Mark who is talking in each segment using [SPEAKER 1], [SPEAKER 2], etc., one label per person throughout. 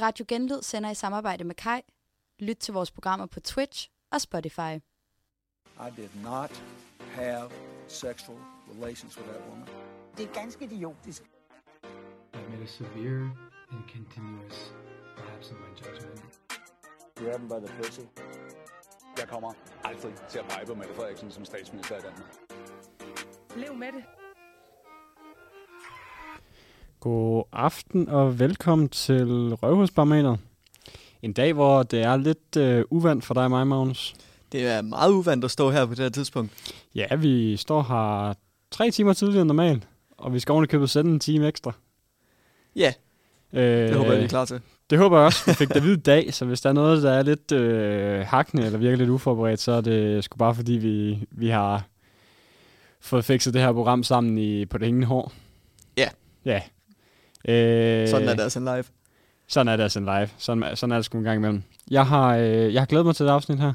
[SPEAKER 1] Radio Genlyd sender i samarbejde med Kai. Lyt til vores programmer på Twitch og Spotify.
[SPEAKER 2] I did not have sexual relations with that woman.
[SPEAKER 3] Det er ganske idiotisk.
[SPEAKER 4] I made a severe and continuous lapse in my judgment.
[SPEAKER 5] Grab him by the pussy.
[SPEAKER 6] Jeg kommer aldrig til at pege på Mette Frederiksen som statsminister i Danmark.
[SPEAKER 7] Lev med det.
[SPEAKER 8] God aften og velkommen til Røvhusbarometer. En dag, hvor det er lidt øh, uvandt for dig og mig, Magnus.
[SPEAKER 9] Det er meget uvandt at stå her på det her tidspunkt.
[SPEAKER 8] Ja, vi står her tre timer tidligere end normalt, og vi skal ovenikøbet sende en time ekstra.
[SPEAKER 9] Ja,
[SPEAKER 8] Øh,
[SPEAKER 9] det håber jeg, vi er klar til.
[SPEAKER 8] Det håber jeg også. Vi fik det vidt i dag, så hvis der er noget, der er lidt øh, hakkende eller virker lidt uforberedt, så er det sgu bare fordi, vi, vi har fået fikset det her program sammen i, på det hængende hår.
[SPEAKER 9] Ja.
[SPEAKER 8] Ja. Øh,
[SPEAKER 9] Sådan er det altså live.
[SPEAKER 8] Sådan er det altså live. Sådan, er- sådan er det sgu en gang imellem. Jeg har, øh, jeg har glædet mig til det afsnit her. Øhm,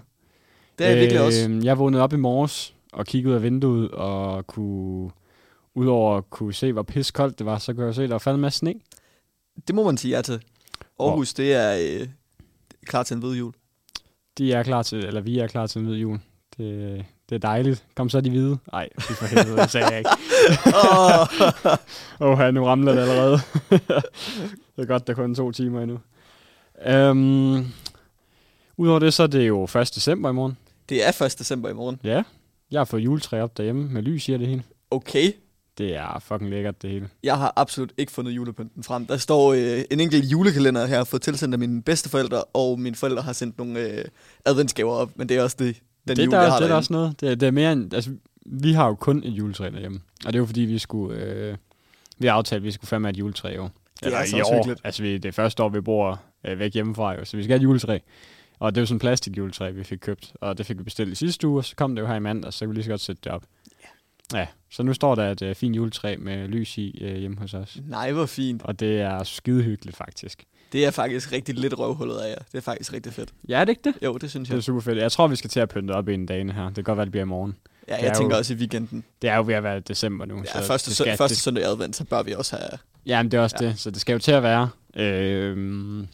[SPEAKER 9] Det er øh, virkelig også.
[SPEAKER 8] Jeg vågnede op i morges og kiggede ud af vinduet og kunne... Udover at kunne se, hvor piskoldt det var, så kunne jeg se, at der var faldet en masse sne.
[SPEAKER 9] Det må man sige ja til. Aarhus, det er øh, klar til en hvid jul.
[SPEAKER 8] De er klar til, eller vi er klar til en hvid jul. Det, det er dejligt. Kom så de hvide. Nej, det for helvede, det sagde jeg ikke.
[SPEAKER 9] Åh,
[SPEAKER 8] Åh, oh, nu ramler det allerede. det er godt, der kun er to timer endnu. Øhm, Udover det, så er det jo 1. december i morgen.
[SPEAKER 9] det er 1. december i morgen.
[SPEAKER 8] Ja, jeg har fået juletræ op derhjemme med lys i og det hele.
[SPEAKER 9] Okay,
[SPEAKER 8] Det er fucking lækkert, det hele.
[SPEAKER 9] jeg har absolut ikke fundet julepynten frem. Der står øh, en enkelt julekalender her, jeg har fået tilsendt af mine bedsteforældre, og mine forældre har sendt nogle øh, adventsgaver op, men det er også det, den
[SPEAKER 8] det,
[SPEAKER 9] jul,
[SPEAKER 8] der,
[SPEAKER 9] jeg
[SPEAKER 8] det er
[SPEAKER 9] har
[SPEAKER 8] der
[SPEAKER 9] derinde.
[SPEAKER 8] også noget. Det, er- det er mere end, altså, vi har jo kun et juletræ derhjemme. Og det er jo fordi, vi skulle... Øh, vi har aftalt, at vi skulle fandme have et juletræ i år.
[SPEAKER 9] er altså
[SPEAKER 8] i
[SPEAKER 9] også
[SPEAKER 8] år.
[SPEAKER 9] hyggeligt.
[SPEAKER 8] Altså, vi, det er første år, vi bor øh, væk hjemmefra, jo, så vi skal have et juletræ. Og det er jo sådan en plastik juletræ, vi fik købt. Og det fik vi bestilt i sidste uge, og så kom det jo her i mandag, så kunne vi lige så godt sætte det op. Ja, så nu står der et øh, fint juletræ med lys i øh, hjemme hos os.
[SPEAKER 9] Nej, hvor fint.
[SPEAKER 8] Og det er skide hyggeligt, faktisk.
[SPEAKER 9] Det er faktisk rigtig lidt røvhullet af jer. Det er faktisk rigtig fedt.
[SPEAKER 8] Ja, er det ikke det?
[SPEAKER 9] Jo, det synes
[SPEAKER 8] Det er
[SPEAKER 9] jeg.
[SPEAKER 8] super fedt. Jeg tror, vi skal til at pynte det op en dag her. Det kan godt være, det bliver i morgen.
[SPEAKER 9] Ja,
[SPEAKER 8] det er
[SPEAKER 9] jeg tænker
[SPEAKER 8] jo-
[SPEAKER 9] også i weekenden.
[SPEAKER 8] Det er jo ved at være december nu.
[SPEAKER 9] Ja,
[SPEAKER 8] så
[SPEAKER 9] første,
[SPEAKER 8] det
[SPEAKER 9] sø-
[SPEAKER 8] skal-
[SPEAKER 9] første
[SPEAKER 8] det-
[SPEAKER 9] søndag i advent, så bør vi også have...
[SPEAKER 8] Jamen, det er også ja.
[SPEAKER 9] Ja.
[SPEAKER 8] det. Så det skal jo til at være. Øhm,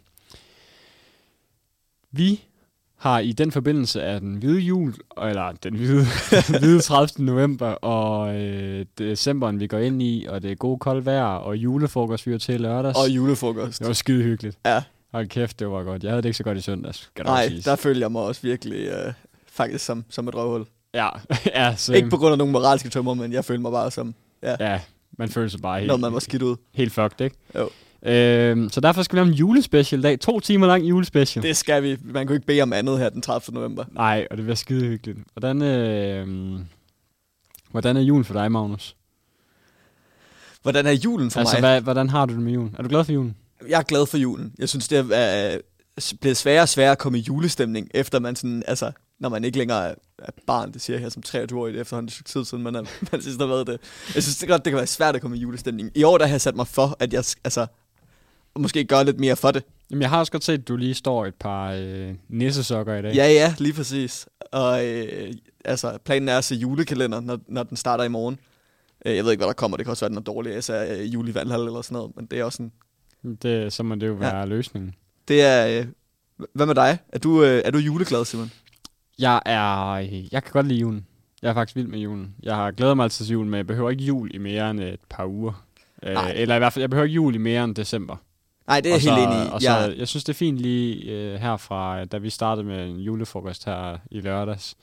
[SPEAKER 8] vi har i den forbindelse af den hvide jul, eller den hvide, den hvide 30. november og øh, decemberen, vi går ind i, og det er gode koldt vejr, og julefrokost, vi var til i lørdags.
[SPEAKER 9] Og julefrokost.
[SPEAKER 8] det var skide hyggeligt.
[SPEAKER 9] Ja.
[SPEAKER 8] Hold kæft, det var godt. Jeg havde det ikke så godt i søndags, skal der
[SPEAKER 9] Nej,
[SPEAKER 8] siges.
[SPEAKER 9] der følger jeg mig også virkelig øh, faktisk som, som et røvhul.
[SPEAKER 8] Ja, ja, så,
[SPEAKER 9] Ikke på grund af nogen moralske tømmer, men jeg føler mig bare som,
[SPEAKER 8] ja, man føler sig bare helt...
[SPEAKER 9] når man var skidt ud.
[SPEAKER 8] helt fucked, ikke?
[SPEAKER 9] Jo.
[SPEAKER 8] Øhm, så derfor skal vi lave en julespecial i dag. To timer lang julespecial.
[SPEAKER 9] Det skal vi. Man kunne ikke bede om andet her den 30. november.
[SPEAKER 8] Nej, og det bliver skide hyggeligt. Hvordan, øh, hvordan er julen for dig, Magnus?
[SPEAKER 9] Hvordan er julen for
[SPEAKER 8] altså,
[SPEAKER 9] mig?
[SPEAKER 8] hvad, hvordan har du det med julen? Er du glad for julen?
[SPEAKER 9] Jeg er glad for julen. Jeg synes, det er øh, blevet sværere og sværere at komme i julestemning, efter man sådan, altså, når man ikke længere er- er barn, det siger jeg her som 23 år i det er efterhånden et stykke tid siden, man, er, man sidst har været det. Jeg synes det er godt, det kan være svært at komme i julestemning. I år der har jeg sat mig for, at jeg sk- altså, måske gør lidt mere for det.
[SPEAKER 8] Jamen, jeg har også godt set, at du lige står i et par øh, nissesokker i dag.
[SPEAKER 9] Ja, ja, lige præcis. Og øh, altså, planen er at se julekalender, når, når den starter i morgen. Øh, Jeg ved ikke, hvad der kommer. Det kan også være, den er dårlig. Jeg sagde øh, jul i Valhall eller sådan noget. Men det er også sådan...
[SPEAKER 8] Det, så må det jo være ja. løsningen.
[SPEAKER 9] Det er... Øh, hvad med dig? Er du, øh, er du juleglad, Simon?
[SPEAKER 8] Jeg er... øh, Jeg kan godt lide julen. Jeg er faktisk vild med julen. Jeg har glædet mig altid til julen, men jeg behøver ikke jul i mere end et par uger. Øh,
[SPEAKER 9] Nej.
[SPEAKER 8] eller i hvert fald, jeg behøver ikke jul i mere end december.
[SPEAKER 9] Nej, det er
[SPEAKER 8] og
[SPEAKER 9] jeg
[SPEAKER 8] så,
[SPEAKER 9] helt enig i.
[SPEAKER 8] Og så,
[SPEAKER 9] Jeg,
[SPEAKER 8] jeg synes, det er fint lige øh, herfra, øh, da vi startede med en julefrokost her i lørdags.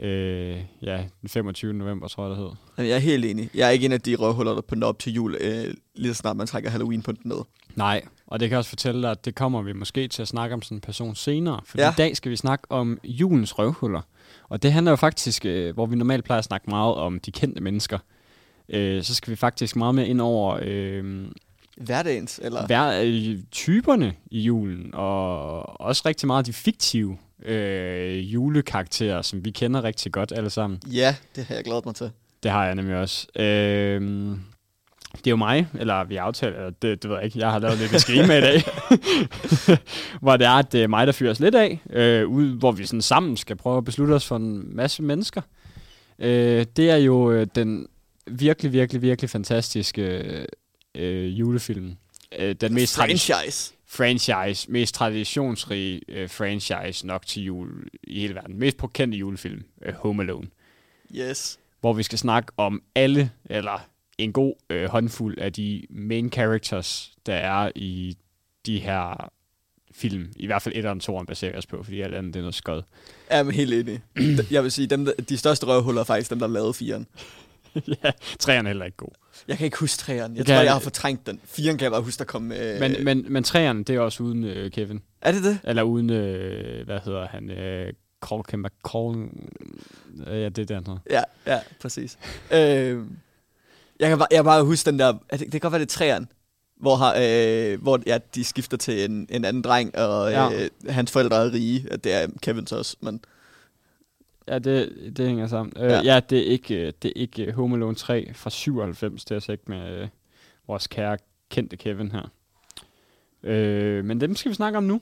[SPEAKER 8] Øh, ja, den 25. november, tror jeg, det hed.
[SPEAKER 9] jeg er helt enig. Jeg er ikke en af de røvhuller, der pynter op til jul, øh, lige så snart man trækker halloween på den ned.
[SPEAKER 8] Nej, og det kan jeg også fortælle dig, at det kommer vi måske til at snakke om sådan en person senere. For ja.
[SPEAKER 9] Ja.
[SPEAKER 8] i dag skal vi snakke om julens røvhuller. Og det handler jo faktisk, øh, hvor vi normalt plejer at snakke meget om de kendte mennesker. Øh, så skal vi faktisk meget mere ind over øh,
[SPEAKER 9] Hverdagens, eller...
[SPEAKER 8] hver, øh, typerne i julen, og også rigtig meget de fiktive øh, julekarakterer, som vi kender rigtig godt alle sammen.
[SPEAKER 9] Ja, det har jeg glædet mig til.
[SPEAKER 8] Det har jeg nemlig også. Øh, det er jo mig, eller vi aftaler, eller det, det ved jeg ikke, jeg har lavet lidt et schema i dag, hvor det er, at det er mig, der fyrer os lidt af, øh, ude, hvor vi sådan sammen skal prøve at beslutte os for en masse mennesker. Øh, det er jo øh, den virkelig, virkelig, virkelig fantastiske øh, øh, julefilm. Øh, den mest traditionelle
[SPEAKER 9] Franchise.
[SPEAKER 8] franchise, mest traditionsrige øh, franchise nok til jul i hele verden. Mest kendte julefilm, øh, Home Alone.
[SPEAKER 9] Yes.
[SPEAKER 8] Hvor vi skal snakke om alle, eller en god øh, håndfuld af de main characters, der er i de her film. I hvert fald et eller to, baserer os på, fordi alt andet det er noget skød.
[SPEAKER 9] Jeg er helt enig. Jeg vil sige, dem, der, de største røvhuller er faktisk dem, der lavede firen.
[SPEAKER 8] ja, træerne er heller ikke god.
[SPEAKER 9] Jeg kan ikke huske træeren. Jeg
[SPEAKER 8] Kan-
[SPEAKER 9] tror, jeg har fortrængt den. Firen kan jeg bare huske, der kom... Øh...
[SPEAKER 8] Men, men, men træerne, det er også uden øh, Kevin.
[SPEAKER 9] Er det det?
[SPEAKER 8] Eller uden, øh, hvad hedder han? Øh, Colkin McCall. Øh, ja, det er det, han hedder.
[SPEAKER 9] Ja, ja, præcis. øh, jeg kan bare, jeg kan bare huske den der... Er det, det kan godt være, det er træeren. Hvor, har, øh, hvor ja, de skifter til en, en anden dreng, og
[SPEAKER 8] Ja.
[SPEAKER 9] ja. øh, hans forældre er rige. Ja, Det er Kevin så også, men...
[SPEAKER 8] Ja, det, det hænger sammen. Øh, ja.
[SPEAKER 9] Ja.
[SPEAKER 8] ja, det er ikke, øh, det er ikke øh, Home Alone 3 fra 97, det er altså ikke med øh, vores kære kendte Kevin her. Øh, men dem skal vi snakke om nu.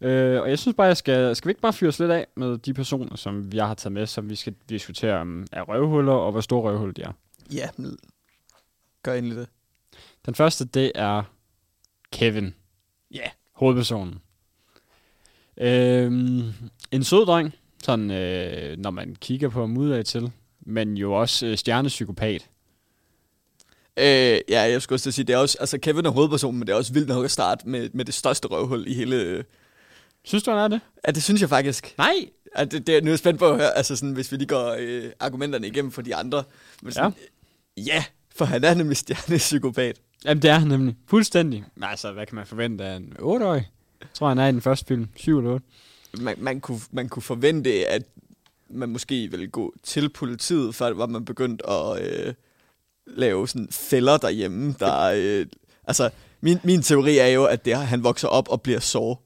[SPEAKER 8] Øh, og jeg synes bare, jeg skal, skal vi ikke bare fyres lidt af med de personer, som jeg har taget med, som vi skal diskutere om er røvhuller, og hvor store røvhuller de er.
[SPEAKER 9] Ja, men gør endelig det.
[SPEAKER 8] Den første, det er Kevin. Ja. Yeah. Hovedpersonen. Øhm, en sød dreng, sådan, øh, når man kigger på ham udad til, men jo også øh, stjernepsykopat.
[SPEAKER 9] Øh, ja, jeg skulle også til at sige, det er også, altså Kevin er hovedpersonen, men det er også vildt nok at starte med, med det største røvhul i hele... Øh.
[SPEAKER 8] Synes du, han er det?
[SPEAKER 9] Ja, det synes jeg faktisk.
[SPEAKER 8] Nej!
[SPEAKER 9] Ja, det, det, er- nu er jeg spændt på at høre, altså sådan, hvis vi lige går øh, argumenterne igennem for de andre. Men sådan, ja. ja, for han er nemlig stjernepsykopat.
[SPEAKER 8] Jamen, det er han nemlig. Fuldstændig. Men Altså, hvad kan man forvente af en 8-årig? Jeg tror, han er i den første film. 7 eller 8.
[SPEAKER 9] Man, man, kunne, man kunne forvente, at man måske ville gå til politiet, før det var man begyndt at øh, lave sådan fælder derhjemme. Der, øh, altså, min, min teori er jo, at det, er, han vokser op og bliver sår.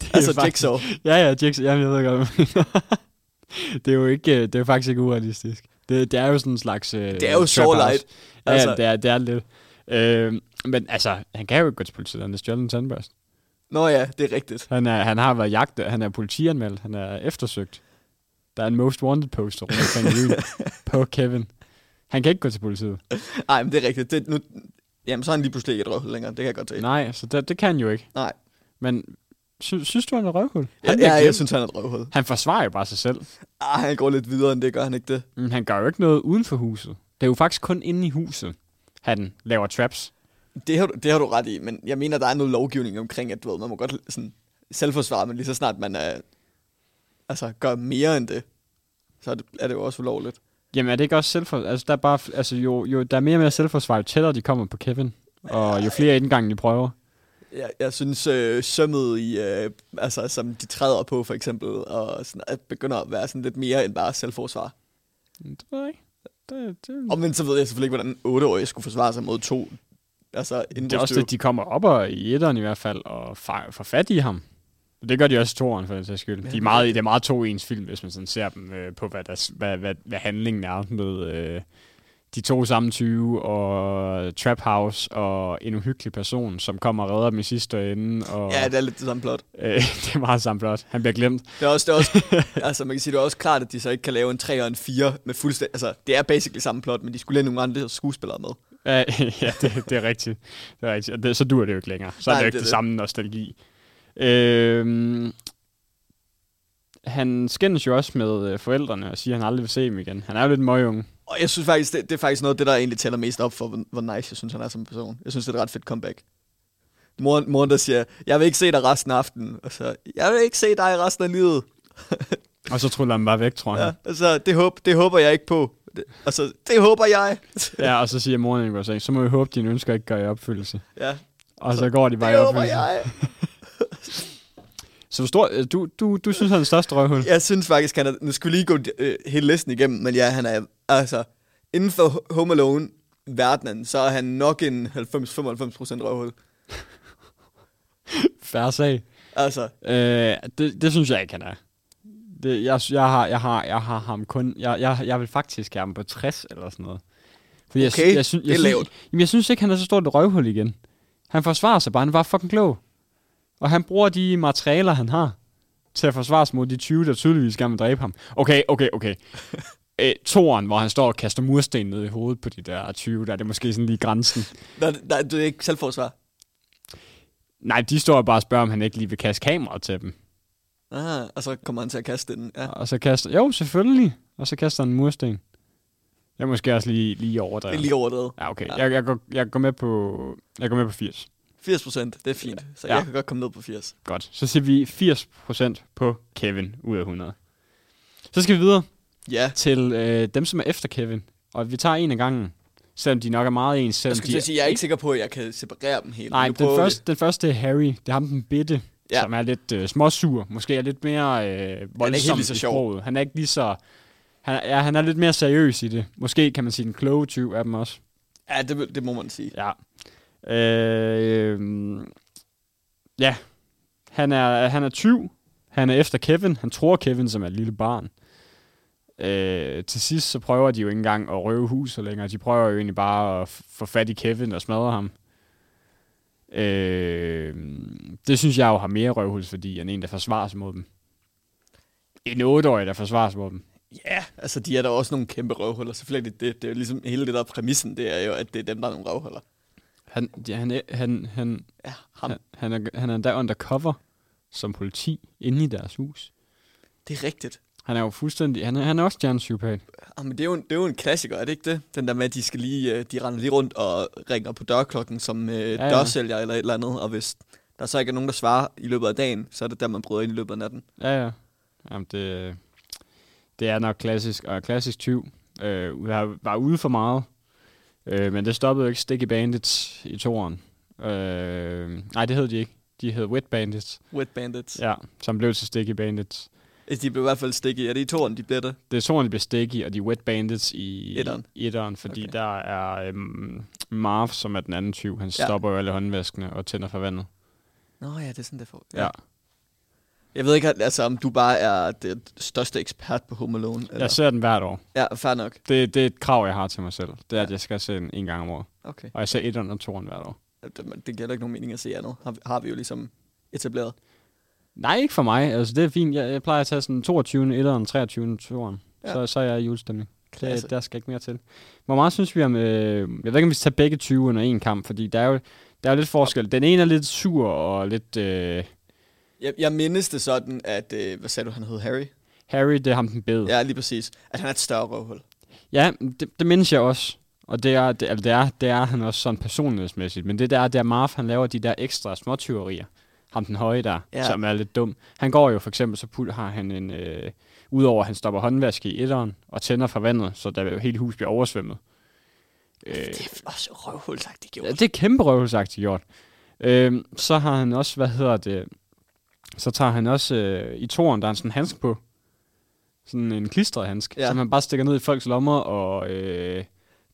[SPEAKER 8] Det er
[SPEAKER 9] Altså
[SPEAKER 8] faktisk-
[SPEAKER 9] Jigsaw.
[SPEAKER 8] Ja, ja, Jackson. Jamen, jeg ved godt, hvad du mener. Det er jo ikke, øh, det er jo faktisk ikke urealistisk. Det, det er jo sådan en slags... Øh,
[SPEAKER 9] Det er jo Saw Light.
[SPEAKER 8] Ja, altså.
[SPEAKER 9] Altså-
[SPEAKER 8] det, er, det er lidt. Øh, men altså, han kan jo ikke gå til politiet. Han er stjålet en tandbørst.
[SPEAKER 9] Nå ja, det er rigtigt.
[SPEAKER 8] Han, er, han har været jagtet. Han er politianmeldt. Han er eftersøgt. Der er en most wanted poster rundt omkring i byen på Kevin. Han kan ikke gå til politiet.
[SPEAKER 9] Nej, men det er rigtigt. Det, nu, jamen, så er han lige pludselig ikke et røvhul længere. Det kan jeg godt se.
[SPEAKER 8] Nej, så det, det kan han jo ikke.
[SPEAKER 9] Nej.
[SPEAKER 8] Men sy, synes du, han er røvhul?
[SPEAKER 9] Ja,
[SPEAKER 8] Han, bliver
[SPEAKER 9] ja, jeg
[SPEAKER 8] glemt.
[SPEAKER 9] synes, han er et røvhul.
[SPEAKER 8] han forsvarer jo bare sig selv.
[SPEAKER 9] Ah, han går lidt videre end det, gør han ikke det?
[SPEAKER 8] Men Mm, han gør jo ikke noget uden for huset. Det er jo faktisk kun inde i huset, han laver traps.
[SPEAKER 9] Det har, du, det har du ret i, men jeg mener, der er noget lovgivning omkring, at du ved, man må godt sådan, selvforsvare, men lige så snart man er, altså, gør mere end det, så er det, er det jo også ulovligt.
[SPEAKER 8] Jamen er det ikke også selvforsvar? Altså, der er, bare, altså jo, jo, der er mere og mere selvforsvar, jo tættere de kommer på Kevin. Og jo flere indgange de prøver.
[SPEAKER 9] Jeg, jeg synes, øh, sømmet i, øh, altså, som de træder på, for eksempel, og sådan, at begynder at være sådan lidt mere end bare selvforsvar.
[SPEAKER 8] Det ved jeg ikke. Det, det,
[SPEAKER 9] Og men så ved jeg selvfølgelig ikke, hvordan en 8-årig skulle forsvare sig mod to. Altså,
[SPEAKER 8] det er også det,
[SPEAKER 9] de...
[SPEAKER 8] de kommer op og i etteren i hvert fald, og fa- får fat i ham. Det gør de også i toeren, for den sags skyld. De er meget, det er meget to ens film, hvis man sådan ser dem øh, på, hvad, der, hvad, hvad, hvad handlingen er med øh, de to samme 20 og Trap House og en uhyggelig person, som kommer og redder dem i sidste ende. Og,
[SPEAKER 9] Ja, det er lidt det samme plot.
[SPEAKER 8] Øh, det er meget samme blot. Han bliver glemt.
[SPEAKER 9] Det er også, det er også, altså man kan sige, det er også klart, at de så ikke kan lave en 3 og en 4 med fuldstændig, altså det er basically samme plot, men de skulle have nogle andre skuespillere med.
[SPEAKER 8] Øh, ja, det, det, er rigtigt. Det er rigtigt. Og Det, så dur det jo ikke længere. Så Nej, er
[SPEAKER 9] Nej,
[SPEAKER 8] det jo ikke det, det
[SPEAKER 9] det er det.
[SPEAKER 8] samme nostalgi. Øh, han skændes jo også med øh, forældrene og siger, at han aldrig vil se dem igen. Han er jo lidt møgung.
[SPEAKER 9] Og jeg synes faktisk, det, det er faktisk noget af det, der egentlig tæller mest op for, hvor, hvor nice jeg synes, han er som person. Jeg synes, det er et ret fedt comeback. Moren, moren der siger, jeg vil ikke se dig resten af aftenen. Og så, jeg vil ikke se dig resten af livet.
[SPEAKER 8] Og så truller han bare væk, tror
[SPEAKER 9] Ja,
[SPEAKER 8] han.
[SPEAKER 9] og så, det, håb, det håber jeg ikke på. Det- Og så, det håber jeg.
[SPEAKER 8] Ja. ja, og så siger moren, at han går så, så må vi håbe, at dine ønsker ikke går i opfyldelse.
[SPEAKER 9] ja,
[SPEAKER 8] Og så, så går de bare i
[SPEAKER 9] det håber
[SPEAKER 8] opfyldelse.
[SPEAKER 9] jeg.
[SPEAKER 8] Så hvor stor, øh, du, du, du synes, han er den største røvhul?
[SPEAKER 9] Jeg synes faktisk, han er... Nu skal vi lige gå øh, hele listen igennem, men ja, han er... Altså, inden for Home Alone verdenen, så er han nok en 90-95% røvhul.
[SPEAKER 8] Færre sag.
[SPEAKER 9] Altså,
[SPEAKER 8] Øh, det, det synes jeg ikke, han er. Det, jeg, sy- jeg, har, jeg, har, jeg har ham kun... Jeg, jeg, jeg vil faktisk have ham på 60 eller sådan noget. Fordi jeg, sy-
[SPEAKER 9] Okay,
[SPEAKER 8] jeg, sy- jeg,
[SPEAKER 9] det er
[SPEAKER 8] synes-
[SPEAKER 9] lavt.
[SPEAKER 8] Jamen, jeg synes ikke, han er så stort et røvhul igen. Han forsvarer sig bare. Han var fucking klog. Og han bruger de materialer, han har, til at forsvare sig mod de 20, der tydeligvis gerne vil dræbe ham. Okay, okay, okay. øh, toren, hvor han står og kaster mursten ned i hovedet på de der 20, der er det måske sådan lige grænsen.
[SPEAKER 9] Nej, nej, det er ikke selvforsvar.
[SPEAKER 8] Nej, de står og bare og spørger, om han ikke lige vil kaste kameraet til dem.
[SPEAKER 9] Ah, og så kommer han til at kaste den. Ja.
[SPEAKER 8] Og så kaster... Jo, selvfølgelig. Og så kaster han en mursten. Jeg er måske også lige, lige
[SPEAKER 9] Det
[SPEAKER 8] overdrevet.
[SPEAKER 9] er lige overdrevet.
[SPEAKER 8] Ja, okay.
[SPEAKER 9] Ja.
[SPEAKER 8] Jeg, jeg, går, jeg, går med på, jeg går med på 80.
[SPEAKER 9] 80 procent, det er fint. Så
[SPEAKER 8] Ja.
[SPEAKER 9] jeg kan godt komme ned på 80.
[SPEAKER 8] Godt. Så siger vi 80% på Kevin ud af 100. Så skal vi videre
[SPEAKER 9] Ja,
[SPEAKER 8] til øh, dem, som er efter Kevin. Og vi tager en af gangen. Selvom de nok er meget ens. Selvom
[SPEAKER 9] jeg skulle til
[SPEAKER 8] de
[SPEAKER 9] at sige, jeg er ikke sikker på, at jeg kan separere dem helt.
[SPEAKER 8] Nej,
[SPEAKER 9] Nu
[SPEAKER 8] den
[SPEAKER 9] prøver vi.
[SPEAKER 8] første, den første er Harry. Det er ham, den bitte, ja.
[SPEAKER 9] Ja.
[SPEAKER 8] som er lidt øh, småsur. Måske er lidt mere øh,
[SPEAKER 9] lige
[SPEAKER 8] voldsom
[SPEAKER 9] så
[SPEAKER 8] i
[SPEAKER 9] sjov.
[SPEAKER 8] sproget. Han er ikke lige så... Han er, ja, han er lidt mere seriøs i det. Måske kan man sige den kloge tyv af dem også.
[SPEAKER 9] Ja, det, det må man sige.
[SPEAKER 8] Ja. Øh, øh, ja. Han er, han er tyv. Han er efter Kevin. Han tror Kevin, som er et lille barn. Øh, til sidst så prøver de jo ikke engang at røve huset længere. De prøver jo egentlig bare at f- få fat i Kevin og smadre ham. Øh, det synes jeg jo har mere røvhulsværdi end en, der forsvarer sig mod dem. En 8-årig, der forsvarer sig mod dem.
[SPEAKER 9] Ja, altså de er der også nogle kæmpe røvhuller. Selvfølgelig er det, det, det er jo ligesom hele det der præmissen, det er jo, at det er dem, der er nogle røvhuller.
[SPEAKER 8] Han, ja, han, er- han, han,
[SPEAKER 9] Ja,
[SPEAKER 8] han,
[SPEAKER 9] ham. Ja.
[SPEAKER 8] han, er, han er endda undercover som politi inde i deres hus.
[SPEAKER 9] Det er rigtigt.
[SPEAKER 8] Han er jo fuldstændig... Han er, han er også stjernepsykopat.
[SPEAKER 9] Jamen, Ah, det, er jo en, det er jo en klassiker, er det ikke det? Den der med, at de, skal lige, øh, de render lige rundt og ringer på dørklokken som øh, ja,
[SPEAKER 8] ja.
[SPEAKER 9] ja. dørsælger eller et eller andet, og hvis der så ikke er nogen, der svarer i løbet af dagen, så er det der, man bryder ind i løbet af natten.
[SPEAKER 8] Ja, ja. Jamen, det, det er nok klassisk, og klassisk tyv. Øh, var, var ude for meget, øh, men det stoppede jo ikke Sticky Bandits i toren. Øh, nej, det hed de ikke. De hed Wet Bandits,
[SPEAKER 9] Wet Bandits. Ja. Altså,
[SPEAKER 8] ja, som blev til Sticky Bandits.
[SPEAKER 9] De blev i hvert fald stikket. Er det i toren, de bliver det?
[SPEAKER 8] Det er toren, de blev Sticky, og de er Wet Bandits i
[SPEAKER 9] Etteren.
[SPEAKER 8] i etteren fordi okay.
[SPEAKER 9] Okay.
[SPEAKER 8] der er øhm, Marv, som er den anden tyv. Han
[SPEAKER 9] Ja.
[SPEAKER 8] stopper jo alle håndvaskene og tænder for vandet.
[SPEAKER 9] Nå ja, det er sådan, det får.
[SPEAKER 8] Ja. ja.
[SPEAKER 9] Jeg ved ikke, altså, om du bare er det største ekspert på Home Alone. Eller?
[SPEAKER 8] Jeg ser den hvert år.
[SPEAKER 9] Ja, fair nok.
[SPEAKER 8] Det, det er et krav, jeg har til mig selv. Det er, ja. at jeg skal se den en gang om året.
[SPEAKER 9] Okay.
[SPEAKER 8] Og jeg ser etteren og toeren hvert år.
[SPEAKER 9] Det, det giver da ikke nogen mening at se andet. Har, har vi jo ligesom etableret.
[SPEAKER 8] Nej, ikke for mig. Altså, det er fint. Jeg, jeg plejer at tage sådan 22. etteren, 23. toeren. Ja.
[SPEAKER 9] Ja.
[SPEAKER 8] Så, så er jeg i julestemning.
[SPEAKER 9] Klasse.
[SPEAKER 8] Det, der skal ikke mere til. Hvor meget synes vi om... Øh, jeg ved ikke, om vi skal tage begge 20 under en kamp, fordi der er jo, der er jo lidt forskel. Den ene er lidt sur og lidt... Øh,
[SPEAKER 9] Jeg, jeg mindes det sådan, at... Øh, hvad sagde du, han hed Harry?
[SPEAKER 8] Harry, det er ham den bed. Ja,
[SPEAKER 9] Ja, lige præcis. At han er et større røvhul.
[SPEAKER 8] ja det, det mindes jeg også. Og det er, det, altså, det, er, det er han også sådan personlighedsmæssigt. Men det der, det er Marv, han laver de der ekstra småtyverier. Ham den høje der, ja.
[SPEAKER 9] Ja.
[SPEAKER 8] som er lidt dum. Han går jo for eksempel, så pul har han en... Øh, Udover at han stopper håndvask i etteren og tænder for vandet, så der hele huset bliver oversvømmet. Øh,
[SPEAKER 9] Det er også røvhul, sagt det gjorde.
[SPEAKER 8] ja, det er kæmpe røvelsagtigt gjort. Øh, så har han også, hvad hedder det... Så tager han også øh, i toren, der er en sådan handsk på. Sådan en klistret handsk, ja.
[SPEAKER 9] Ja.
[SPEAKER 8] som han bare stikker ned i folks lommer og øh,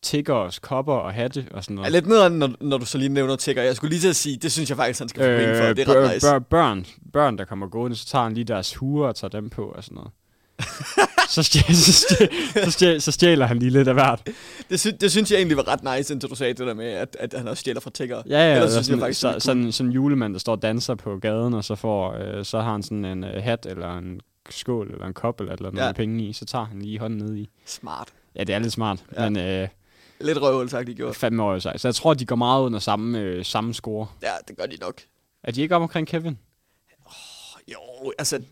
[SPEAKER 8] tigger os kopper og hatte og sådan noget.
[SPEAKER 9] er lidt nederen, når, når du så lige nævner tigger. Jeg skulle lige til at sige, det synes jeg faktisk, han skal få øh, for. Det er
[SPEAKER 8] bør-
[SPEAKER 9] ret nice.
[SPEAKER 8] bør- børn, børn, der kommer gående, så tager han lige deres huer og tager dem på og sådan noget. så, stjæl, så, stjæl, så, stjæl, så stjæler han lige lidt af hvert.
[SPEAKER 9] Det, sy- det synes jeg egentlig var ret nice, indtil du sagde det der med, at, at han også stjæler fra tigger.
[SPEAKER 8] Ja, ja,
[SPEAKER 9] Ellers
[SPEAKER 8] eller
[SPEAKER 9] synes
[SPEAKER 8] sådan,
[SPEAKER 9] jeg faktisk,
[SPEAKER 8] så,
[SPEAKER 9] det er cool.
[SPEAKER 8] sådan, sådan en julemand, der står og danser på gaden, og så, får, øh, så har han sådan en øh, hat eller en skål eller en kop eller, et eller noget
[SPEAKER 9] Ja.
[SPEAKER 8] med penge i, så tager han lige hånden ned i.
[SPEAKER 9] Smart.
[SPEAKER 8] Ja, det er lidt smart, ja.
[SPEAKER 9] Ja.
[SPEAKER 8] men øh,
[SPEAKER 9] Lidt røvhul, sagt det gjorde.
[SPEAKER 8] fandme over sig. Så jeg tror, de går meget under samme, øh, samme score.
[SPEAKER 9] Ja, det gør de nok.
[SPEAKER 8] Er de ikke om omkring Kevin?
[SPEAKER 9] Jo, altså,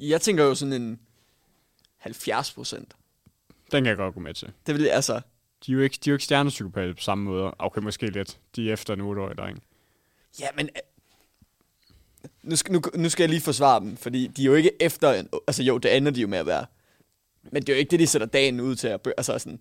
[SPEAKER 9] jeg tænker jo sådan en 70 procent.
[SPEAKER 8] Den kan jeg godt gå med til.
[SPEAKER 9] Det vil jeg, altså,
[SPEAKER 8] De er jo ikke, de er jo ikke stjernepsykopater på samme måde. Okay, måske lidt. De er efter en 8-årig dreng.
[SPEAKER 9] ja, men... øh, Nu skal, nu, nu skal jeg lige forsvare dem, fordi de er jo ikke efter... En, altså jo, det ender de jo med at være. Men det er jo ikke det, de sætter dagen ud til at... bø- Altså sådan,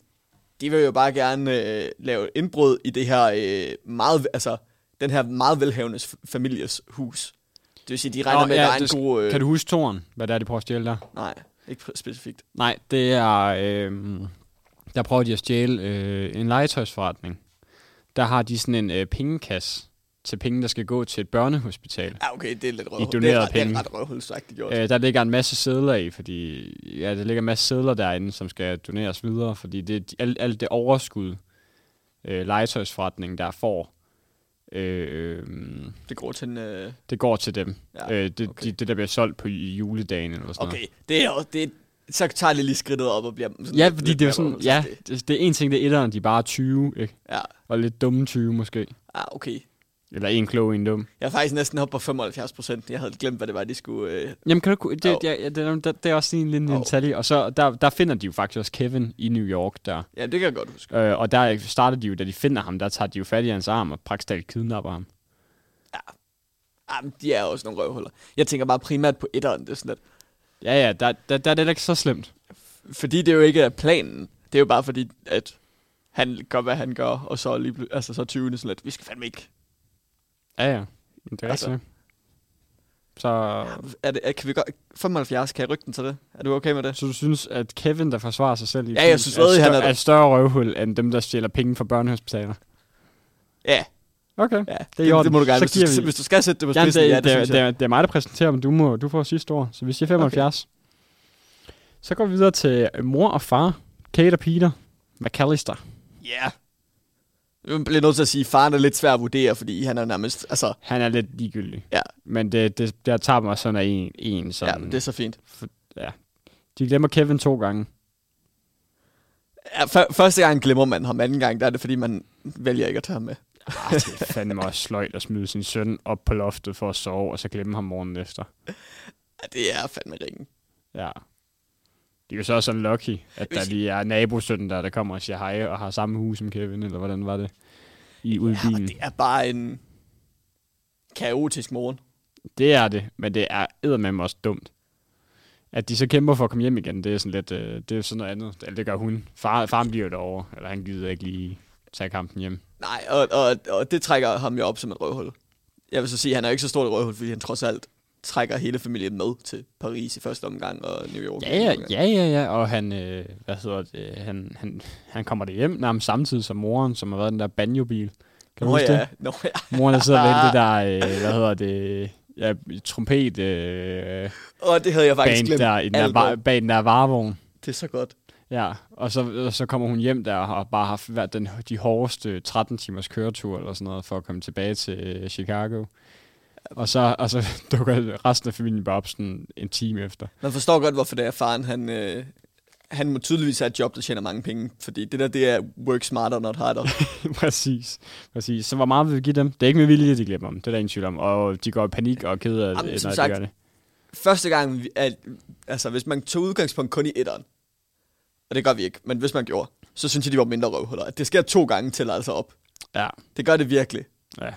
[SPEAKER 9] de vil jo bare gerne øh, lave indbrud i det her øh, meget... Altså, den her meget velhavende families hus. Det vil sige, de regner Nå, med, at der er
[SPEAKER 8] det
[SPEAKER 9] en
[SPEAKER 8] sk-
[SPEAKER 9] god... Øh,
[SPEAKER 8] Kan du huske toren? Hvad det er, de prøver at stjæle der?
[SPEAKER 9] Nej, ikke pr- specifikt.
[SPEAKER 8] Nej, det er... Øh, der prøver de at stjæle øh, en legetøjsforretning. Der har de sådan en øh, pengekasse til penge, der skal gå til et børnehospital.
[SPEAKER 9] Ja, okay, det er lidt røvhul. Det
[SPEAKER 8] donerede
[SPEAKER 9] er, ret- det
[SPEAKER 8] penge.
[SPEAKER 9] er ret røvhulsagtigt gjort.
[SPEAKER 8] Øh, der ligger en masse sædler i, fordi ja, der ligger en masse sædler derinde, som skal doneres videre, fordi det er de- alt, alt det overskud, øh, legetøjsforretningen der får, øh, øh,
[SPEAKER 9] Det går til en... Øh,
[SPEAKER 8] det går til dem.
[SPEAKER 9] Ja,
[SPEAKER 8] øh, det,
[SPEAKER 9] okay.
[SPEAKER 8] de, det, der bliver solgt på i juledagen eller sådan noget.
[SPEAKER 9] Okay, det er, jo- det, så tager det lige skridtet op og bliver sådan
[SPEAKER 8] Ja,
[SPEAKER 9] lidt-
[SPEAKER 8] fordi
[SPEAKER 9] lidt
[SPEAKER 8] det er jo
[SPEAKER 9] mere
[SPEAKER 8] sådan,
[SPEAKER 9] romantisk.
[SPEAKER 8] ja, det, det er en ting, det er etteren, de er bare 20, ikke?
[SPEAKER 9] Ja,
[SPEAKER 8] Og lidt dumme 20 måske.
[SPEAKER 9] ah, okay.
[SPEAKER 8] Eller en klog, en dum.
[SPEAKER 9] Jeg er faktisk næsten oppe på 75 procent. Jeg havde glemt, hvad det var, de skulle... Øh...
[SPEAKER 8] Jamen, kan du, det,
[SPEAKER 9] Jo.
[SPEAKER 8] det, det, det, det, det er også sådan en lille
[SPEAKER 9] Jo.
[SPEAKER 8] detalje. Og så der, der finder de jo faktisk også Kevin i New York der.
[SPEAKER 9] Ja, det kan jeg godt huske.
[SPEAKER 8] Øh, og der starter de jo, da de finder ham, der tager de jo fat i hans arm og praktisk talt kidnapper ham.
[SPEAKER 9] Jamen, Ah, de er også nogle røvhuller. Jeg tænker bare primært på etteren, det er sådan lidt.
[SPEAKER 8] Ja, ja, der, der, der er det heller ikke så slemt.
[SPEAKER 9] Fordi det jo ikke er planen. Det er jo bare fordi, at han gør, hvad han gør, og så, lige, pl- altså, så er 20'erne sådan lidt, vi skal fandme ikke.
[SPEAKER 8] Ja, ja. Det er
[SPEAKER 9] Altså.
[SPEAKER 8] altså. Så,
[SPEAKER 9] Er det, er, kan vi godt, 75, kan jeg rykke den til det? Er du okay med det?
[SPEAKER 8] så du synes, at Kevin, der forsvarer sig selv i
[SPEAKER 9] Ja,
[SPEAKER 8] filmen,
[SPEAKER 9] jeg synes stadig,
[SPEAKER 8] er,
[SPEAKER 9] han er
[SPEAKER 8] større,
[SPEAKER 9] der.
[SPEAKER 8] er et større røvhul end dem, der stjæler penge fra børnehospitaler.
[SPEAKER 9] Ja,
[SPEAKER 8] Okay.
[SPEAKER 9] ja.
[SPEAKER 8] i orden.
[SPEAKER 9] det må du gerne.
[SPEAKER 8] Så
[SPEAKER 9] Hvis du,
[SPEAKER 8] giver vi-
[SPEAKER 9] hvis du skal sætte det på
[SPEAKER 8] Jamen,
[SPEAKER 9] spidsen,
[SPEAKER 8] det,
[SPEAKER 9] ja,
[SPEAKER 8] ja,
[SPEAKER 9] det,
[SPEAKER 8] det,
[SPEAKER 9] synes
[SPEAKER 8] det,
[SPEAKER 9] jeg.
[SPEAKER 8] det, er, det er mig, der præsenterer dem. Du, må, du får sidste ord. Så vi siger 75. Okay. Så går vi videre til øh, mor og far. Kate og Peter. McAllister.
[SPEAKER 9] Ja. Jeg bliver nødt til at sige, at faren er lidt svær at vurdere, fordi han er nærmest, altså,
[SPEAKER 8] Han er lidt ligegyldig.
[SPEAKER 9] Ja.
[SPEAKER 8] Men det, det, der tager mig sådan af en, en sådan.
[SPEAKER 9] ja, det er så fint.
[SPEAKER 8] ja. De glemmer Kevin to gange.
[SPEAKER 9] Ja, før- første gang glemmer man ham, anden gang, der er det, fordi man vælger ikke at tage ham med.
[SPEAKER 8] Arh, Ah, det er fandme også sløjt at smide sin søn op på loftet for at sove, og så glemme ham morgenen efter.
[SPEAKER 9] Ja, det er fandme ringen.
[SPEAKER 8] Ja. Det er jo så også sådan lucky, at der
[SPEAKER 9] Hvis-
[SPEAKER 8] lige er nabosønnen der, der kommer og siger hej, og har samme hus som Kevin, eller hvordan var det? I ude i
[SPEAKER 9] Ja, og
[SPEAKER 8] bilen.
[SPEAKER 9] det er bare en kaotisk morgen.
[SPEAKER 8] Det er det, men det er eddermame også dumt. At de så kæmper for at komme hjem igen, det er sådan lidt, øh, det er sådan noget andet. Eller det gør hun. Far, faren bliver jo derovre, eller han gider ikke lige tage kampen hjem.
[SPEAKER 9] Nej, og, og, og det trækker ham jo op som et røvhul. Jeg vil så sige, at han er jo ikke så stort et røvhul, fordi han trods alt trækker hele familien med til Paris i første omgang og New York. i
[SPEAKER 8] Ja,
[SPEAKER 9] anden
[SPEAKER 8] ja,
[SPEAKER 9] omgang.
[SPEAKER 8] ja, ja, ja. og han, øh, hvad hedder det, øh, han, han, han kommer det hjem nærmest samtidig som moren, som har været i den der banjobil. Kan du
[SPEAKER 9] Nå,
[SPEAKER 8] huske
[SPEAKER 9] ja.
[SPEAKER 8] det?
[SPEAKER 9] Nå, ja.
[SPEAKER 8] Moren, der sidder ved det der, øh, hvad hedder det, ja, trompet øh,
[SPEAKER 9] Og det havde jeg faktisk
[SPEAKER 8] band
[SPEAKER 9] glemt.
[SPEAKER 8] der, i den der,
[SPEAKER 9] alt
[SPEAKER 8] var,
[SPEAKER 9] om.
[SPEAKER 8] bag den der varevogn.
[SPEAKER 9] Det er så godt.
[SPEAKER 8] Ja, og så, og så kommer hun hjem der og har bare haft været den, de hårdeste 13 timers køretur eller sådan noget for at komme tilbage til øh, Chicago. Og så, og så dukker resten af familien bare op sådan en time efter.
[SPEAKER 9] Man forstår godt, hvorfor det er faren, han... Øh, han må tydeligvis have et job, der tjener mange penge, fordi det der, det er work smarter, not harder.
[SPEAKER 8] præcis, præcis. Så hvor meget vil vi give dem? Det er ikke med vilje, at de glemmer dem. Det er der ingen tvivl om. Og de går i panik og er ked af,
[SPEAKER 9] Jamen,
[SPEAKER 8] Jamen,
[SPEAKER 9] som
[SPEAKER 8] når de
[SPEAKER 9] sagt-
[SPEAKER 8] gør det.
[SPEAKER 9] Første gang, vi- at, altså hvis man tog udgangspunkt kun i etteren, og det gør vi ikke, men hvis man gjorde, så synes jeg, de var mindre røvhuller. At det sker to gange til altså op.
[SPEAKER 8] Ja,
[SPEAKER 9] Det gør det virkelig.
[SPEAKER 8] ja.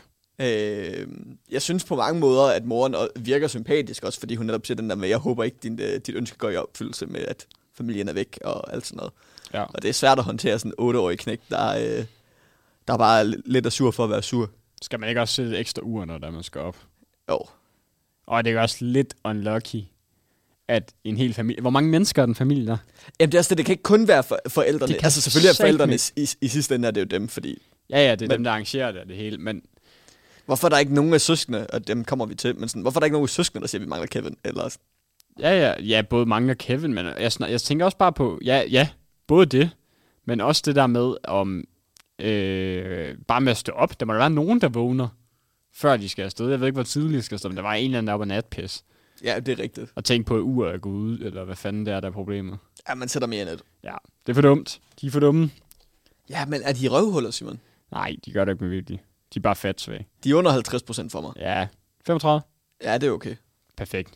[SPEAKER 9] Øh, jeg synes på mange måder, at moren o- virker sympatisk også, fordi hun netop siger den der med, jeg håber ikke, din, øh, dit ønske går i opfyldelse med, at familien er væk og alt sådan noget.
[SPEAKER 8] ja.
[SPEAKER 9] Og det er svært at håndtere sådan en 8-årig knæk, der, øh, der bare er l- lidt er sur for at være sur.
[SPEAKER 8] Skal man ikke også sætte ekstra uger, når der man skal op?
[SPEAKER 9] Jo.
[SPEAKER 8] Og det er også lidt unlucky, at en hel familie... Hvor mange mennesker er den familie der?
[SPEAKER 9] Jamen det er også det, det kan ikke kun være for, forældrene.
[SPEAKER 8] Det kan
[SPEAKER 9] Altså selvfølgelig er
[SPEAKER 8] satme
[SPEAKER 9] forældrene i, i sidste ende, er det jo dem, fordi
[SPEAKER 8] Ja, ja, det er
[SPEAKER 9] Men-
[SPEAKER 8] men, dem, der arrangerer det, og det hele. Men
[SPEAKER 9] hvorfor er der ikke nogen af søskende, og dem kommer vi til, men sådan, hvorfor er der ikke nogen af søskende, der siger, at vi mangler Kevin? Eller, sådan-
[SPEAKER 8] Ja, ja, ja, både mangler Kevin, men jeg, snak, jeg tænker også bare på, ja, ja, både det, men også det der med, om øh, bare med at stå op. Der må der være nogen, der vågner, før de skal afsted. Jeg ved ikke, hvor tidligt de skal afsted, men der var en eller anden, der var natpis.
[SPEAKER 9] ja, det er rigtigt.
[SPEAKER 8] Og tænke på, at uret er gået ud, eller hvad fanden det er, der er problemet.
[SPEAKER 9] Ja, man sætter mere end et.
[SPEAKER 8] Ja, det er for dumt. De er for dumme.
[SPEAKER 9] Ja, men er de røvhuller, Simon?
[SPEAKER 8] Nej, de gør det ikke med vilje. De er bare fatsvage.
[SPEAKER 9] De er under 50 procent for mig.
[SPEAKER 8] Ja, 35.
[SPEAKER 9] Ja, det er okay.
[SPEAKER 8] Perfekt.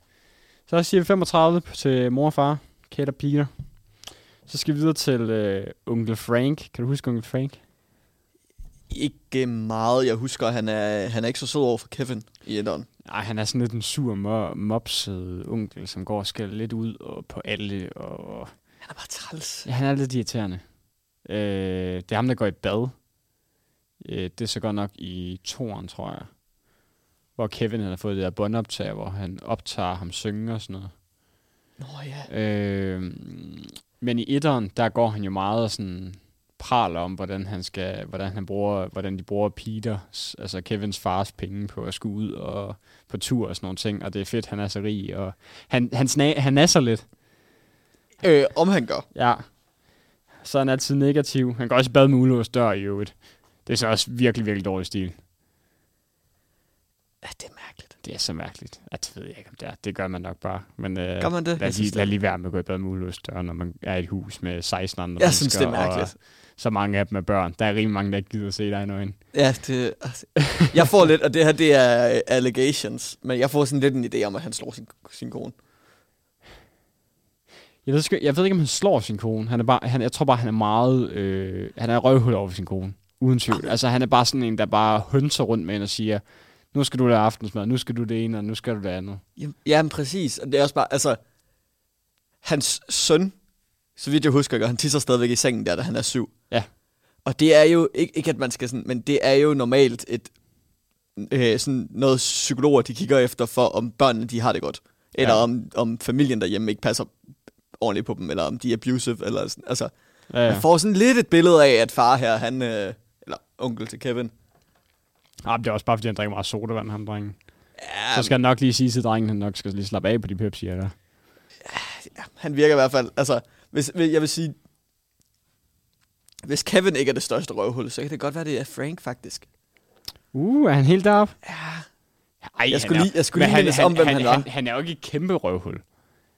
[SPEAKER 8] Så siger vi 35 til mor og far, Kate og Peter. Så skal vi videre til øh, onkel Frank. Kan du huske onkel Frank?
[SPEAKER 9] Ikke øh, meget. Jeg husker, han er, han er ikke så sød over for Kevin i etteren.
[SPEAKER 8] Nej, han er sådan lidt en sur, mo- mopset onkel, som går og skælder lidt ud og på alle. Og...
[SPEAKER 9] Han er bare træls.
[SPEAKER 8] Ja, han er lidt irriterende. Øh, det er ham, der går i bad. Øh, det er så godt nok i toren, tror jeg. Hvor Kevin han har fået det der båndoptag, hvor han optager ham synge og sådan noget.
[SPEAKER 9] Nå ja.
[SPEAKER 8] Øh, men i etteren, der går han jo meget og sådan praler om, hvordan han skal, hvordan han bruger, hvordan de bruger Peters, altså Kevins fars penge på at skulle ud og på tur og sådan nogle ting, og det er fedt, han er så rig, og han, han, sna- han nasser lidt,
[SPEAKER 9] Øh, om han gør.
[SPEAKER 8] ja. Så er han altid negativ. Han går også i bad med ulåst dør i øvrigt. Det er så også virkelig, virkelig dårlig stil.
[SPEAKER 9] Ja, det er mærkeligt.
[SPEAKER 8] Det er så mærkeligt. Ja, det ved jeg ikke, om det er. Det gør man nok bare. Men, øh,
[SPEAKER 9] Gør man det?
[SPEAKER 8] Lad,
[SPEAKER 9] Jeg synes,
[SPEAKER 8] lige,
[SPEAKER 9] det-
[SPEAKER 8] lad lige være med at gå i bad med uløsdøren, når man er i et hus med 16 andre
[SPEAKER 9] Jeg synes, det er
[SPEAKER 8] mennesker, og
[SPEAKER 9] mærkeligt.
[SPEAKER 8] så mange af dem er børn. Der er rimelig mange, der ikke gider at se dig i øjne.
[SPEAKER 9] Ja, det, altså, jeg får lidt, og det her, det er øh, allegations, men jeg får sådan lidt en idé om, at han slår sin, sin kone.
[SPEAKER 8] Jeg ved, sgu- jeg ved ikke, om han slår sin kone. Han er bare, han, jeg tror bare, han er meget... Øh, han er røvhul over for sin kone. Uden tvivl. Altså, han er bare sådan en, der bare hønser rundt med hende og siger, nu skal du lave aftensmad, nu skal du det ene, og nu skal du det andet.
[SPEAKER 9] Jamen, jamen præcis, og det er også bare, altså, hans søn, så vidt jeg husker, gør han tisser stadigvæk i sengen der, da han er syv.
[SPEAKER 8] Ja.
[SPEAKER 9] Og det er jo, ikke, ikke at man skal sådan, men det er jo normalt et, øh, sådan noget psykologer, de kigger efter for, om børnene, de har det godt. Eller
[SPEAKER 8] Ja.
[SPEAKER 9] ja. om, om familien derhjemme ikke passer ordentligt på dem, eller om de er abusive, eller sådan, altså,
[SPEAKER 8] Ja,
[SPEAKER 9] ja.
[SPEAKER 8] ja.
[SPEAKER 9] man får sådan lidt et billede af, at far her, han, øh, eller onkel til Kevin,
[SPEAKER 8] Ah, men det er også bare, fordi han drikker meget sodavand, ham drengen.
[SPEAKER 9] ja,
[SPEAKER 8] Så skal han nok lige sige til drengen, han nok skal lige slappe af på de pepsi'er der.
[SPEAKER 9] han virker i hvert fald, altså, hvis, vil- jeg vil sige, hvis Kevin ikke er det største røvhul, så kan det godt være, det er Frank, faktisk.
[SPEAKER 8] Uh, er han helt deroppe? Ja. Ej, han
[SPEAKER 9] skulle
[SPEAKER 8] er-
[SPEAKER 9] lige- jeg skulle
[SPEAKER 8] men
[SPEAKER 9] lige mindes om, hvem han var.
[SPEAKER 8] Han, han er jo ikke et kæmpe røvhul.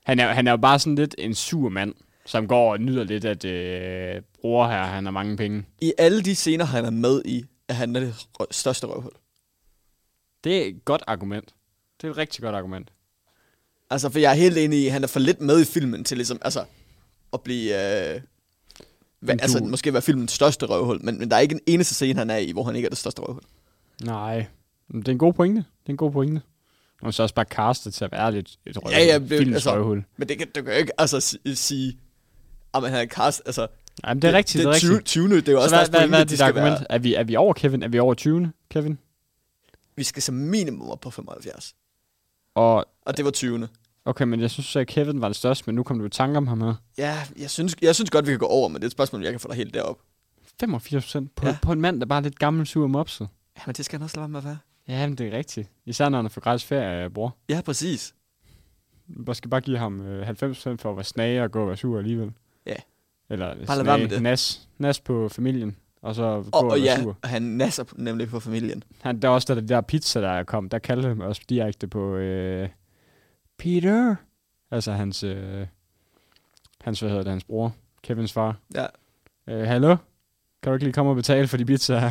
[SPEAKER 8] Han er, han er jo bare sådan lidt en sur mand, som går og nyder lidt, at øh, bror her, han har mange penge.
[SPEAKER 9] I alle de scener, han er med i, er han det rø- største røvhul.
[SPEAKER 8] Det er et godt argument. Det er et rigtig godt argument.
[SPEAKER 9] Altså, for jeg er helt enig i, at han er for lidt med i filmen til ligesom, altså, at blive, øh, hva,
[SPEAKER 8] Men
[SPEAKER 9] altså,
[SPEAKER 8] du-
[SPEAKER 9] måske være filmens største røvhul, men, men der er ikke en eneste scene, han er i, hvor han ikke er det største røvhul.
[SPEAKER 8] Nej, men det er en god pointe. Det er en god pointe. Og så også bare castet til at være lidt et røvhul.
[SPEAKER 9] Ja, ja, det-
[SPEAKER 8] Filmens
[SPEAKER 9] altså-
[SPEAKER 8] røvhul.
[SPEAKER 9] Men det kan, du kan jo ikke altså, si- sige, at han er cast, altså,
[SPEAKER 8] Ej, men det er rigtigt, det, er rigtigt.
[SPEAKER 9] 20, 20, det er jo
[SPEAKER 8] Så
[SPEAKER 9] også
[SPEAKER 8] hvad,
[SPEAKER 9] deres
[SPEAKER 8] hvad,
[SPEAKER 9] pointe,
[SPEAKER 8] hvad er
[SPEAKER 9] de
[SPEAKER 8] dit
[SPEAKER 9] skal
[SPEAKER 8] argument?
[SPEAKER 9] Være,
[SPEAKER 8] Er, vi, er vi over Kevin? Er vi over 20, Kevin?
[SPEAKER 9] vi skal som minimum op på 75.
[SPEAKER 8] Og,
[SPEAKER 9] Og det var 20.
[SPEAKER 8] okay, men jeg synes, at Kevin var den største, men nu kom du i tanke om ham her.
[SPEAKER 9] Ja, jeg synes, jeg synes godt, vi kan gå over, men det er et spørgsmål, om jeg kan få dig helt derop.
[SPEAKER 8] 85 procent på, ja.
[SPEAKER 9] Ja.
[SPEAKER 8] på en mand, der bare er lidt gammel, sur og mopset.
[SPEAKER 9] Ja, men det skal han også lade være med at være.
[SPEAKER 8] Ja, men det er rigtigt. Især når han er for gratis ferie, bror.
[SPEAKER 9] Ja, præcis.
[SPEAKER 8] Man skal bare give ham øh, 90 procent for at være snage og gå og være sur alligevel.
[SPEAKER 9] Ja.
[SPEAKER 8] Eller bare
[SPEAKER 9] lad
[SPEAKER 8] snage,
[SPEAKER 9] være med det.
[SPEAKER 8] Nas, nas på familien, og så gå
[SPEAKER 9] Og,
[SPEAKER 8] og,
[SPEAKER 9] og
[SPEAKER 8] være
[SPEAKER 9] ja,
[SPEAKER 8] sur.
[SPEAKER 9] og han nasser p- nemlig på familien.
[SPEAKER 8] Han, der er også der, der pizza, der kom, der kaldte han også direkte på øh, Peter. Altså hans, øh, hans, hvad hedder det, hans bror, Kevins far.
[SPEAKER 9] Ja.
[SPEAKER 8] Øh, hallo? Kan du ikke lige komme og betale for de pizzaer?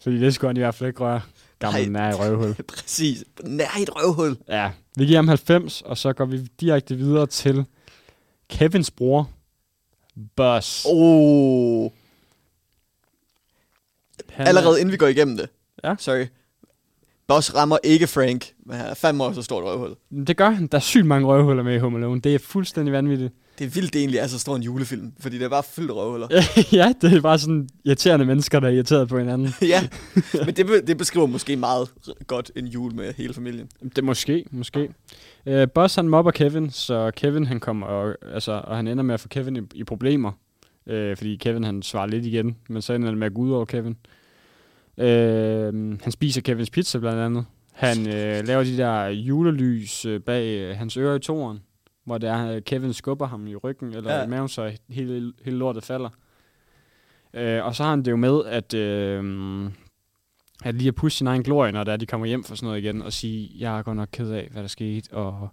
[SPEAKER 8] Fordi det skulle han i hvert fald ikke røre. Gammel
[SPEAKER 9] Nej.
[SPEAKER 8] nær i røvhul.
[SPEAKER 9] præcis. Nej, et røvhul.
[SPEAKER 8] Ja, vi giver ham 90, og så går vi direkte videre til Kevins bror, Buzz.
[SPEAKER 9] Oh,
[SPEAKER 8] Han er-
[SPEAKER 9] allerede inden vi går igennem det.
[SPEAKER 8] Ja.
[SPEAKER 9] Sorry. Boss rammer ikke Frank, men han er fandme også et stort røvhul.
[SPEAKER 8] Det gør han. Der er sygt mange røvhuller med i Home Alone. Det er fuldstændig vanvittigt.
[SPEAKER 9] Det er vildt, det egentlig er så stor en julefilm, fordi det er bare fyldt af røvhuller.
[SPEAKER 8] ja, det er bare sådan irriterende mennesker, der er irriteret på hinanden.
[SPEAKER 9] ja, men det, be- det beskriver måske meget r- godt en jul med hele familien.
[SPEAKER 8] Det måske, måske. Øh, Boss han mobber Kevin, så Kevin han kommer og, altså, og han ender med at få Kevin i, i problemer. Øh, fordi Kevin han svarer lidt igen, men så ender det med at gå ud over Kevin. Øh, han spiser Kevins pizza blandt andet. Han øh, laver de der julelys øh, bag øh, hans ører i toren, hvor der øh, Kevin skubber ham i ryggen eller ja.
[SPEAKER 9] Ja.
[SPEAKER 8] i maven, så hele, hele lortet falder. Øh, og så har han det jo med, at, øh, at lige at pushe sin egen glorie, når det er, de kommer hjem fra sådan noget igen, og sige, jeg er godt nok ked af, hvad der skete, og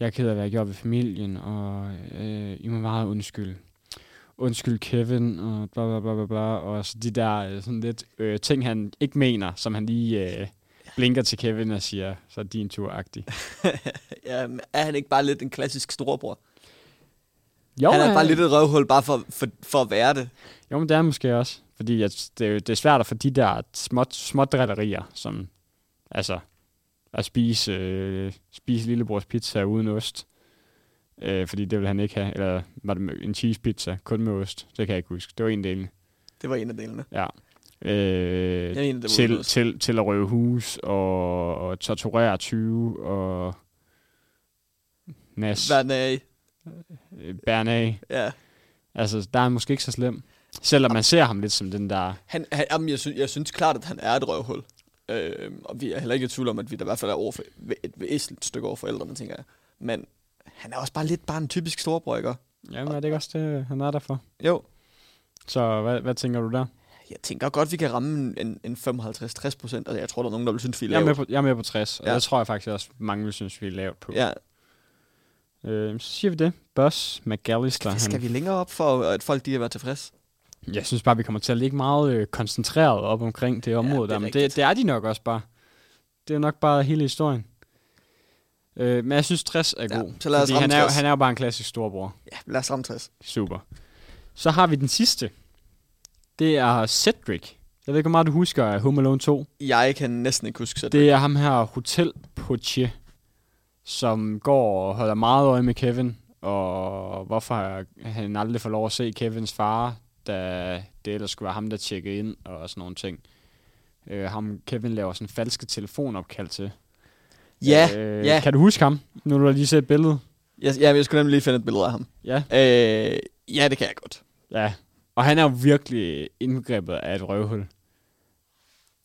[SPEAKER 8] jeg er ked af, hvad jeg gjorde ved familien, og øh, I må meget undskylde. Undskyld Kevin, og bla bla bla bla, bla og så de der øh, sådan lidt øh, ting, han ikke mener, som han lige øh, blinker til Kevin og siger, så er det din tur-agtig.
[SPEAKER 9] Ja, men Øhm, er han ikke bare lidt en klassisk storebror?
[SPEAKER 8] Jo, øh,
[SPEAKER 9] han er bare lidt et røvhul, bare for, for, for at være det.
[SPEAKER 8] Jo, men det er måske også. Fordi jeg, det, er jo- det er svært at få de der små, små drillerier, som altså at spise, øh, spise lillebrors pizza uden ost. Øh, fordi det vil han ikke have. Eller var det med- en cheese pizza kun med ost? Det kan jeg ikke huske. Det var en del.
[SPEAKER 9] Det var en af delene.
[SPEAKER 8] Ja. Øh,
[SPEAKER 9] Jeg mener, det var uden
[SPEAKER 8] til,
[SPEAKER 9] ost.
[SPEAKER 8] til, til at røve hus og, og torturere 20 og Nas,
[SPEAKER 9] Hver dag.
[SPEAKER 8] øh, bæren af.
[SPEAKER 9] Ja.
[SPEAKER 8] Altså, der er han måske ikke så slem. Selvom man ser ham lidt som den der...
[SPEAKER 9] Han, han, jamen, jeg, synes, jeg synes klart, at han er et røvhul. Øh, og vi er heller ikke i tvivl om, at vi da i hvert fald er over for, ved- et væsentligt stykke over forældrene, tænker jeg. Men han er også bare lidt bare en typisk storebror, ikke?
[SPEAKER 8] Jamen, er det ikke også det, han er der for?
[SPEAKER 9] Jo.
[SPEAKER 8] Så hvad, hvad tænker du der?
[SPEAKER 9] jeg tænker godt, vi kan ramme en, en 55-60 procent. Altså, jeg tror, der er nogen, der vil synes, vi er
[SPEAKER 8] Jeg er,
[SPEAKER 9] lave.
[SPEAKER 8] med på, jeg er med på 60, og
[SPEAKER 9] Ja.
[SPEAKER 8] ja. der tror jeg faktisk også, mange vil synes, vi er lavt på.
[SPEAKER 9] Ja,
[SPEAKER 8] Øh, så siger vi det. Buzz McAllister.
[SPEAKER 9] det skal
[SPEAKER 8] han,
[SPEAKER 9] vi længere op for, at folk de er været tilfredse.
[SPEAKER 8] Jeg synes bare, vi kommer til at ligge meget øh, koncentreret op omkring det område ja,
[SPEAKER 9] det
[SPEAKER 8] det
[SPEAKER 9] er
[SPEAKER 8] der, men
[SPEAKER 9] rigtigt.
[SPEAKER 8] det, det er de nok også bare. Det er nok bare hele historien. Øh, men jeg synes, 60 er
[SPEAKER 9] Ja,
[SPEAKER 8] god,
[SPEAKER 9] så lad os
[SPEAKER 8] han
[SPEAKER 9] ramme
[SPEAKER 8] er, jo,
[SPEAKER 9] 60.
[SPEAKER 8] han er jo bare en klassisk storbror.
[SPEAKER 9] Ja, lad os ramme 60.
[SPEAKER 8] Super. Så har vi den sidste. Det er Cedric. Jeg ved ikke, hvor meget du husker af Home Alone 2.
[SPEAKER 9] Jeg kan næsten ikke huske Cedric.
[SPEAKER 8] Det er ham her, Hotel Poitier, som går og holder meget øje med Kevin, og hvorfor han aldrig får lov at se Kevins far, da det ellers skulle være ham, der tjekkede ind og sådan nogle ting. Øh, ham Kevin laver sådan falske telefonopkald til.
[SPEAKER 9] Ja,
[SPEAKER 8] øh,
[SPEAKER 9] ja.
[SPEAKER 8] Kan du huske ham, nu du har lige set billedet?
[SPEAKER 9] Jeg, ja, jeg skulle nemlig lige finde et billede af ham.
[SPEAKER 8] Ja.
[SPEAKER 9] Øh, ja, det kan jeg godt.
[SPEAKER 8] Ja, og han er jo virkelig indgrebet af et røvhul.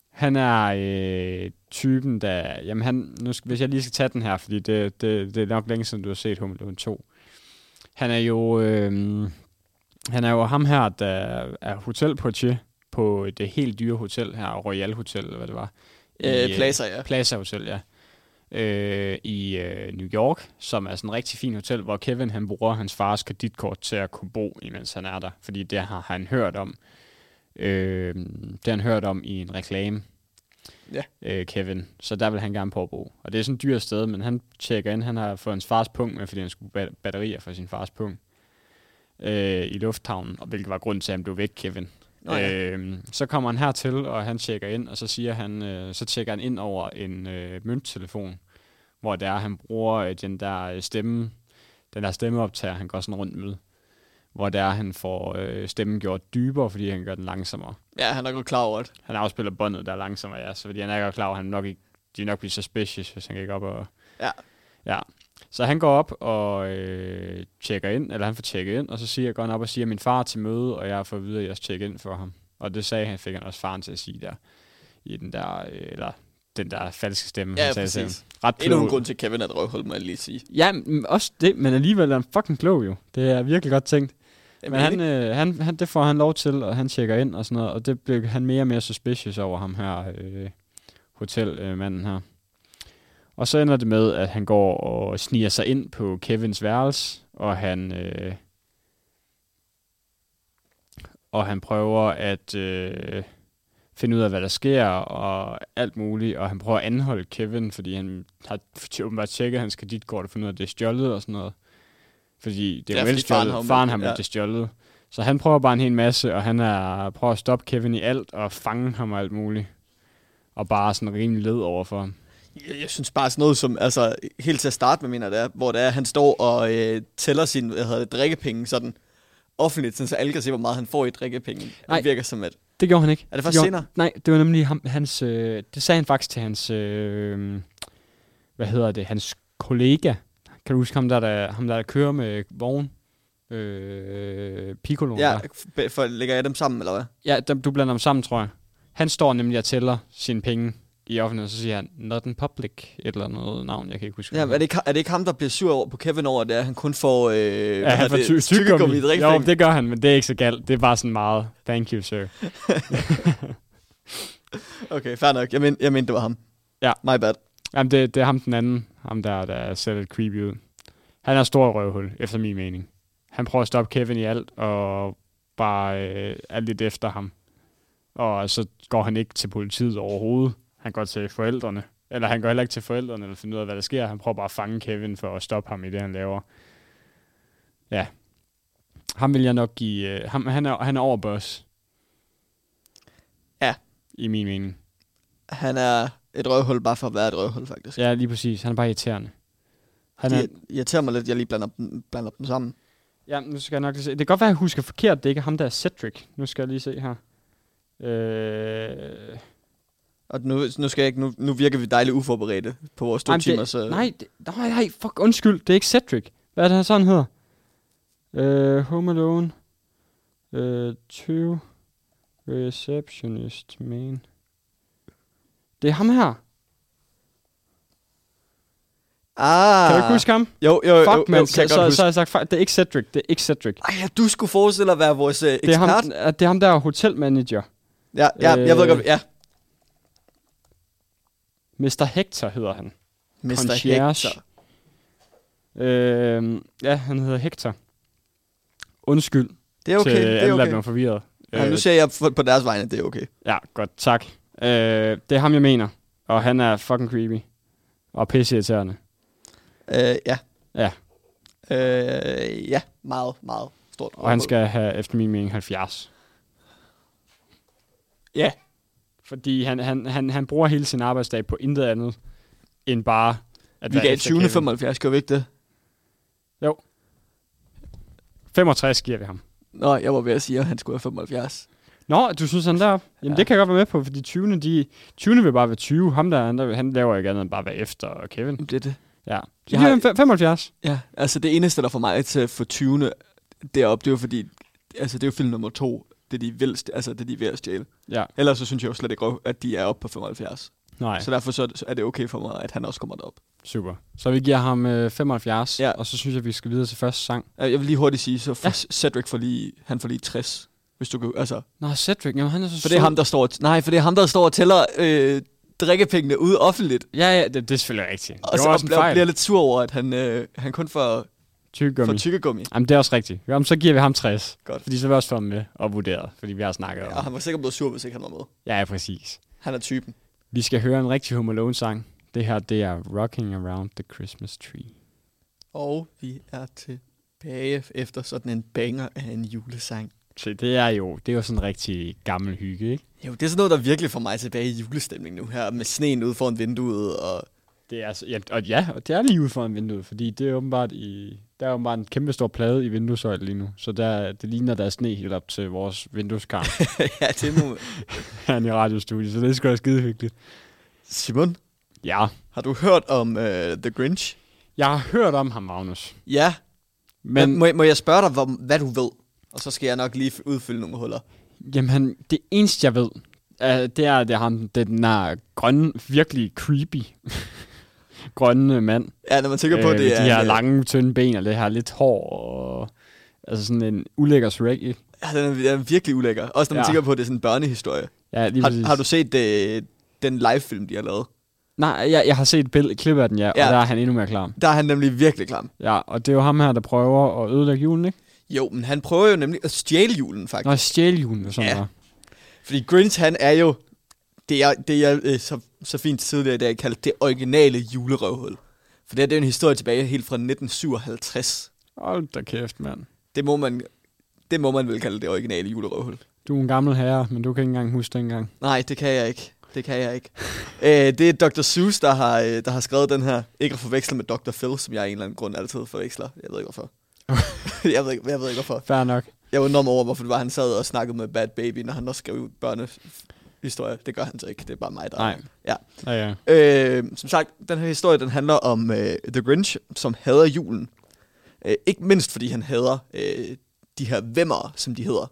[SPEAKER 8] Han er øh, typen, der... Jamen, han, nu skal, hvis jeg lige skal tage den her, fordi det, det, det er nok længe siden, du har set Home Alone 2. Han er jo... Øh, han er jo ham her, der er hotelportier på det helt dyre hotel her, Royal Hotel, eller hvad det var.
[SPEAKER 9] Øh,
[SPEAKER 8] I,
[SPEAKER 9] Plaza, ja.
[SPEAKER 8] Plaza Hotel, ja. Øh, I øh, New York, som er sådan et rigtig fint hotel, hvor Kevin han bruger hans fars kreditkort til at kunne bo, imens han er der. Fordi det har han hørt om. Øh, det har han hørt om i en reklame.
[SPEAKER 9] Ja.
[SPEAKER 8] Øh, Kevin. Så der vil han gerne på at bo. Og det er sådan et dyrt sted, men han tjekker ind. Han har fået hans fars punkt med, fordi han skulle bat- batterier for sin fars punkt øh, i lufthavnen, og hvilket var grund til, at han blev væk, Kevin.
[SPEAKER 9] Nå ja.
[SPEAKER 8] Øh, så kommer han hertil, og han tjekker ind, og så siger han, øh, så tjekker han ind over en øh, mønttelefon, hvor det er, han bruger øh, den der øh, stemme, den der stemmeoptager, han går sådan rundt med, hvor det er, han får øh, stemmen gjort dybere, fordi han gør den langsommere.
[SPEAKER 9] Ja, han er godt klar over det.
[SPEAKER 8] Han afspiller båndet, der er langsommere, ja, så fordi han er godt klar over, at han nok ikke, de vil nok bliver suspicious, hvis han gik op og
[SPEAKER 9] Ja.
[SPEAKER 8] Ja. Så han går op og øh, tjekker ind, eller han får tjekket ind, og så siger går han op og siger, min far er til møde, og jeg har fået at vide, at jeg skal tjekke ind for ham. Og det sagde han, fik han også faren til at sige der, i den der, øh, eller den der falske stemme,
[SPEAKER 9] Ja,
[SPEAKER 8] han sagde
[SPEAKER 9] præcis.
[SPEAKER 8] til ham. Ret
[SPEAKER 9] Endnu en
[SPEAKER 8] klog.
[SPEAKER 9] grund til, at Kevin er et røvhul, må jeg lige sige.
[SPEAKER 8] Ja, men også det, men alligevel er han fucking klog jo. Det er virkelig godt tænkt.
[SPEAKER 9] Jamen,
[SPEAKER 8] men han, øh, han, han, det får han lov til, og han tjekker ind og sådan noget, og det blev han mere og mere suspicious over ham her, øh, hotelmanden her. Og så ender det med, at han går og sniger sig ind på Kevins værelse, og han, øh, og han prøver at øh, finde ud af, hvad der sker, og alt muligt, og han prøver at anholde Kevin, fordi han har t- åbenbart tjekket hans kreditkort og fundet ud af, at det er stjålet og sådan noget. Fordi det
[SPEAKER 9] Ja,
[SPEAKER 8] er jo
[SPEAKER 9] fordi
[SPEAKER 8] ja,
[SPEAKER 9] faren
[SPEAKER 8] stjålet.
[SPEAKER 9] har jo-
[SPEAKER 8] Faren, faren har med
[SPEAKER 9] ja.
[SPEAKER 8] det stjålet. Så han prøver bare en hel masse, og han er, prøver at stoppe Kevin i alt, og fange ham og alt muligt. Og bare sådan rimelig led over for ham. øh,
[SPEAKER 9] Jeg, jeg synes bare sådan noget som, altså helt til at starte med, mener jeg, det er, hvor det er, han står og øh, tæller sine hvad hedder det, drikkepenge sådan offentligt, sådan, så alle kan se, hvor meget han får i drikkepenge.
[SPEAKER 8] Nej.
[SPEAKER 9] Det virker som, at
[SPEAKER 8] Det gjorde han ikke.
[SPEAKER 9] Er det
[SPEAKER 8] for
[SPEAKER 9] først senere?
[SPEAKER 8] Nej, det var nemlig ham, hans... Øh, det sagde han faktisk til hans... Øh, hvad hedder det? Hans kollega. Kan du huske ham, der, der, ham, der, der kører med vogn? Øh, Piccolo.
[SPEAKER 9] ja,
[SPEAKER 8] der.
[SPEAKER 9] f- for lægger jeg dem sammen, eller hvad?
[SPEAKER 8] ja dem, du blander dem sammen, tror jeg. Han står nemlig og tæller sine penge i offentligheden, og så siger han, not in public, et eller noget navn, jeg kan ikke huske.
[SPEAKER 9] Ja,
[SPEAKER 8] hvad
[SPEAKER 9] men er, det ikke, er det ikke ham, der bliver sur over på Kevin over, at det er, at han kun får, øh,
[SPEAKER 8] Ja, han får ty-
[SPEAKER 9] tykkegummi i
[SPEAKER 8] tyggegummi. Jo,
[SPEAKER 9] drikkepenge?
[SPEAKER 8] det gør han, men det er ikke så galt. Det er bare sådan meget, thank you, sir.
[SPEAKER 9] Okay, fair nok. Jeg mente, jeg mente, det var ham.
[SPEAKER 8] Ja.
[SPEAKER 9] My bad.
[SPEAKER 8] Jamen, det, det er ham den anden, ham der, der ser lidt creepy ud. Han er et stort røvhul, efter min mening. Han prøver at stoppe Kevin i alt, og bare øh, er lidt efter ham. Og så går han ikke til politiet overhovedet. Han går til forældrene. Eller han går heller ikke til forældrene, eller finder ud af, hvad der sker. Han prøver bare at fange Kevin for at stoppe ham i det, han laver. Ja. Ham vil jeg nok give... Øh, ham, han, er, han er over boss.
[SPEAKER 9] Ja.
[SPEAKER 8] I min mening.
[SPEAKER 9] Han er et røvhul bare for at være et røvhul, faktisk.
[SPEAKER 8] Ja, lige præcis. Han er bare irriterende. Han
[SPEAKER 9] Det irriterer mig lidt, at jeg lige blander dem, blander dem sammen.
[SPEAKER 8] Ja, nu skal jeg nok lige se. Det kan godt være, at jeg husker forkert. Det er ikke ham, der er Cedric. Nu skal jeg lige se her. Øh...
[SPEAKER 9] Og nu, nu, skal jeg ikke, nu, nu virker vi dejligt uforberedte på vores to
[SPEAKER 8] Ej, men
[SPEAKER 9] timer,
[SPEAKER 8] det,
[SPEAKER 9] så...
[SPEAKER 8] Nej, det, nej, nej, fuck, undskyld. Det er ikke Cedric. Hvad er det, han sådan hedder? Øh, Home Alone. Øh, 20. Receptionist, man. Det er ham her.
[SPEAKER 9] Ah.
[SPEAKER 8] Kan du ikke huske ham?
[SPEAKER 9] Jo, jo, Ah. Øh, jo.
[SPEAKER 8] Fuck,
[SPEAKER 9] jo,
[SPEAKER 8] man.
[SPEAKER 9] jo,
[SPEAKER 8] Så,
[SPEAKER 9] kan jeg
[SPEAKER 8] så,
[SPEAKER 9] godt
[SPEAKER 8] så
[SPEAKER 9] huske.
[SPEAKER 8] har jeg sagt, fuck, det er ikke Cedric. Det er ikke Cedric.
[SPEAKER 9] Ej, ja, du skulle forestille at være vores øh,
[SPEAKER 8] Det er,
[SPEAKER 9] ekspert.
[SPEAKER 8] ham, det er ham, der er hotelmanager.
[SPEAKER 9] Ja, ja, øh, jeg ved
[SPEAKER 8] Øh,
[SPEAKER 9] godt, ja.
[SPEAKER 8] Mr. Hector hedder han.
[SPEAKER 9] Mr.
[SPEAKER 8] Concierge.
[SPEAKER 9] Hector.
[SPEAKER 8] Øh, ja, han hedder Hector. Undskyld
[SPEAKER 9] Det er okay,
[SPEAKER 8] til
[SPEAKER 9] det er
[SPEAKER 8] alle, der bliver
[SPEAKER 9] okay.
[SPEAKER 8] forvirret. Øh,
[SPEAKER 9] Ja, nu siger jeg på- på deres vegne, at det er okay.
[SPEAKER 8] Ja, godt, tak. Øh, det er ham, jeg mener. Og han er fucking creepy. Og pisseirriterende.
[SPEAKER 9] Øh, ja.
[SPEAKER 8] Ja.
[SPEAKER 9] Øh, ja, meget, meget stort.
[SPEAKER 8] Og han skal have, efter min mening, 70.
[SPEAKER 9] Ja.
[SPEAKER 8] Fordi han, han, han, han bruger hele sin arbejdsdag på intet andet, end bare... At
[SPEAKER 9] Vi
[SPEAKER 8] være
[SPEAKER 9] gav
[SPEAKER 8] efter
[SPEAKER 9] 20.
[SPEAKER 8] Kevin.
[SPEAKER 9] 75, gør vi ikke det?
[SPEAKER 8] 65 giver vi ham.
[SPEAKER 9] Nå, jeg var ved at sige, at han skulle have 75.
[SPEAKER 8] Nå, du synes, han er deroppe? Jamen, ja.
[SPEAKER 9] Ja.
[SPEAKER 8] det kan jeg godt være med på, fordi 20'erne, de, 20'erne vil bare være 20. Ham der, han, der, han laver ikke andet end bare være efter Kevin.
[SPEAKER 9] Jamen, Det er det.
[SPEAKER 8] Ja. Så
[SPEAKER 9] Jeg
[SPEAKER 8] giver
[SPEAKER 9] har-
[SPEAKER 8] han fe- 75.
[SPEAKER 9] Ja, altså det eneste, der får mig til at få 20. deroppe, det er jo fordi, altså det er jo film nummer to, det de vil, st- altså det de er ved at stjæle.
[SPEAKER 8] Ja,
[SPEAKER 9] Ellers så synes jeg jo slet ikke, at de er oppe på 75.
[SPEAKER 8] nej,
[SPEAKER 9] Så derfor så er det- så er det okay for mig, at han også kommer derop.
[SPEAKER 8] super. Så vi giver ham øh, 75, ja.
[SPEAKER 9] Ja.
[SPEAKER 8] og så synes jeg, vi skal videre til første sang.
[SPEAKER 9] Øh, Jeg vil lige hurtigt sige, så for ja. Cedric får lige, han får lige 60. Hvis du kan, altså,
[SPEAKER 8] Nå, Cedric, jamen han er så
[SPEAKER 9] for det er ham, der står, nej, for det er ham, der står og tæller øh, drikkepengene ud offentligt.
[SPEAKER 8] Ja, ja, det, det er selvfølgelig rigtigt.
[SPEAKER 9] Og
[SPEAKER 8] det
[SPEAKER 9] så
[SPEAKER 8] var også en
[SPEAKER 9] bliver,
[SPEAKER 8] fejl.
[SPEAKER 9] bliver lidt sur over, at han, øh, han kun får, får
[SPEAKER 8] Tyggegummi.
[SPEAKER 9] tykkegummi.
[SPEAKER 8] Jamen, det er også rigtigt. Jamen, så giver vi ham 60.
[SPEAKER 9] Godt.
[SPEAKER 8] Fordi så vil jeg også få ham med og vurderet, fordi vi har snakket
[SPEAKER 9] Ja,
[SPEAKER 8] om
[SPEAKER 9] han
[SPEAKER 8] det.
[SPEAKER 9] var sikkert blevet sur, hvis ikke han var med.
[SPEAKER 8] Ja, ja, præcis.
[SPEAKER 9] Han er typen.
[SPEAKER 8] Vi skal høre en rigtig Home Alone-sang. Det her, det er Rocking Around the Christmas Tree.
[SPEAKER 9] Og vi er tilbage efter sådan en banger af en julesang.
[SPEAKER 8] Se, det er jo, det er jo sådan en rigtig gammel hygge, ikke?
[SPEAKER 9] Jo, det er sådan noget, der virkelig får mig tilbage i julestemning nu her, med sneen ude foran vinduet, og
[SPEAKER 8] Det er, altså- ja, og ja, og det er lige ude foran vinduet, fordi det er åbenbart i, der er åbenbart en kæmpe stor plade i vinduesøjlet lige nu, så der, det ligner, der er sne helt op til vores vindueskarm
[SPEAKER 9] ja, det må...
[SPEAKER 8] herinde i radiostudiet, så det er sgu da skide hyggeligt.
[SPEAKER 9] Simon,
[SPEAKER 8] Ja,
[SPEAKER 9] har du hørt om uh, The Grinch?
[SPEAKER 8] jeg har hørt om ham, Magnus.
[SPEAKER 9] Ja,
[SPEAKER 8] Men,
[SPEAKER 9] må, må jeg spørge dig, hvor, hvad du ved? Og så skal jeg nok lige f- udfylde nogle huller.
[SPEAKER 8] Jamen, han- det eneste, jeg ved, er, det er, det er ham, det er den der grønne, virkelig creepy grønne øh, mand.
[SPEAKER 9] Ja, når man tænker på,
[SPEAKER 8] Øh,
[SPEAKER 9] det
[SPEAKER 8] med
[SPEAKER 9] er...
[SPEAKER 8] de her
[SPEAKER 9] øh,
[SPEAKER 8] lange, tynde ben og det her lidt hår og... Altså sådan en ulækker Shrek, ikke?
[SPEAKER 9] Ja, den er, den er virkelig ulækker. Også når man
[SPEAKER 8] Ja.
[SPEAKER 9] ja. tænker på, at det er sådan en børnehistorie.
[SPEAKER 8] Ja, lige præcis.
[SPEAKER 9] Har, har du set øh, den livefilm, de har lavet?
[SPEAKER 8] Nej, jeg, jeg har set et bill- klip af den, ja, ja,
[SPEAKER 9] Ja.
[SPEAKER 8] og der er han endnu mere klam.
[SPEAKER 9] Der er han nemlig virkelig klam.
[SPEAKER 8] Ja, og det er jo ham her, der prøver at ødelægge julen, ikke?
[SPEAKER 9] Jo, men han prøver jo nemlig at stjæle julen, faktisk.
[SPEAKER 8] Nå, stjæle julen, og sådan ja.
[SPEAKER 9] Ja.
[SPEAKER 8] der.
[SPEAKER 9] Fordi Grinch, han er jo, det er, det jeg øh, så, så fint tidligere i dag kaldte det originale julerøvhul. For det her det er en historie tilbage helt fra 1957.
[SPEAKER 8] Hold da kæft, mand.
[SPEAKER 9] Det må man, det må man vel kalde det originale julerøvhul.
[SPEAKER 8] Du er en gammel herre, men du kan ikke engang huske dengang.
[SPEAKER 9] Nej, det kan jeg ikke. Det kan jeg ikke. Æ, det er Dr. Seuss, der har, øh, der har skrevet den her. Ikke at forveksle med Dr. Phil, som jeg af en eller anden grund altid forveksler. Jeg ved ikke hvorfor. jeg, ved ikke, jeg ved ikke hvorfor.
[SPEAKER 8] Fair nok.
[SPEAKER 9] Jeg var enormt over, hvorfor det var, han sad og snakkede med Bad Baby, når han også skrev børnehistorier. Det gør han så ikke. Det er bare mig, der
[SPEAKER 8] Nej.
[SPEAKER 9] Ja.
[SPEAKER 8] Ja, ja.
[SPEAKER 9] Øh, som sagt, den her historie den handler om øh, The Grinch, som hader julen. Øh, ikke mindst fordi han hader øh, de her vemmer, som de hedder,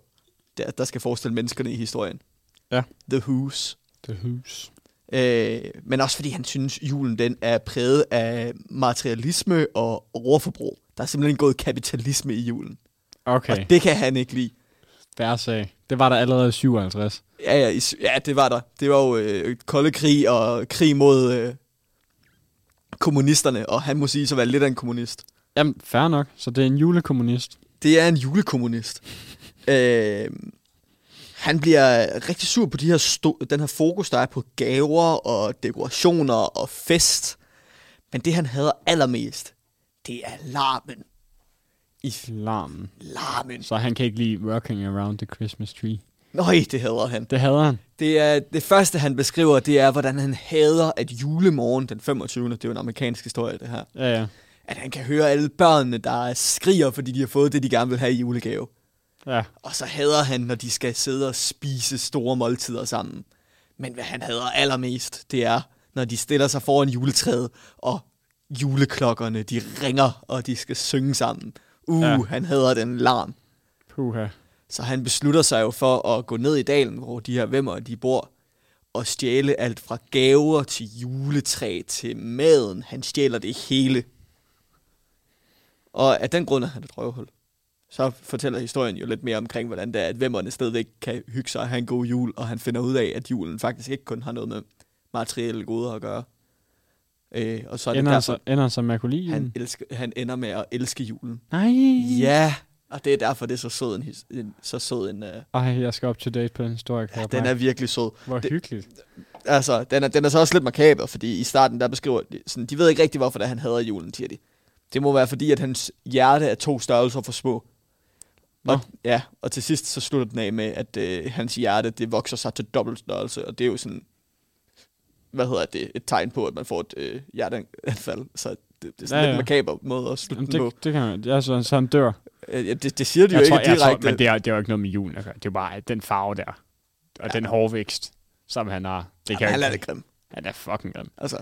[SPEAKER 9] der, der skal forestille menneskerne i historien.
[SPEAKER 8] Ja.
[SPEAKER 9] The Who's.
[SPEAKER 8] The Hus.
[SPEAKER 9] Øh, men også fordi han synes, julen den er præget af materialisme og overforbrug. Der er simpelthen gået kapitalisme i julen,
[SPEAKER 8] Okay,
[SPEAKER 9] og det kan han ikke lide.
[SPEAKER 8] fair sag. Det var der allerede i 57.
[SPEAKER 9] Ja, ja, i, Sy- ja, det var der. Det var jo øh, kolde krig og krig mod øh, kommunisterne, og han må sige så være lidt af en kommunist.
[SPEAKER 8] Jamen, fair nok. Så det er en julekommunist.
[SPEAKER 9] Det er en julekommunist. øh, han bliver rigtig sur på de her sto- den her fokus, der er på gaver og dekorationer og fest. Men det, han hader allermest, det er larmen.
[SPEAKER 8] Islam.
[SPEAKER 9] Larmen.
[SPEAKER 8] Så han kan ikke lide Working Around the Christmas Tree.
[SPEAKER 9] Nøj, det hader han.
[SPEAKER 8] Det hader han.
[SPEAKER 9] Det, er, det første, han beskriver, det er, hvordan han hader, at julemorgen den 25. Det er jo en amerikansk historie, det her.
[SPEAKER 8] Ja, ja.
[SPEAKER 9] at han kan høre alle børnene, der skriger, fordi de har fået det, de gerne vil have i julegave.
[SPEAKER 8] Ja,
[SPEAKER 9] Og så hader han, når de skal sidde og spise store måltider sammen. Men hvad han hader allermest, det er, når de stiller sig foran juletræet, og juleklokkerne, de ringer, og de skal synge sammen. Uh,
[SPEAKER 8] Ja.
[SPEAKER 9] ja. han hader den larm.
[SPEAKER 8] puha.
[SPEAKER 9] Så han beslutter sig jo for at gå ned i dalen, hvor de her vemmer de bor, og stjæle alt fra gaver til juletræ til maden. Han stjæler det hele. Og af den grund er han et røvhul. så fortæller historien jo lidt mere omkring, hvordan det er, at vemmerne stadigvæk kan hygge sig og have en god jul, og han finder ud af, at julen faktisk ikke kun har noget med materielle goder at gøre. Øh, og så er det
[SPEAKER 8] Ender,
[SPEAKER 9] derfor,
[SPEAKER 8] han så, ender han så med at kunne lide
[SPEAKER 9] han,
[SPEAKER 8] julen?
[SPEAKER 9] elsker, han ender med at elske julen.
[SPEAKER 8] Nej.
[SPEAKER 9] Ja, og det er derfor, det er så sød en... his- en, så sød en uh,
[SPEAKER 8] Ej, jeg skal op to date på en historie. Ja,
[SPEAKER 9] den er virkelig sød.
[SPEAKER 8] Hvor
[SPEAKER 9] det-
[SPEAKER 8] hyggeligt.
[SPEAKER 9] Altså, den er, den er så også lidt makaber, fordi i starten, der beskriver de, sådan, de ved ikke rigtig, hvorfor det er, han hader julen, siger de. Det må være fordi, at hans hjerte er to størrelser for små.
[SPEAKER 8] Nå.
[SPEAKER 9] Og, ja, og til sidst så slutter den af med, at øh, hans hjerte, det vokser sig til dobbelt størrelse, og det er jo sådan, hvad hedder det, et tegn på, at man får et øh, hjerteanfald. Så det, det er sådan
[SPEAKER 8] Ja,
[SPEAKER 9] ja,
[SPEAKER 8] ja.
[SPEAKER 9] ja. lidt makaber måde at slutte
[SPEAKER 8] Jamen,
[SPEAKER 9] den på.
[SPEAKER 8] det, det kan man, ja, så, så han dør.
[SPEAKER 9] Øh, ja, det, det siger de jo
[SPEAKER 8] jeg
[SPEAKER 9] ikke
[SPEAKER 8] tror, jeg
[SPEAKER 9] direkte.
[SPEAKER 8] tror, men det er, det er jo ikke noget med julen at gøre. Det er jo bare at den farve der, og ja. den hårvækst, som han har. Det kan
[SPEAKER 9] Jamen,
[SPEAKER 8] jo
[SPEAKER 9] han er
[SPEAKER 8] ikke-
[SPEAKER 9] lidt grim.
[SPEAKER 8] Han er fucking grim.
[SPEAKER 9] Altså,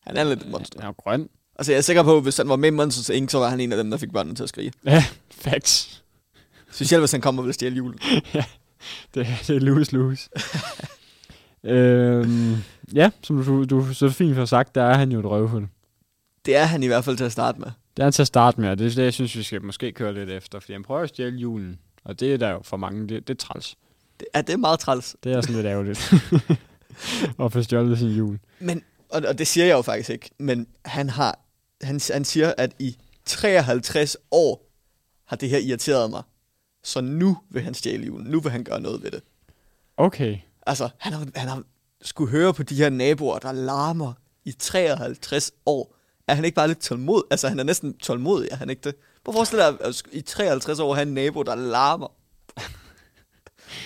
[SPEAKER 9] han er lidt et monster.
[SPEAKER 8] Han er jo grøn.
[SPEAKER 9] Altså, jeg er sikker på, at hvis han var med i Monsters Inc., så var han en af dem, der fik børnene til at skrige.
[SPEAKER 8] Ja, facts.
[SPEAKER 9] Specielt hvis han kommer og vil stjæle julen.
[SPEAKER 8] Det, det er lose lose. øhm, ja, som du, du så fint har sagt, der er han jo et røvhul.
[SPEAKER 9] Det er han i hvert fald til at starte med.
[SPEAKER 8] Det er han til at starte med, og det er det, jeg synes, vi skal måske køre lidt efter, fordi han prøver at stjæle julen, og det er der jo for mange, det, det er træls.
[SPEAKER 9] Det er, det er meget træls.
[SPEAKER 8] Det er sådan lidt ærgerligt at få stjålet sin jul.
[SPEAKER 9] Men, og, og det siger jeg jo faktisk ikke, men han, har, han, han siger, at i 53 år har det her irriteret mig. Så nu vil han stjæle julen. Nu vil han gøre noget ved det.
[SPEAKER 8] Okay,
[SPEAKER 9] Altså, han har, han har skulle høre på de her naboer, der larmer i 53 år. Er han ikke bare lidt tålmodig? Altså, han er næsten tålmodig, er han ikke det? Prøv at forestille dig, at i 53 år have en nabo, der larmer.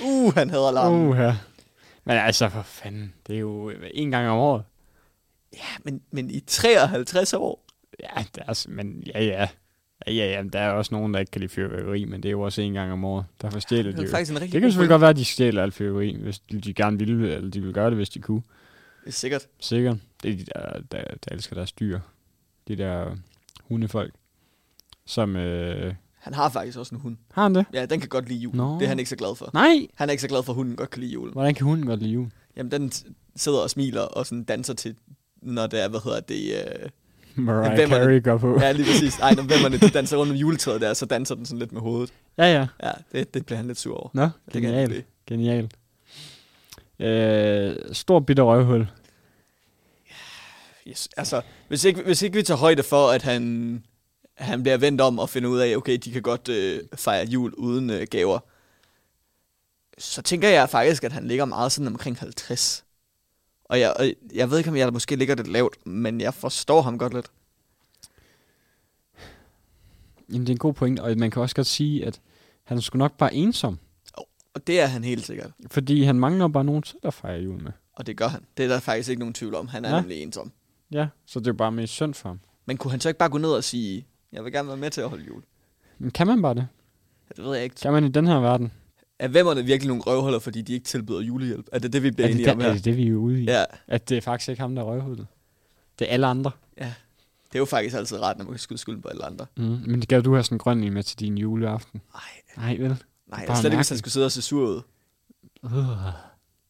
[SPEAKER 9] Uh, han hader larmen.
[SPEAKER 8] uh her. Men altså, for fanden, det er jo øh, en gang om året.
[SPEAKER 9] Men, men i 53 år?
[SPEAKER 8] Ja, der er, s- men ja, ja. Ja, ja, ja, men der er også nogen, der ikke kan lide fyrværkeri, men det er jo også en gang om året, der stjæler
[SPEAKER 9] Det
[SPEAKER 8] de
[SPEAKER 9] er
[SPEAKER 8] jo.
[SPEAKER 9] faktisk en rigtig
[SPEAKER 8] Det kan
[SPEAKER 9] god
[SPEAKER 8] selvfølgelig godt være, at de stjæler alt fyrværkeri, hvis de de gerne ville, eller de ville gøre det, hvis de kunne.
[SPEAKER 9] Det er sikkert.
[SPEAKER 8] Sikkert. Det er de, der, der, der elsker deres dyr. De der hundefolk, som... Øh,
[SPEAKER 9] Han har faktisk også en hund.
[SPEAKER 8] har han det?
[SPEAKER 9] Ja, den kan godt lide julen.
[SPEAKER 8] Nå.
[SPEAKER 9] Det er han ikke så glad for.
[SPEAKER 8] Nej!
[SPEAKER 9] Han er ikke så glad for, at hunden godt kan lide julen.
[SPEAKER 8] Hvordan kan hunden godt lide jul?
[SPEAKER 9] Jamen, den t- sidder og smiler og sådan danser til, når det er, hvad hedder det... Øh...
[SPEAKER 8] Mariah
[SPEAKER 9] Hvem er
[SPEAKER 8] Carey
[SPEAKER 9] det?
[SPEAKER 8] går på.
[SPEAKER 9] Ja, lige præcis. Ej, når vemmerne de danser rundt om juletræet der, så danser den sådan lidt med hovedet.
[SPEAKER 8] Ja, ja.
[SPEAKER 9] Ja, det, det bliver han lidt sur over.
[SPEAKER 8] Nå,
[SPEAKER 9] Det kan jeg ikke lide.
[SPEAKER 8] genial. Genial. Øh, stor bitter røvhul.
[SPEAKER 9] Yes. Altså, hvis ikke, hvis ikke vi tager højde for, at han, han bliver vendt om og finder ud af, okay, de kan godt øh, fejre jul uden øh, gaver, så tænker jeg faktisk, at han ligger meget sådan omkring 50. Og jeg, og jeg ved ikke, om jeg måske ligger lidt lavt, men jeg forstår ham godt lidt.
[SPEAKER 8] Jamen, det er en god point, og man kan også godt sige, at han er sgu nok bare ensom.
[SPEAKER 9] Og det er han helt sikkert.
[SPEAKER 8] Fordi han mangler bare nogen til at fejre jul med.
[SPEAKER 9] Og det gør han. Det er der faktisk ikke nogen tvivl om. Han er
[SPEAKER 8] Ja.
[SPEAKER 9] ja. nemlig ensom.
[SPEAKER 8] Ja, så det er jo bare mest synd for ham.
[SPEAKER 9] Men kunne han så ikke bare gå ned og sige, jeg vil gerne være med til at holde jul?
[SPEAKER 8] Men kan man bare det?
[SPEAKER 9] Det ved jeg ikke.
[SPEAKER 8] Kan man i den her verden?
[SPEAKER 9] Er vemmerne virkelig nogle røvhuller, fordi de ikke tilbyder julehjælp? Er det det, vi bliver
[SPEAKER 8] er, det
[SPEAKER 9] enige om
[SPEAKER 8] der, er
[SPEAKER 9] her?
[SPEAKER 8] det det, vi er ude i?
[SPEAKER 9] Ja,
[SPEAKER 8] At det er faktisk ikke ham, der er røvhullet. Det er alle andre.
[SPEAKER 9] det er jo faktisk altid rart, når man kan skyde skylden på alle andre.
[SPEAKER 8] Mm. Men det gav du have sådan en grøn en med til din juleaften.
[SPEAKER 9] Ej,
[SPEAKER 8] Nej, vel?
[SPEAKER 9] nej,
[SPEAKER 8] Bare
[SPEAKER 9] bare slet ikke, hvis han
[SPEAKER 8] mærkeligt.
[SPEAKER 9] skulle sidde og se sur ud.
[SPEAKER 8] Øh.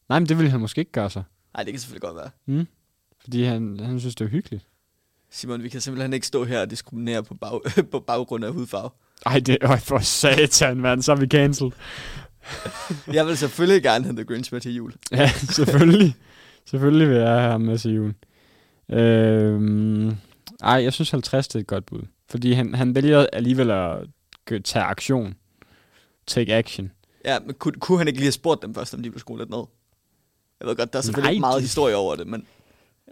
[SPEAKER 8] Nej, men det ville han måske ikke gøre sig.
[SPEAKER 9] Nej, det kan selvfølgelig godt være.
[SPEAKER 8] Mm. Fordi han, han synes, det er hyggeligt.
[SPEAKER 9] Simon, vi kan simpelthen ikke stå her og diskriminere på, bag, på baggrund af hudfarve.
[SPEAKER 8] Ej, det er for satan, mand. Så er vi cancelled.
[SPEAKER 9] Jeg vil selvfølgelig gerne have The Grinch med til jul.
[SPEAKER 8] Ja, selvfølgelig. selvfølgelig vil jeg have ham med til julen. Øhm, ej, jeg synes 50 det er et godt bud. Fordi han, han vælger alligevel at gø- tage aktion. Take action.
[SPEAKER 9] Ja, men kunne, kunne han ikke lige have spurgt dem først, om de ville skrue lidt ned? Jeg ved godt, der er selvfølgelig
[SPEAKER 8] Nej,
[SPEAKER 9] ikke meget
[SPEAKER 8] det-
[SPEAKER 9] historie over det, men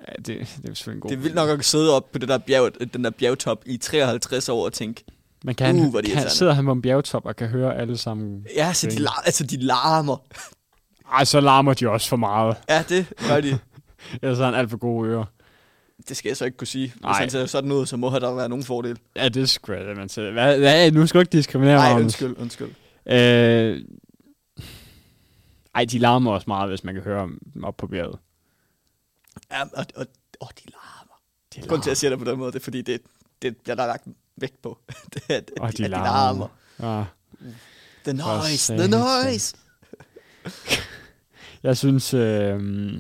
[SPEAKER 8] Ja, det, det er selvfølgelig en god
[SPEAKER 9] det er vildt nok at sidde op på det der bjerg, den der bjergtop i 53 år og tænke,
[SPEAKER 8] Man kan,
[SPEAKER 9] Uh,
[SPEAKER 8] uh,
[SPEAKER 9] hvor er det
[SPEAKER 8] kan,
[SPEAKER 9] irriterende.
[SPEAKER 8] sidder han på en bjergtop og kan høre alle sammen.
[SPEAKER 9] ja, så de,
[SPEAKER 8] Grinch.
[SPEAKER 9] lar- altså, de larmer.
[SPEAKER 8] Ej, så larmer de også for meget.
[SPEAKER 9] Ja, det gør de.
[SPEAKER 8] Ellers har han alt for gode ører.
[SPEAKER 9] Det skal jeg så ikke kunne sige. Hvis
[SPEAKER 8] Nej.
[SPEAKER 9] Nej. han ser sådan ud, så må der være nogen fordel.
[SPEAKER 8] Ja, det er sgu da, man siger. Hvad, hvad, nu skal du ikke diskriminere
[SPEAKER 9] Nej,
[SPEAKER 8] Magnus.
[SPEAKER 9] undskyld, undskyld.
[SPEAKER 8] Øh, ej, de larmer også meget, hvis man kan høre dem op på bjerget.
[SPEAKER 9] Ja, og, og, og de larmer. De Grunden til, at jeg siger det på den måde, det er, fordi det, det bliver der lagt vægt på. det er, at,
[SPEAKER 8] Og de,
[SPEAKER 9] at
[SPEAKER 8] larmer. larmer. Ja.
[SPEAKER 9] The
[SPEAKER 8] For
[SPEAKER 9] noise, the
[SPEAKER 8] satan.
[SPEAKER 9] noise.
[SPEAKER 8] Jeg synes, øh,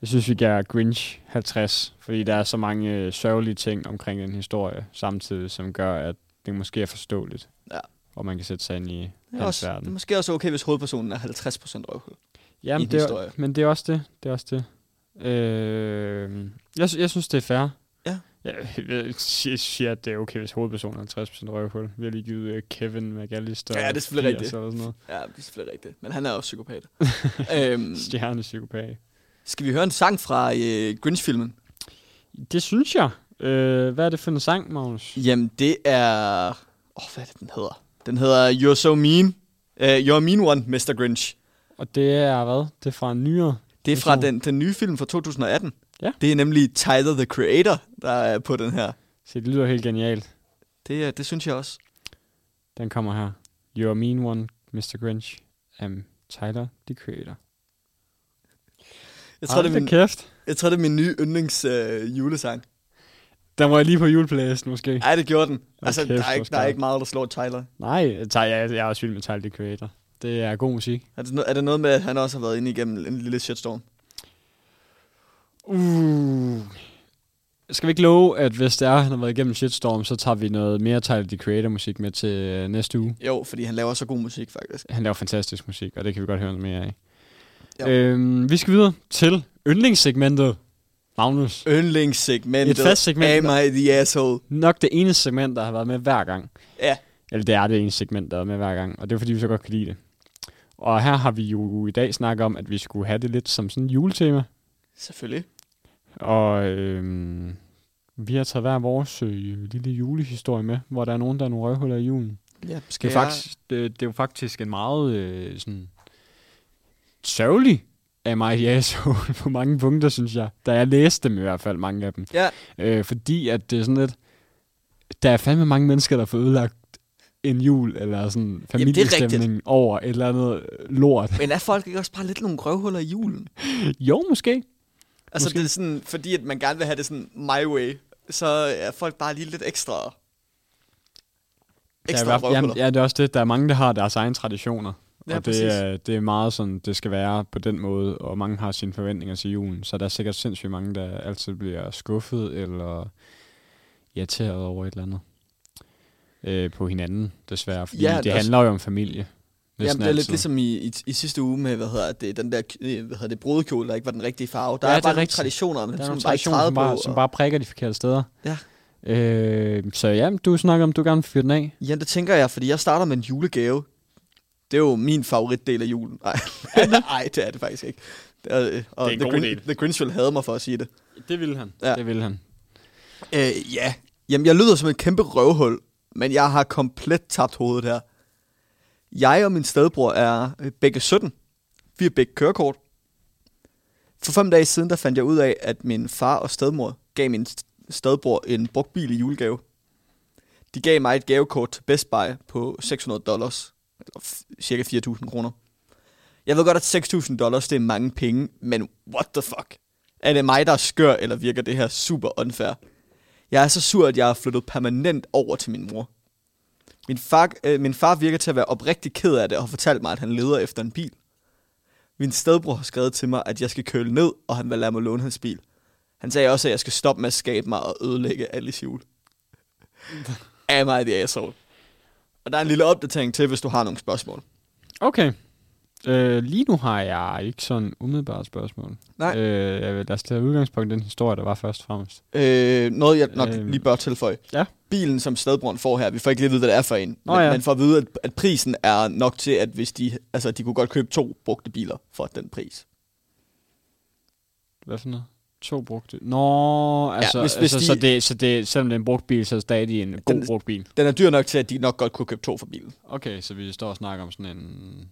[SPEAKER 8] jeg synes, vi giver Grinch 50, fordi der er så mange øh, sørgelige ting omkring den historie, samtidig som gør, at det måske er forståeligt.
[SPEAKER 9] Ja.
[SPEAKER 8] Og man kan sætte sig ind i
[SPEAKER 9] Det er,
[SPEAKER 8] hans
[SPEAKER 9] også, det er
[SPEAKER 8] verden.
[SPEAKER 9] måske også okay, hvis hovedpersonen er 50% røvhul. i
[SPEAKER 8] Jamen,
[SPEAKER 9] en
[SPEAKER 8] det er,
[SPEAKER 9] historie.
[SPEAKER 8] men det er også det. Det er også det. Øh, jeg, sy- jeg synes, det er fair.
[SPEAKER 9] Ja.
[SPEAKER 8] Jeg, jeg siger- siger, at det er okay, hvis hovedpersonen er 50% røvhul. Vi har lige givet øh, Kevin McAllister
[SPEAKER 9] Ja, det er selvfølgelig
[SPEAKER 8] 80
[SPEAKER 9] rigtigt.
[SPEAKER 8] Eller sådan noget.
[SPEAKER 9] Ja, det er selvfølgelig rigtigt. Men han er også psykopat. øhm,
[SPEAKER 8] Stjernepsykopat.
[SPEAKER 9] skal vi høre en sang fra øh, Grinch-filmen?
[SPEAKER 8] Det synes jeg. Øh, hvad er det for en sang, Magnus?
[SPEAKER 9] Jamen, det er... Åh, oh, hvad er det, den hedder? Den hedder You're So Mean. Uh, You're a Mean One, Mr. Grinch.
[SPEAKER 8] Og det er hvad? Det er fra en nyere.
[SPEAKER 9] Det er fra
[SPEAKER 8] version.
[SPEAKER 9] den, den nye film fra 2018.
[SPEAKER 8] Ja.
[SPEAKER 9] Det er nemlig Tyler, the Creator, der er på den her.
[SPEAKER 8] Se, det lyder helt genialt.
[SPEAKER 9] Det, er- det synes jeg også.
[SPEAKER 8] Den kommer her. You're a mean one, Mr. Grinch. Um, Tyler, the creator.
[SPEAKER 9] Jeg tror, det
[SPEAKER 8] Hold
[SPEAKER 9] er min,
[SPEAKER 8] da kæft.
[SPEAKER 9] jeg tror, det er min nye yndlings øh, julesang.
[SPEAKER 8] Den var jeg lige på juleplæsen, måske.
[SPEAKER 9] Ej, det gjorde den. Altså,
[SPEAKER 8] kæft,
[SPEAKER 9] der, er
[SPEAKER 8] hvor
[SPEAKER 9] ikke, der er
[SPEAKER 8] skarp.
[SPEAKER 9] ikke meget, der slår Tyler.
[SPEAKER 8] Nej, Ty- jeg, jeg er også vild med Tyler, the creator. Det er god musik.
[SPEAKER 9] Er det, no- er det noget med, at han også har været inde igennem en lille shitstorm?
[SPEAKER 8] Uh. Skal vi ikke love, at hvis det er, han har været igennem shitstorm, så tager vi noget mere Tyler, the creator musik med til øh, næste uge?
[SPEAKER 9] Jo, fordi han laver så god musik, faktisk.
[SPEAKER 8] Han laver fantastisk musik, og det kan vi godt høre noget mere af.
[SPEAKER 9] Ja.
[SPEAKER 8] Øhm, vi skal videre til yndlingssegmentet. Magnus.
[SPEAKER 9] Yndlingssegmentet.
[SPEAKER 8] Et fast segment.
[SPEAKER 9] Am I the asshole?
[SPEAKER 8] Nok det ene segment, der har været med hver gang.
[SPEAKER 9] Ja.
[SPEAKER 8] Eller det er det ene segment, der er med hver gang, og det er fordi, vi så godt kan lide det. Og her har vi jo i dag snakket om, at vi skulle have det lidt som sådan et juletema.
[SPEAKER 9] Selvfølgelig.
[SPEAKER 8] Og øhm, vi har taget hver vores øh, lille julehistorie med, hvor der er nogen, der er nogle røvhuller i julen.
[SPEAKER 9] Ja,
[SPEAKER 8] Det
[SPEAKER 9] skal
[SPEAKER 8] er, faktisk, det, det er jo faktisk en meget øh, sådan sørgelig af mig, ja, så på mange punkter, synes jeg. Da jeg læste dem i hvert fald, mange af dem.
[SPEAKER 9] Ja.
[SPEAKER 8] Øh, fordi at det er sådan lidt, der er fandme mange mennesker, der får ødelagt en jul eller sådan
[SPEAKER 9] er rigtigt.
[SPEAKER 8] familiestemning over et eller andet lort.
[SPEAKER 9] Men er folk ikke også bare lidt nogle røvhuller i julen?
[SPEAKER 8] Jo, måske.
[SPEAKER 9] Altså,
[SPEAKER 8] Måske.
[SPEAKER 9] det er sådan, fordi at man gerne vil have det sådan my way, så er folk bare lige lidt ekstra...
[SPEAKER 8] Der er i
[SPEAKER 9] Ekstra
[SPEAKER 8] hvert fald-
[SPEAKER 9] røvhuller.
[SPEAKER 8] jamen, ja, det er også det. Der er mange, der har deres egne traditioner.
[SPEAKER 9] Ja,
[SPEAKER 8] og
[SPEAKER 9] præcis.
[SPEAKER 8] det er, det er meget sådan, det skal være på den måde, og mange har sine forventninger til julen. Så der er sikkert sindssygt mange, der altid bliver skuffet eller irriteret over et eller andet øh, på hinanden, desværre. Fordi
[SPEAKER 9] Ja,
[SPEAKER 8] ja, det
[SPEAKER 9] det er
[SPEAKER 8] handler jo om familie.
[SPEAKER 9] Jamen,
[SPEAKER 8] Næsten
[SPEAKER 9] det er lidt
[SPEAKER 8] altid.
[SPEAKER 9] ligesom i, i, i sidste uge med, hvad hedder det, den der øh, hvad hedder det, brudekjole, der ikke var den rigtige farve. Der
[SPEAKER 8] Ja,
[SPEAKER 9] er
[SPEAKER 8] det
[SPEAKER 9] bare
[SPEAKER 8] er
[SPEAKER 9] nogle
[SPEAKER 8] rigtigt.
[SPEAKER 9] traditioner, men
[SPEAKER 8] Der er nogle
[SPEAKER 9] som ligesom bare ikke
[SPEAKER 8] traditioner, som
[SPEAKER 9] træder på.
[SPEAKER 8] bare, som
[SPEAKER 9] og-
[SPEAKER 8] bare prikker de forkerte steder.
[SPEAKER 9] Ja.
[SPEAKER 8] Øh, så ja, du snakker om, du gerne vil fyre den af.
[SPEAKER 9] Jamen, det tænker jeg, fordi jeg starter med en julegave. Det er jo min favoritdel af julen. Nej, Nej det er det faktisk ikke. Det er, øh, og
[SPEAKER 8] Det er en
[SPEAKER 9] the,
[SPEAKER 8] god del.
[SPEAKER 9] the Grinch ville have mig for at sige det.
[SPEAKER 8] Det ville han.
[SPEAKER 9] Ja.
[SPEAKER 8] Ja. Det ville han.
[SPEAKER 9] Øh, ja. Jamen, jeg lyder som et kæmpe røvhul, men jeg har komplet tabt hovedet her. Jeg og min stedbror er øh, begge 17. Vi er begge kørekort. For fem dage siden, der fandt jeg ud af, at min far og stedmor gav min st- stedbror en brugt bil i julegave. De gav mig et gavekort til Best Buy på 600 dollars, eller f- cirka 4.000 kroner. Jeg ved godt, at 6.000 dollars, det er mange penge, men what the fuck? Er det mig, der er skør, eller virker det her super unfair? Jeg er så sur, at jeg er flyttet permanent over til min mor. Min far, øh, min far virker til at være oprigtig ked af det og har fortalt mig, at han leder efter en bil. Min stedbror har skrevet til mig, at jeg skal køle ned, og han vil lade mig låne hans bil. Han sagde også, at jeg skal stoppe med at skabe mig og ødelægge Alice jul. Am I the asshole? Og der er en lille opdatering til, hvis du har nogle spørgsmål.
[SPEAKER 8] Okay. Øh, lige nu har jeg ikke sådan umiddelbare spørgsmål.
[SPEAKER 9] Nej.
[SPEAKER 8] Øh, jeg vil, lad os tage udgangspunkt i den historie, der var først og fremmest.
[SPEAKER 9] Øh, noget, jeg nok
[SPEAKER 8] Øhm,
[SPEAKER 9] øhm, lige bør tilføje.
[SPEAKER 8] ja.
[SPEAKER 9] Bilen, som stedbroren får her, vi får ikke lige at vide, hvad det er for en.
[SPEAKER 8] Nå
[SPEAKER 9] men,
[SPEAKER 8] ja.
[SPEAKER 9] men får at vide, at, at prisen er nok til, at hvis de, altså, de kunne godt købe to brugte biler for den pris.
[SPEAKER 8] Hvad for noget? To brugte. Nå, altså,
[SPEAKER 9] hvis-
[SPEAKER 8] hvis,
[SPEAKER 9] hvis
[SPEAKER 8] altså så,
[SPEAKER 9] de-
[SPEAKER 8] det, så det, selvom det er en brugt bil, så er det stadig en god
[SPEAKER 9] Den-
[SPEAKER 8] brugt bil.
[SPEAKER 9] Den er dyr nok til, at de nok godt kunne købe to for bilen.
[SPEAKER 8] Okay, så vi står og snakker om sådan en...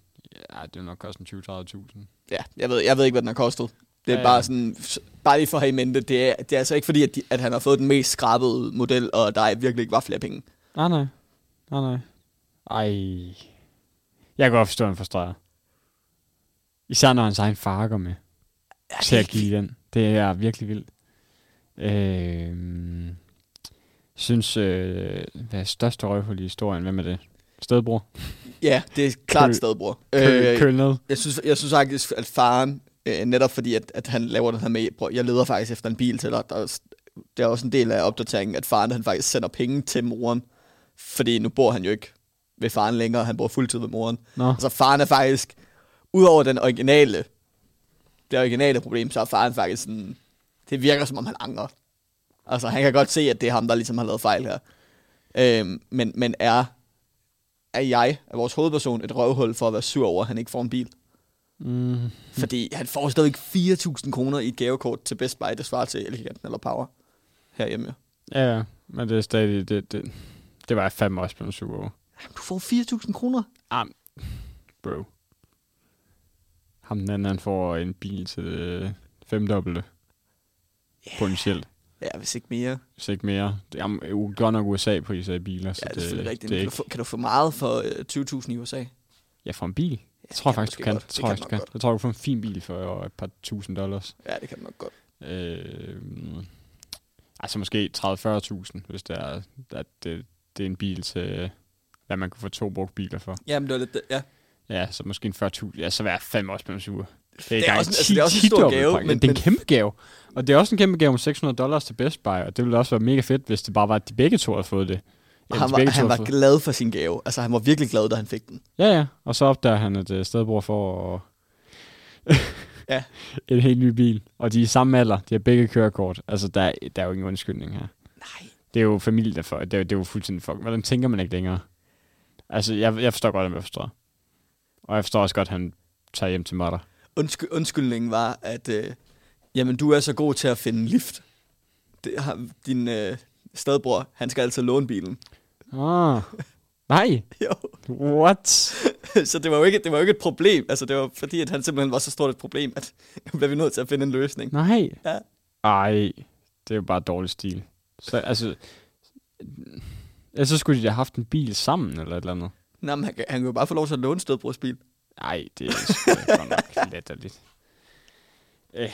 [SPEAKER 8] Ja, det vil nok koste en 20-30.000.
[SPEAKER 9] Ja, jeg ved, jeg ved ikke, hvad den har kostet. Det er
[SPEAKER 8] Ja, ja.
[SPEAKER 9] bare sådan, bare lige for at have i mente, det er, det er altså ikke fordi, at, de, at han har fået den mest skrabede model, og der er virkelig ikke var flere penge.
[SPEAKER 8] Nej, nej. Nej, nej. Ej. Jeg kan godt forstå, at han forstreger. Især når hans egen far går med. Ja, til at give den. Det er virkelig vildt. Øh, synes, øh, hvad er største røvhul i historien? Hvem er det? Stedbror?
[SPEAKER 9] Ja, det er klart
[SPEAKER 8] Køl-
[SPEAKER 9] stedbror.
[SPEAKER 8] Øh, Køl ned.
[SPEAKER 9] Jeg synes, jeg synes faktisk, at faren, øh, netop fordi, at, at han laver den her med, "Prøv, jeg leder faktisk efter en bil til dig, der, er s- det er også en del af opdateringen, at faren han faktisk sender penge til moren, Fordi nu bor han jo ikke ved faren længere, han bor fuldtid ved moren.
[SPEAKER 8] Nå.
[SPEAKER 9] Altså faren er faktisk, udover den originale, det originale problem, så er faren faktisk sådan, det virker som om han angrer. Altså han kan godt se, at det er ham, der ligesom har lavet fejl her. Øhm, men, men er, er jeg, er vores hovedperson, et røvhul for at være sur over, at han ikke får en bil?
[SPEAKER 8] Mm.
[SPEAKER 9] Fordi han får stadigvæk 4.000 kroner i et gavekort til Best Buy, det svarer til Eleganten eller Power herhjemme. jo.
[SPEAKER 8] Ja, ja, men det er stadig... Det, det, det var jeg fandme også blevet super over.
[SPEAKER 9] Jamen, Du får 4.000 kroner?
[SPEAKER 8] Am, bro. Ham den anden, han får en bil til det femdobbelte. Yeah. Potentielt,
[SPEAKER 9] Ja, hvis ikke mere.
[SPEAKER 8] hvis ikke mere. Det er jo godt nok USA-priser i biler, så
[SPEAKER 9] Ja, det er
[SPEAKER 8] det,
[SPEAKER 9] selvfølgelig
[SPEAKER 8] det,
[SPEAKER 9] rigtigt.
[SPEAKER 8] det er
[SPEAKER 9] men Kan, du
[SPEAKER 8] ikke...
[SPEAKER 9] få, kan du få meget for øh, 20.000 i USA?
[SPEAKER 8] Jeg får en bil.
[SPEAKER 9] Ja,
[SPEAKER 8] Jeg tror
[SPEAKER 9] det
[SPEAKER 8] faktisk,
[SPEAKER 9] måske
[SPEAKER 8] du kan.
[SPEAKER 9] godt.
[SPEAKER 8] Jeg
[SPEAKER 9] Det
[SPEAKER 8] tror, faktisk, du kan.
[SPEAKER 9] man godt.
[SPEAKER 8] Jeg tror, du får en fin bil for øh, et par tusind dollars.
[SPEAKER 9] Ja, det kan man nok godt.
[SPEAKER 8] Øh, altså måske 30-40.000, hvis det er, at det, det er en bil til, øh, hvad man kunne få to brugt biler for.
[SPEAKER 9] Jamen, det var lidt... Ja.
[SPEAKER 8] Ja, så måske en 40.000. Ja, så var jeg fandme også blevet sur. Det
[SPEAKER 9] er
[SPEAKER 8] gang
[SPEAKER 9] også en-
[SPEAKER 8] 10
[SPEAKER 9] altså, det er også en stor
[SPEAKER 8] 10-dobbelt
[SPEAKER 9] gave,
[SPEAKER 8] pakke.
[SPEAKER 9] men-
[SPEAKER 8] det er en
[SPEAKER 9] men-
[SPEAKER 8] kæmpe gave. Og det er også en kæmpe gave med 600 dollars til Best Buy, og det ville også være mega fedt, hvis det bare var, at de begge to havde fået det.
[SPEAKER 9] Og
[SPEAKER 8] Eller
[SPEAKER 9] han
[SPEAKER 8] de
[SPEAKER 9] var,
[SPEAKER 8] begge to
[SPEAKER 9] han
[SPEAKER 8] havde
[SPEAKER 9] var
[SPEAKER 8] fået-
[SPEAKER 9] glad for sin gave. Altså, han var virkelig glad, da han fik den.
[SPEAKER 8] Ja, ja. Og så opdager han, at øh, stedbror får øh,
[SPEAKER 9] Ja.
[SPEAKER 8] en helt ny bil. Og de er i samme alder. De har begge kørekort. Altså, der er, der er jo ingen undskyldning her.
[SPEAKER 9] Nej.
[SPEAKER 8] Det er jo familie, der for, det, er, jo- det er jo fuldstændig fuck. Hvordan tænker man ikke længere? Altså, jeg, jeg forstår godt, hvad jeg forstår. Og jeg forstår også godt, at han tager hjem til mig der.
[SPEAKER 9] Undsky- undskyldningen var, at øh, jamen, du er så god til at finde lift. Det, har, din øh, stedbror, han skal altid låne bilen.
[SPEAKER 8] Ah. Nej.
[SPEAKER 9] Jo.
[SPEAKER 8] What?
[SPEAKER 9] så det var, jo ikke, det var jo ikke et problem. Altså, det var fordi, at han simpelthen var så stort et problem, at nu blev vi nødt til at finde en løsning.
[SPEAKER 8] Nej.
[SPEAKER 9] Ja.
[SPEAKER 8] Ej, det er jo bare dårlig stil. Så, altså, ja, så skulle de da have haft en bil sammen, eller et eller andet.
[SPEAKER 9] Nå, men han, kan- han kunne jo bare få lov til at låne stedbrors bil.
[SPEAKER 8] Nej, det er sgu da godt nok letterligt. Øh,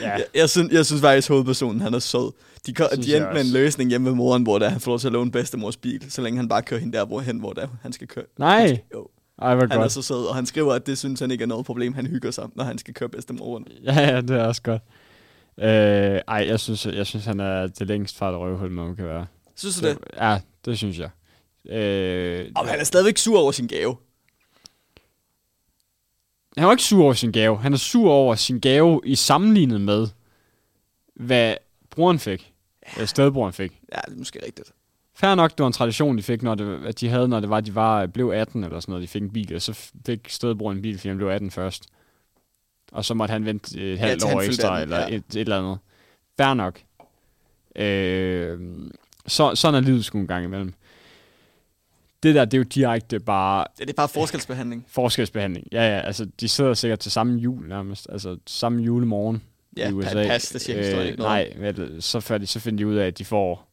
[SPEAKER 8] ja,
[SPEAKER 9] Jeg, jeg, synes, jeg synes faktisk, at hovedpersonen han er sød. De, kom,
[SPEAKER 8] Synes
[SPEAKER 9] de
[SPEAKER 8] jeg
[SPEAKER 9] endte med en
[SPEAKER 8] også.
[SPEAKER 9] løsning hjemme ved moren, hvor der, han får lov til at låne bedstemors bil, så længe han bare kører hende der, hvor, hen, hvor der, han skal køre.
[SPEAKER 8] Nej.
[SPEAKER 9] Han skal, jo,
[SPEAKER 8] ej, hvor
[SPEAKER 9] han er
[SPEAKER 8] godt.
[SPEAKER 9] så sød, og han skriver, at det synes han ikke er noget problem. Han hygger sig, når han skal køre bedstemor rundt.
[SPEAKER 8] Ja, ja, det er også godt. Øh, ej, jeg synes, jeg synes, han er det længst fra et røvhul, man kan være.
[SPEAKER 9] Synes du det?
[SPEAKER 8] Ja, det synes jeg. Øh,
[SPEAKER 9] Og han er stadigvæk sur over sin gave.
[SPEAKER 8] han var ikke sur over sin gave. Han er sur over sin gave i sammenlignet med, hvad broren fik. Eller stedbroren fik.
[SPEAKER 9] Ja, det er måske rigtigt.
[SPEAKER 8] Fair nok, det var en tradition, de fik, når det, at de havde, når det var, de var, øh, blev 18 eller sådan noget, de fik en bil, og så fik stedbroren en bil, fordi han blev 18 først. Og så måtte han vente øh, et halvt
[SPEAKER 9] til han
[SPEAKER 8] år
[SPEAKER 9] fyldte
[SPEAKER 8] ekstra,
[SPEAKER 9] 18,
[SPEAKER 8] eller
[SPEAKER 9] ja.
[SPEAKER 8] et, et eller andet. Fair nok. Øh, så, sådan er livet sgu en gang imellem. Det der, det er jo direkte bare
[SPEAKER 9] Ja, det er bare forskelsbehandling.
[SPEAKER 8] Forskelsbehandling. Ja, ja, altså de sidder sikkert til samme jul nærmest, altså samme julemorgen
[SPEAKER 9] Ja,
[SPEAKER 8] i
[SPEAKER 9] pa-
[SPEAKER 8] USA.
[SPEAKER 9] pas, det siger historien ikke noget
[SPEAKER 8] Øh, Nej, vel, så, før de, så finder de ud af, at de får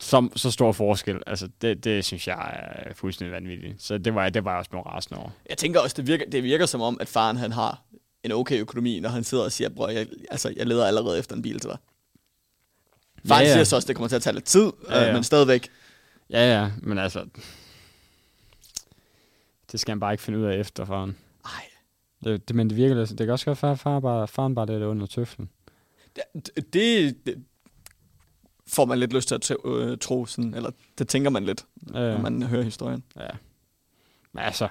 [SPEAKER 8] så, så stor forskel. Altså det, det synes jeg er fuldstændig vanvittigt. Så det var, jeg- det var jeg også blevet rasende over.
[SPEAKER 9] Jeg tænker også, det virker, det virker som om, at faren han har en okay økonomi, når han sidder og siger, bror, jeg, altså, jeg leder allerede efter en bil til dig. Faren
[SPEAKER 8] Ja,
[SPEAKER 9] ja,
[SPEAKER 8] ja.
[SPEAKER 9] siger så også, at det kommer til at tage lidt tid,
[SPEAKER 8] Ja,
[SPEAKER 9] ja,
[SPEAKER 8] ja.
[SPEAKER 9] ja. men stadigvæk.
[SPEAKER 8] Ja, ja, men altså... Det skal han bare ikke finde ud af efter, faren.
[SPEAKER 9] Ej,
[SPEAKER 8] Det, det, men det virker lidt... Det kan også godt være, at far bare, faren bare lidt under tøflen.
[SPEAKER 9] det, det, det får man lidt lyst til at tro, øh, tro sådan, eller det tænker man lidt, ja. når
[SPEAKER 8] Øh,
[SPEAKER 9] man hører historien.
[SPEAKER 8] ja. Men altså,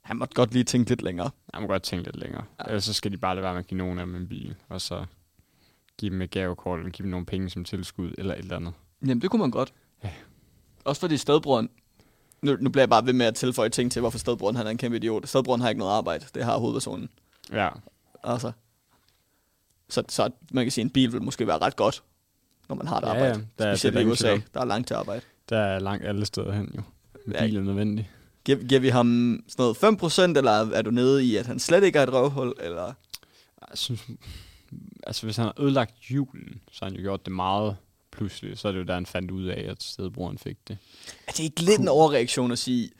[SPEAKER 9] Han måtte godt lige tænke lidt længere.
[SPEAKER 8] Jeg må godt tænke lidt længere. Ja. Ellers så skal de bare lade være med at give nogen af dem en bil, og så give dem et gavekort, eller give dem nogle penge som tilskud, eller et eller andet.
[SPEAKER 9] Jamen, det kunne man godt.
[SPEAKER 8] Ja.
[SPEAKER 9] Også fordi stedbroren... Nu, nu bliver jeg bare ved med at tilføje ting til, hvorfor stedbroren han er en kæmpe idiot. Stedbroren har ikke noget arbejde. Det har hovedpersonen.
[SPEAKER 8] Ja,
[SPEAKER 9] Altså. Så, så man kan sige, at en bil vil måske være ret godt, når man har et
[SPEAKER 8] Ja,
[SPEAKER 9] arbejde.
[SPEAKER 8] ja. Der er-
[SPEAKER 9] Specielt
[SPEAKER 8] der er
[SPEAKER 9] i
[SPEAKER 8] ingen
[SPEAKER 9] USA.
[SPEAKER 8] tvivl om.
[SPEAKER 9] Der er langt til arbejde.
[SPEAKER 8] der er langt alle steder hen jo. En
[SPEAKER 9] Ja.
[SPEAKER 8] bil er nødvendig.
[SPEAKER 9] Giver, giver vi ham sådan noget 5%, eller er du nede i, at han slet ikke er et røvhul? Eller?
[SPEAKER 8] Jeg synes, altså hvis han har ødelagt julen, så har han jo gjort det meget pludselig. Så er det jo der, han fandt ud af, at stedbroren fik det.
[SPEAKER 9] Altså, Er det ikke lidt en overreaktion at sige,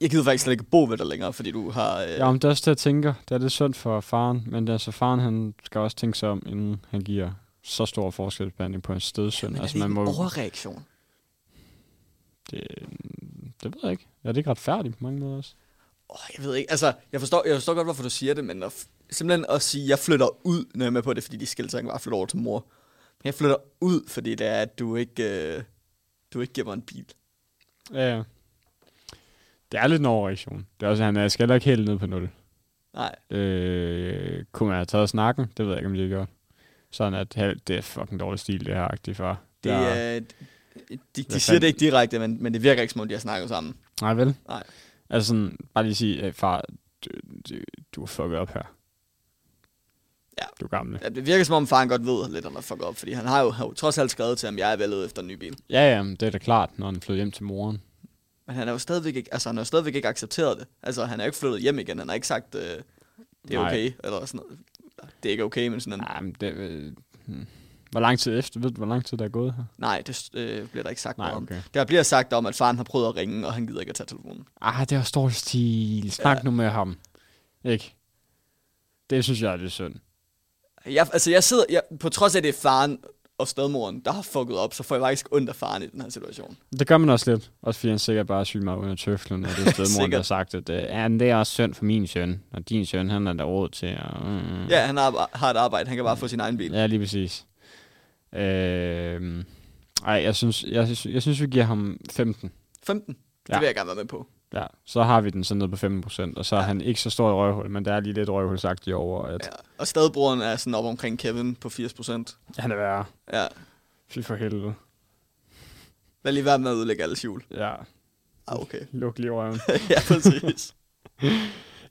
[SPEAKER 9] jeg gider faktisk slet ikke bo ved dig længere, fordi du har... Øh,
[SPEAKER 8] Ja, om det er også det, jeg tænker. Det er lidt sundt for faren, men det er altså faren, han skal også tænke sig om, inden han giver så stor forskelsbehandling på en stedsøn.
[SPEAKER 9] men er det
[SPEAKER 8] altså,
[SPEAKER 9] ikke
[SPEAKER 8] man må,
[SPEAKER 9] en
[SPEAKER 8] jo-
[SPEAKER 9] overreaktion?
[SPEAKER 8] det, det ved jeg ikke. Er det ikke retfærdigt på mange måder også?
[SPEAKER 9] Oh, jeg ved ikke, altså, jeg forstår, jeg forstår godt, hvorfor du siger det, men at f- simpelthen at sige, jeg flytter ud, når jeg er med på det, fordi de skilte sig, jeg kan bare flytte over til mor. Men jeg flytter ud, fordi det er, at du ikke... Øh, du ikke giver mig en bil.
[SPEAKER 8] Ja, ja. Det er lidt en overreaktion. Det er også, han er skal heller ikke helt ned på 0.
[SPEAKER 9] Nej,
[SPEAKER 8] Øh, kunne man have taget snakken? Det ved jeg ikke, om de har gjort. Sådan at, "Hey, det er fucking dårlig stil, det her, agtigt far.
[SPEAKER 9] det,
[SPEAKER 8] Der-
[SPEAKER 9] ja. øh, de, de
[SPEAKER 8] Hvad
[SPEAKER 9] siger det
[SPEAKER 8] fanden?
[SPEAKER 9] ikke direkte, men, men det virker ikke, som om de har snakket sammen.
[SPEAKER 8] Nej, vel?
[SPEAKER 9] Nej.
[SPEAKER 8] Altså sådan, bare lige sige, "Hey, far, du, du, du er fucket op her.
[SPEAKER 9] Ja.
[SPEAKER 8] Du er gammel.
[SPEAKER 9] Ja, det virker, som om faren godt ved lidt, at han fucker op, fordi han har jo, har jo trods alt skrevet til ham, jeg er vel ude efter en ny bil.
[SPEAKER 8] Ja, ja, men det er da klart, når han flytter hjem til moren.
[SPEAKER 9] Men han har jo stadigvæk ikke, altså, han har jo stadigvæk ikke accepteret det. Altså, han er jo ikke flyttet hjem igen. Han har ikke sagt, øh, det er
[SPEAKER 8] Nej.
[SPEAKER 9] okay, eller sådan noget. Det er ikke okay, men sådan en,
[SPEAKER 8] Nej, men det... Øh, hmm. hvor lang tid efter? Ved du, hvor lang tid der er gået her?
[SPEAKER 9] nej, det øh, bliver der ikke sagt
[SPEAKER 8] Nej,
[SPEAKER 9] noget om.
[SPEAKER 8] okay.
[SPEAKER 9] Der bliver sagt om, at faren har prøvet at ringe, og han gider ikke at tage telefonen.
[SPEAKER 8] Ah, det er også dårlig stil. Snak ja. nu med ham. Ikke? Det synes jeg er lidt synd.
[SPEAKER 9] Jeg, altså, jeg sidder, jeg, på trods af, at det er faren og stedmoren, der har fucket op, så får jeg faktisk ondt af faren i den her situation.
[SPEAKER 8] Det gør man også lidt. Også fordi han sikkert bare er syg mig under tøflen, og det er stedmoren, der har
[SPEAKER 9] Sikkert.
[SPEAKER 8] sagt, at øh, ja, men det er også synd for min søn, og din søn, han er der råd til. Og, mm, mm.
[SPEAKER 9] Ja, han har, har et arbejde, han kan bare få sin egen bil.
[SPEAKER 8] Ja, lige præcis. Øh, ej, jeg synes, jeg, synes, jeg synes, vi giver ham 15.
[SPEAKER 9] 15, det
[SPEAKER 8] Ja.
[SPEAKER 9] vil jeg gerne være med på.
[SPEAKER 8] Ja, så har vi den sådan noget på 15 procent, og så er han ikke så stor i røvhul, men der er lige lidt røvhul sagt i over, at
[SPEAKER 9] Ja. Og stedbroren er sådan op omkring Kevin på 80%.
[SPEAKER 8] ja. han er værre.
[SPEAKER 9] Ja,
[SPEAKER 8] Fy for helvede.
[SPEAKER 9] lad lige være med at ødelægge alles jul.
[SPEAKER 8] Ja,
[SPEAKER 9] Ah, okay.
[SPEAKER 8] luk lige røven.
[SPEAKER 9] ja, præcis.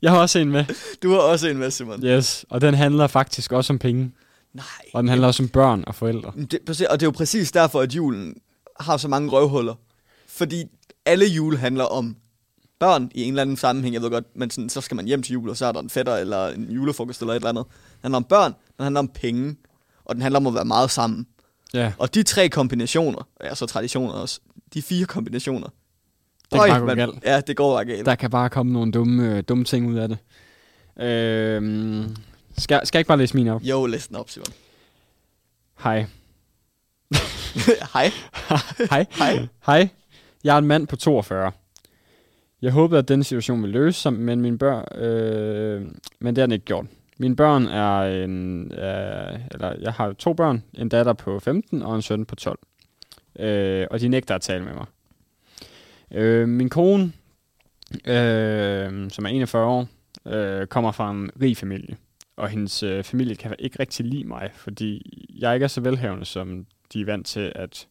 [SPEAKER 8] jeg har også en med.
[SPEAKER 9] Du har også en med, Simon.
[SPEAKER 8] Yes, og den handler faktisk også om penge,
[SPEAKER 9] Nej.
[SPEAKER 8] og den handler også om børn og forældre.
[SPEAKER 9] Men Det, præcis- og det er jo præcis derfor, at julen har så mange røvhuller. Fordi alle jul handler om børn i en eller anden sammenhæng. Jeg ved godt, men sådan, så skal man hjem til jul, og så er der en fætter eller en julefrokost eller et eller andet. Den handler om børn, den handler om penge, og den handler om at være meget sammen.
[SPEAKER 8] Ja,
[SPEAKER 9] Og de tre kombinationer, og ja, så traditioner også, de fire kombinationer.
[SPEAKER 8] kan bare gå
[SPEAKER 9] mand.
[SPEAKER 8] galt.
[SPEAKER 9] Ja, det går bare galt.
[SPEAKER 8] der kan bare komme nogle dumme, øh, dumme ting ud af det. Øh, skal, skal jeg ikke bare læse min op?
[SPEAKER 9] Jo, læs den op, Simon.
[SPEAKER 8] Hej.
[SPEAKER 9] Hej.
[SPEAKER 8] Hej. Hej. Hej. Jeg er en mand på 42. Jeg håbede, at denne situation ville løse sig, men, mine børn, øh, men det har den ikke gjort. Mine børn er en... Øh, eller jeg har to børn. En datter på 15 og en søn på 12. Øh, og de nægter at tale med mig. Øh, min kone, øh, som er 41 år, øh, kommer fra en rig familie. Og hendes øh, familie kan ikke rigtig lide mig, fordi jeg ikke er så velhavende, som de er vant til, at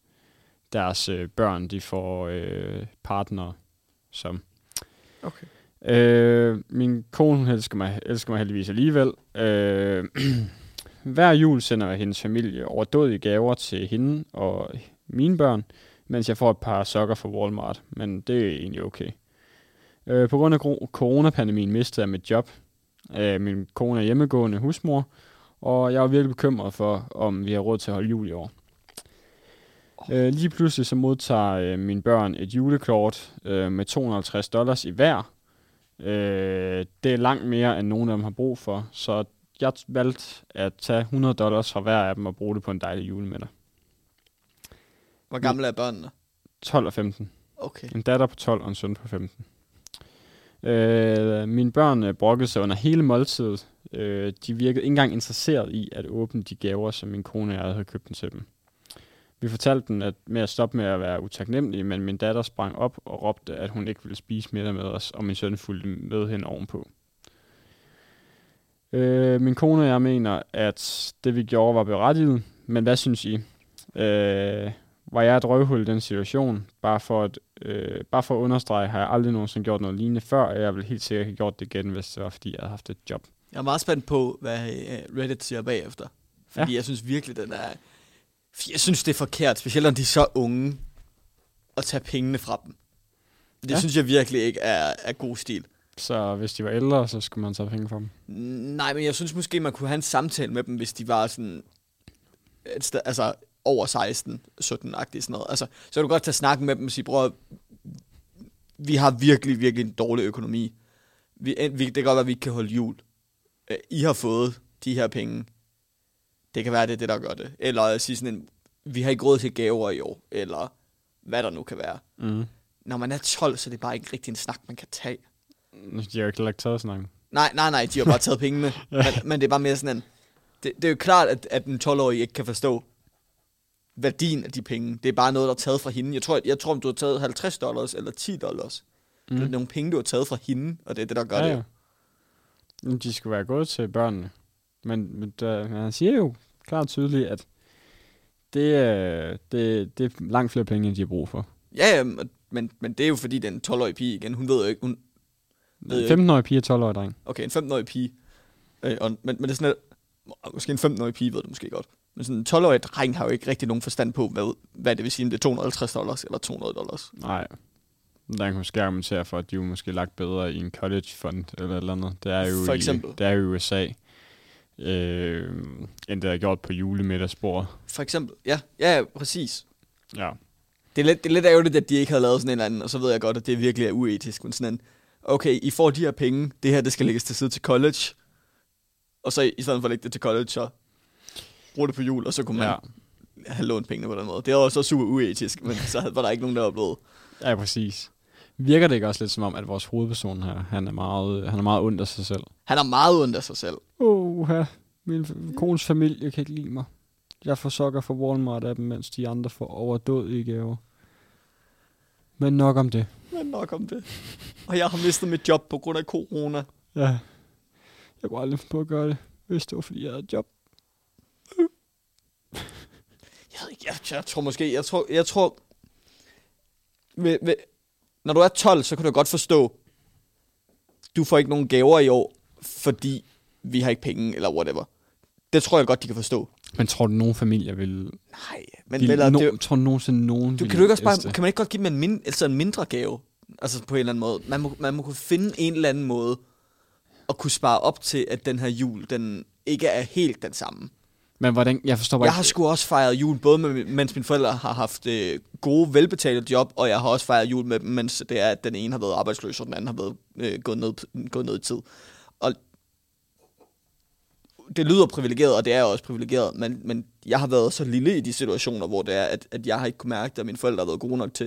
[SPEAKER 8] deres øh, børn, de får øh, partnere som.
[SPEAKER 9] Okay.
[SPEAKER 8] Øh, min kone hun elsker mig, elsker mig heldigvis alligevel. Øh, hver jul sender hendes familie overdådige gaver til hende og mine børn, mens jeg får et par sokker fra Walmart, men det er egentlig okay. Øh, på grund af gro- coronapandemien mistede jeg mit job. Øh, min kone er hjemmegående husmor, og jeg er virkelig bekymret for, om vi har råd til at holde jul i år. Øh, lige pludselig så modtager øh, mine børn et julekort øh, med 250 dollars i hver. Øh, det er langt mere, end nogen af dem har brug for, så jeg t- valgte at tage 100 dollars fra hver af dem og bruge det på en dejlig julemiddag.
[SPEAKER 9] Hvor gamle er børnene?
[SPEAKER 8] 12 og 15.
[SPEAKER 9] Okay.
[SPEAKER 8] En datter på 12 og en søn på 15. Øh, mine børn øh, brokkede sig under hele måltidet. Øh, de virkede ikke engang interesseret i at åbne de gaver, som min kone og jeg havde købt til dem. Vi fortalte dem at med at stoppe med at være utaknemmelige, men min datter sprang op og råbte, at hun ikke ville spise middag med os, og min søn fulgte med hende ovenpå. Øh, min kone og jeg mener, at det vi gjorde var berettiget, men hvad synes I? Øh, var jeg et røvhul i den situation? Bare for, at, øh, bare for at understrege, har jeg aldrig nogensinde gjort noget lignende før, og jeg ville helt sikkert have gjort det igen, hvis det var, fordi jeg havde haft et job.
[SPEAKER 9] Jeg er meget spændt på, hvad øh, Reddit siger bagefter. Fordi ja. jeg synes virkelig, den er... Jeg synes, det er forkert, specielt når de er så unge, at tage pengene fra dem. Det
[SPEAKER 8] Ja.
[SPEAKER 9] ja. synes jeg virkelig ikke er, er god stil.
[SPEAKER 8] Så hvis de var ældre, så skulle man tage penge fra dem.
[SPEAKER 9] Nej, men jeg synes måske, man kunne have en samtale med dem, hvis de var sådan... Et sted, altså over 16, 17-agtigt sådan noget. Altså, så kan du godt tage snakken med dem og sige, bror, vi har virkelig, virkelig en dårlig økonomi. Vi, en- vi, det kan godt være, at vi ikke kan holde jul. Øh, I har fået de her penge. Det kan være, det er det, der gør det. Eller at sige sådan en, vi har ikke råd til gaver i år. Eller hvad der nu kan være.
[SPEAKER 8] Mm.
[SPEAKER 9] Når man er 12, så er det bare ikke rigtig en snak, man kan tage.
[SPEAKER 8] De har jo ikke lagt taget snakken.
[SPEAKER 9] Nej, nej, nej, de har bare taget pengene. men, men det er bare mere sådan en... Det, det er jo klart, at, at en 12-årig ikke kan forstå, værdien af de penge. Det er bare noget, der er taget fra hende. Jeg tror, jeg, jeg tror om du har taget 50 dollars eller 10 dollars. Mm. Det er nogle penge, du har taget fra hende, og det er det, der gør det.
[SPEAKER 8] Jamen, De skulle være gået til børnene. Men, men der, men han siger jo klart og tydeligt, at det, øh, det, det er langt flere penge, end de har brug for.
[SPEAKER 9] Ja, ja, men- men, men det er jo fordi, den 12-årige pige igen, hun ved jo ikke, hun, Ved jeg
[SPEAKER 8] 15-årige pige og 12-årige dreng.
[SPEAKER 9] okay, en 15-årig pige, øh, og, men, men det er sådan, at, måske en 15-årig pige ved det måske godt, men sådan en 12-årig dreng har jo ikke rigtig nogen forstand på, hvad, hvad det vil sige, om det er 250 dollars eller 200 dollars.
[SPEAKER 8] Nej. Der kan måske argumentere for, at de er jo måske lagt bedre i en college fund eller et eller andet. Det er jo
[SPEAKER 9] For
[SPEAKER 8] i,
[SPEAKER 9] eksempel.
[SPEAKER 8] Det er jo i USA. Øh, end det er gjort på julemiddagsbordet.
[SPEAKER 9] For eksempel, ja, ja, ja, præcis.
[SPEAKER 8] Ja.
[SPEAKER 9] Det er, lidt, det er lidt ærgerligt, at de ikke havde lavet sådan en eller anden, og så ved jeg godt, at det virkelig er uetisk, men sådan en, okay, I får de her penge, det her, det skal lægges til side til college, og så i, i stedet for at lægge det til college, så brug det på jul, og så kunne man
[SPEAKER 8] Ja.
[SPEAKER 9] ja. have lånt pengene på den måde. Det er også super uetisk, men så havde- var der ikke nogen, der var blevet
[SPEAKER 8] ja, præcis. Virker det ikke også lidt som om, at vores hovedperson her, han er meget, han er meget ond af sig selv?
[SPEAKER 9] Han er meget ondt af sig selv.
[SPEAKER 8] Åh, oh, min f- kones familie kan ikke lide mig. Jeg får sokker fra Walmart af dem, mens de andre får overdåd i gaver. Men nok om det.
[SPEAKER 9] Men nok om det. Og jeg har mistet mit job på grund af corona.
[SPEAKER 8] Ja. Jeg kunne aldrig finde på at gøre det, hvis det var, fordi jeg havde et job.
[SPEAKER 9] Jeg, ved ikke, jeg, jeg tror måske, jeg tror, jeg tror ved, ved, når du er 12, så kan du godt forstå, du får ikke nogen gaver i år, fordi vi har ikke penge, eller whatever. Det tror jeg godt, de kan forstå.
[SPEAKER 8] Men tror du, nogen familier vil...
[SPEAKER 9] Nej, men
[SPEAKER 8] vil
[SPEAKER 9] eller,
[SPEAKER 8] no,
[SPEAKER 9] det,
[SPEAKER 8] tror du nogensinde nogen
[SPEAKER 9] du,
[SPEAKER 8] vil
[SPEAKER 9] kan, du ikke også
[SPEAKER 8] elske
[SPEAKER 9] bare,
[SPEAKER 8] det?
[SPEAKER 9] kan man ikke godt give dem en, min, altså en mindre gave? Altså på en eller anden måde. Man må, man må kunne finde en eller anden måde at kunne spare op til, at den her jul, den ikke er helt den samme.
[SPEAKER 8] Men hvordan... Jeg forstår bare
[SPEAKER 9] Jeg har sgu også fejret jul, både med, mens mine forældre har haft øh, gode, velbetalte job, og jeg har også fejret jul med dem, mens det er, at den ene har været arbejdsløs, og den anden har været øh, gået, ned, gået ned i tid. Og det lyder privilegeret, og det er også privilegeret, men, men jeg har været så lille i de situationer, hvor det er, at, at jeg har ikke kunne mærke det, og mine forældre har været gode nok til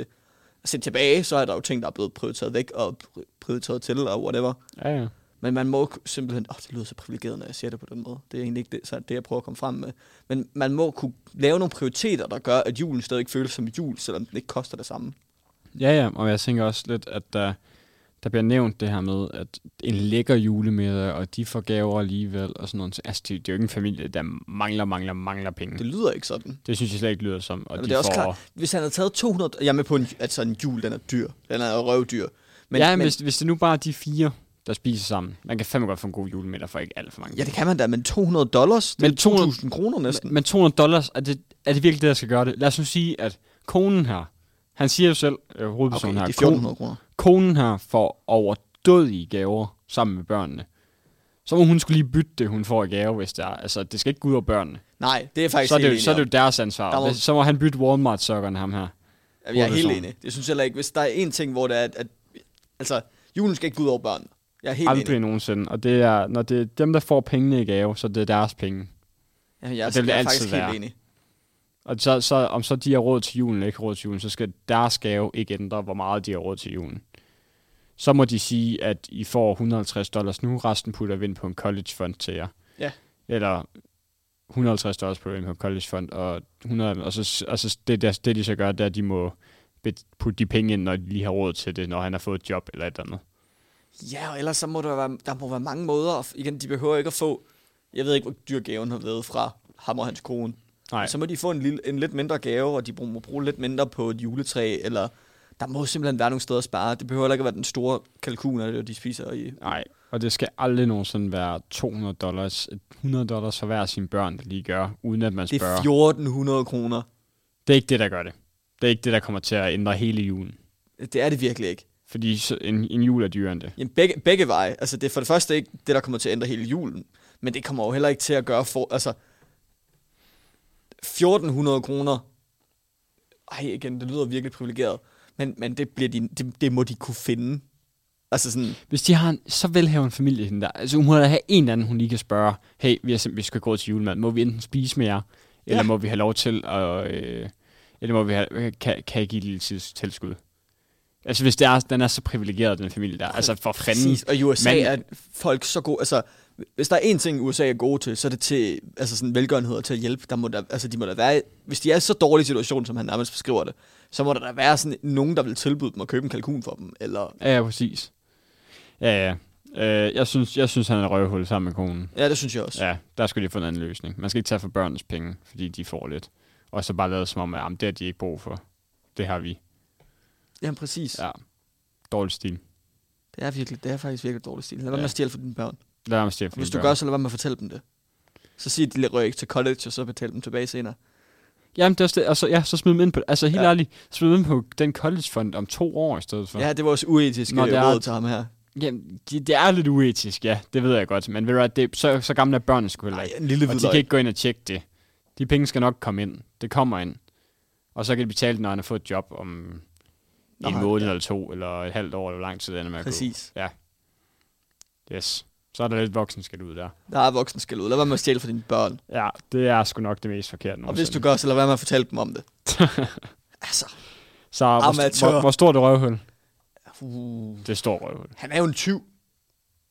[SPEAKER 9] at se tilbage, så er der jo ting, der er blevet prioriteret væk og pri- prioriteret til, og whatever.
[SPEAKER 8] Ja, ja.
[SPEAKER 9] Men man må ku- simpelthen... Åh, oh, det lyder så privilegeret, når jeg siger det på den måde. Det er egentlig ikke det, så det, jeg prøver at komme frem med. Men man må kunne lave nogle prioriteter, der gør, at julen stadig føles som jul, selvom den ikke koster det samme.
[SPEAKER 8] Mm. Ja, ja, og jeg tænker også lidt, at der, der bliver nævnt det her med, at en lækker julemiddag, og de får gaver alligevel, og sådan noget. Altså, det, det er jo ikke en familie, der mangler, mangler, mangler penge.
[SPEAKER 9] Det
[SPEAKER 8] Det,
[SPEAKER 9] lyder ikke sådan.
[SPEAKER 8] det synes jeg slet ikke lyder som. Og
[SPEAKER 9] Og
[SPEAKER 8] de
[SPEAKER 9] det er også
[SPEAKER 8] får,
[SPEAKER 9] klart, hvis han havde taget 200... Jeg er med på, en, at sådan en jul, den er dyr. Den er røvdyr.
[SPEAKER 8] Men, ja, men, hvis, hvis det nu bare er de fire, der spiser sammen. Man kan fandme godt få en god julemiddag for ikke alt for mange.
[SPEAKER 9] ja, det kan man da, men 200 dollars, det
[SPEAKER 8] Men 200
[SPEAKER 9] er 2.000 kroner næsten.
[SPEAKER 8] Men 200 dollars, er det, er det virkelig det, der skal gøre det? Lad os nu sige, at konen her, han siger jo selv, øh,
[SPEAKER 9] okay,
[SPEAKER 8] hovedpersonen
[SPEAKER 9] det er
[SPEAKER 8] her, konen,
[SPEAKER 9] 1.400 kroner.
[SPEAKER 8] konen her får overdødige gaver sammen med børnene. Så må hun skulle lige bytte det, hun får i gave, hvis det er. Altså, det skal ikke gå ud over børnene.
[SPEAKER 9] Nej, det er faktisk
[SPEAKER 8] Så er, det
[SPEAKER 9] helt
[SPEAKER 8] jo,
[SPEAKER 9] enig
[SPEAKER 8] så er det
[SPEAKER 9] om.
[SPEAKER 8] jo deres ansvar.
[SPEAKER 9] Der må-
[SPEAKER 8] Hvis- Så må han bytte Walmart-sokkerne, ham her.
[SPEAKER 9] Jamen, jeg er helt
[SPEAKER 8] Hovedpersonen.
[SPEAKER 9] enig. Jeg synes heller ikke, hvis der er en ting, hvor det er, at, at altså, julen skal ikke gå ud over børn. Jeg er helt
[SPEAKER 8] Aldrig
[SPEAKER 9] enig.
[SPEAKER 8] nogensinde. Og det er, når det er dem, der får pengene i gave, så er det deres penge.
[SPEAKER 9] Jamen, jeg,
[SPEAKER 8] Og det vil
[SPEAKER 9] jeg er
[SPEAKER 8] det
[SPEAKER 9] faktisk
[SPEAKER 8] altid være.
[SPEAKER 9] helt enig.
[SPEAKER 8] Og så, så, om så de har råd til julen eller ikke har råd til julen, så skal deres gave ikke ændre, hvor meget de har råd til julen. Så må de sige, at I får 150 dollars nu, resten putter vi ind på en collegefond til jer.
[SPEAKER 9] Ja.
[SPEAKER 8] Eller 150 dollars putter vi ind på en collegefond, og, 100, og så, og så det, det, det, de så gør, det er, at de må be- putte de penge ind, når de lige har råd til det, når han har fået et job eller et eller andet.
[SPEAKER 9] Ja, og ellers så må der, være, der må være mange måder. Og f- igen, de behøver ikke at få... Jeg ved ikke, hvor dyr gaven har været fra ham og hans kone.
[SPEAKER 8] Nej.
[SPEAKER 9] Men Så må de få en, lille, en lidt mindre gave, og de brug- må bruge lidt mindre på et juletræ, eller... Der må simpelthen være nogle steder at spare. Det behøver heller ikke at være den store kalkun, eller det, de spiser i.
[SPEAKER 8] Nej, og det skal aldrig nogensinde være 200 dollars, 100 dollars for hver af sine børn, der lige gør, uden at man
[SPEAKER 9] Det er
[SPEAKER 8] spørger.
[SPEAKER 9] 1400 kroner.
[SPEAKER 8] Det er ikke det, der gør det. Det er ikke det, der kommer til at ændre hele julen.
[SPEAKER 9] Det er det virkelig ikke.
[SPEAKER 8] Fordi så- en, en jul er dyrere end det.
[SPEAKER 9] Jamen, begge, begge veje. Altså, det er for det første ikke det, der kommer til at ændre hele julen, men det kommer jo heller ikke til at gøre for... Altså, 1400 kroner... Ej, igen, det lyder virkelig privilegeret, men, men det, bliver de, det, det må de kunne finde. Altså sådan,
[SPEAKER 8] Hvis de har en så velhavende familie, hende der, altså hun må da have en eller anden, hun lige kan spørge, hey, vi, er simpelthen, vi skal gå til julemad, må vi enten spise med jer, eller
[SPEAKER 9] Ja.
[SPEAKER 8] må vi have lov til at... Øh, eller må vi have, kan, kan jeg give et lille tids- tilskud? Altså hvis det er, den er så privilegeret, den familie der. Altså for fanden.
[SPEAKER 9] Præcis, og i USA
[SPEAKER 8] Man-
[SPEAKER 9] man, er folk så gode, altså hvis der er én ting, USA er gode til, så er det til altså sådan velgørenhed og til at hjælpe. Der må der, altså de må der være, hvis de er i så dårlig situation, som han nærmest beskriver det, så må der da være sådan nogen, der vil tilbyde dem at købe en kalkun for dem. Eller,
[SPEAKER 8] Ja, ja, præcis. Ja, ja. Øh, jeg, synes, jeg synes, han er et røvhul sammen med konen.
[SPEAKER 9] ja, det synes jeg også. Ja.
[SPEAKER 8] Ja, der skulle de have fundet en anden løsning. Man skal ikke tage for børnenes penge, fordi de får lidt. Og så bare lade som om, at "Jamen, det har de ikke brug for. Det har vi.
[SPEAKER 9] Jamen præcis. Ja.
[SPEAKER 8] Ja. Dårlig stil.
[SPEAKER 9] Det, er virkelig, det er faktisk virkelig dårlig stil. Lad være
[SPEAKER 8] Ja.
[SPEAKER 9] med at stjæle for dine børn.
[SPEAKER 8] Lad mig stjæle for
[SPEAKER 9] Hvis
[SPEAKER 8] dine
[SPEAKER 9] du
[SPEAKER 8] børn.
[SPEAKER 9] gør, så lad være med at fortælle dem det. Så sig, de røg ikke til college, og så betal dem tilbage senere.
[SPEAKER 8] Jamen, det er også det. Altså, ja, så smid dem ind på... Altså, helt ja.
[SPEAKER 9] Ja.
[SPEAKER 8] ærligt, smid dem ind på den collegefond om to år i stedet for.
[SPEAKER 9] Ja, det var også uetiske
[SPEAKER 8] Nå,
[SPEAKER 9] Nå,
[SPEAKER 8] det er-
[SPEAKER 9] råd til ham her.
[SPEAKER 8] Jamen, det, det er lidt uetisk, ja. Det ved jeg godt. Men ved du hvad, det, så, så gamle er børnene sgu heller
[SPEAKER 9] Ej,
[SPEAKER 8] ikke.
[SPEAKER 9] en lille
[SPEAKER 8] Og de
[SPEAKER 9] hvidløg.
[SPEAKER 8] kan ikke gå ind og tjekke det. De penge skal nok komme ind. Det kommer ind. Og så kan de betale det, når han har fået et job om
[SPEAKER 9] Nå,
[SPEAKER 8] en
[SPEAKER 9] ja.
[SPEAKER 8] måned eller to, eller et halvt år, eller hvor lang tid det ender med at gå.
[SPEAKER 9] Præcis.
[SPEAKER 8] Ja. Yes. Så er der lidt voksen skal ud der.
[SPEAKER 9] Der er voksen skal ud. Lad være med at stjæle for dine børn.
[SPEAKER 8] Ja, det er sgu nok det mest forkerte
[SPEAKER 9] Og hvis du
[SPEAKER 8] nogensinde.
[SPEAKER 9] gør, så lad være med at fortælle dem om det. altså,
[SPEAKER 8] Så hvor,
[SPEAKER 9] Amatør.
[SPEAKER 8] hvor, hvor stort er røvhul?
[SPEAKER 9] uh,
[SPEAKER 8] Det er stort røvhul.
[SPEAKER 9] han er jo en 20.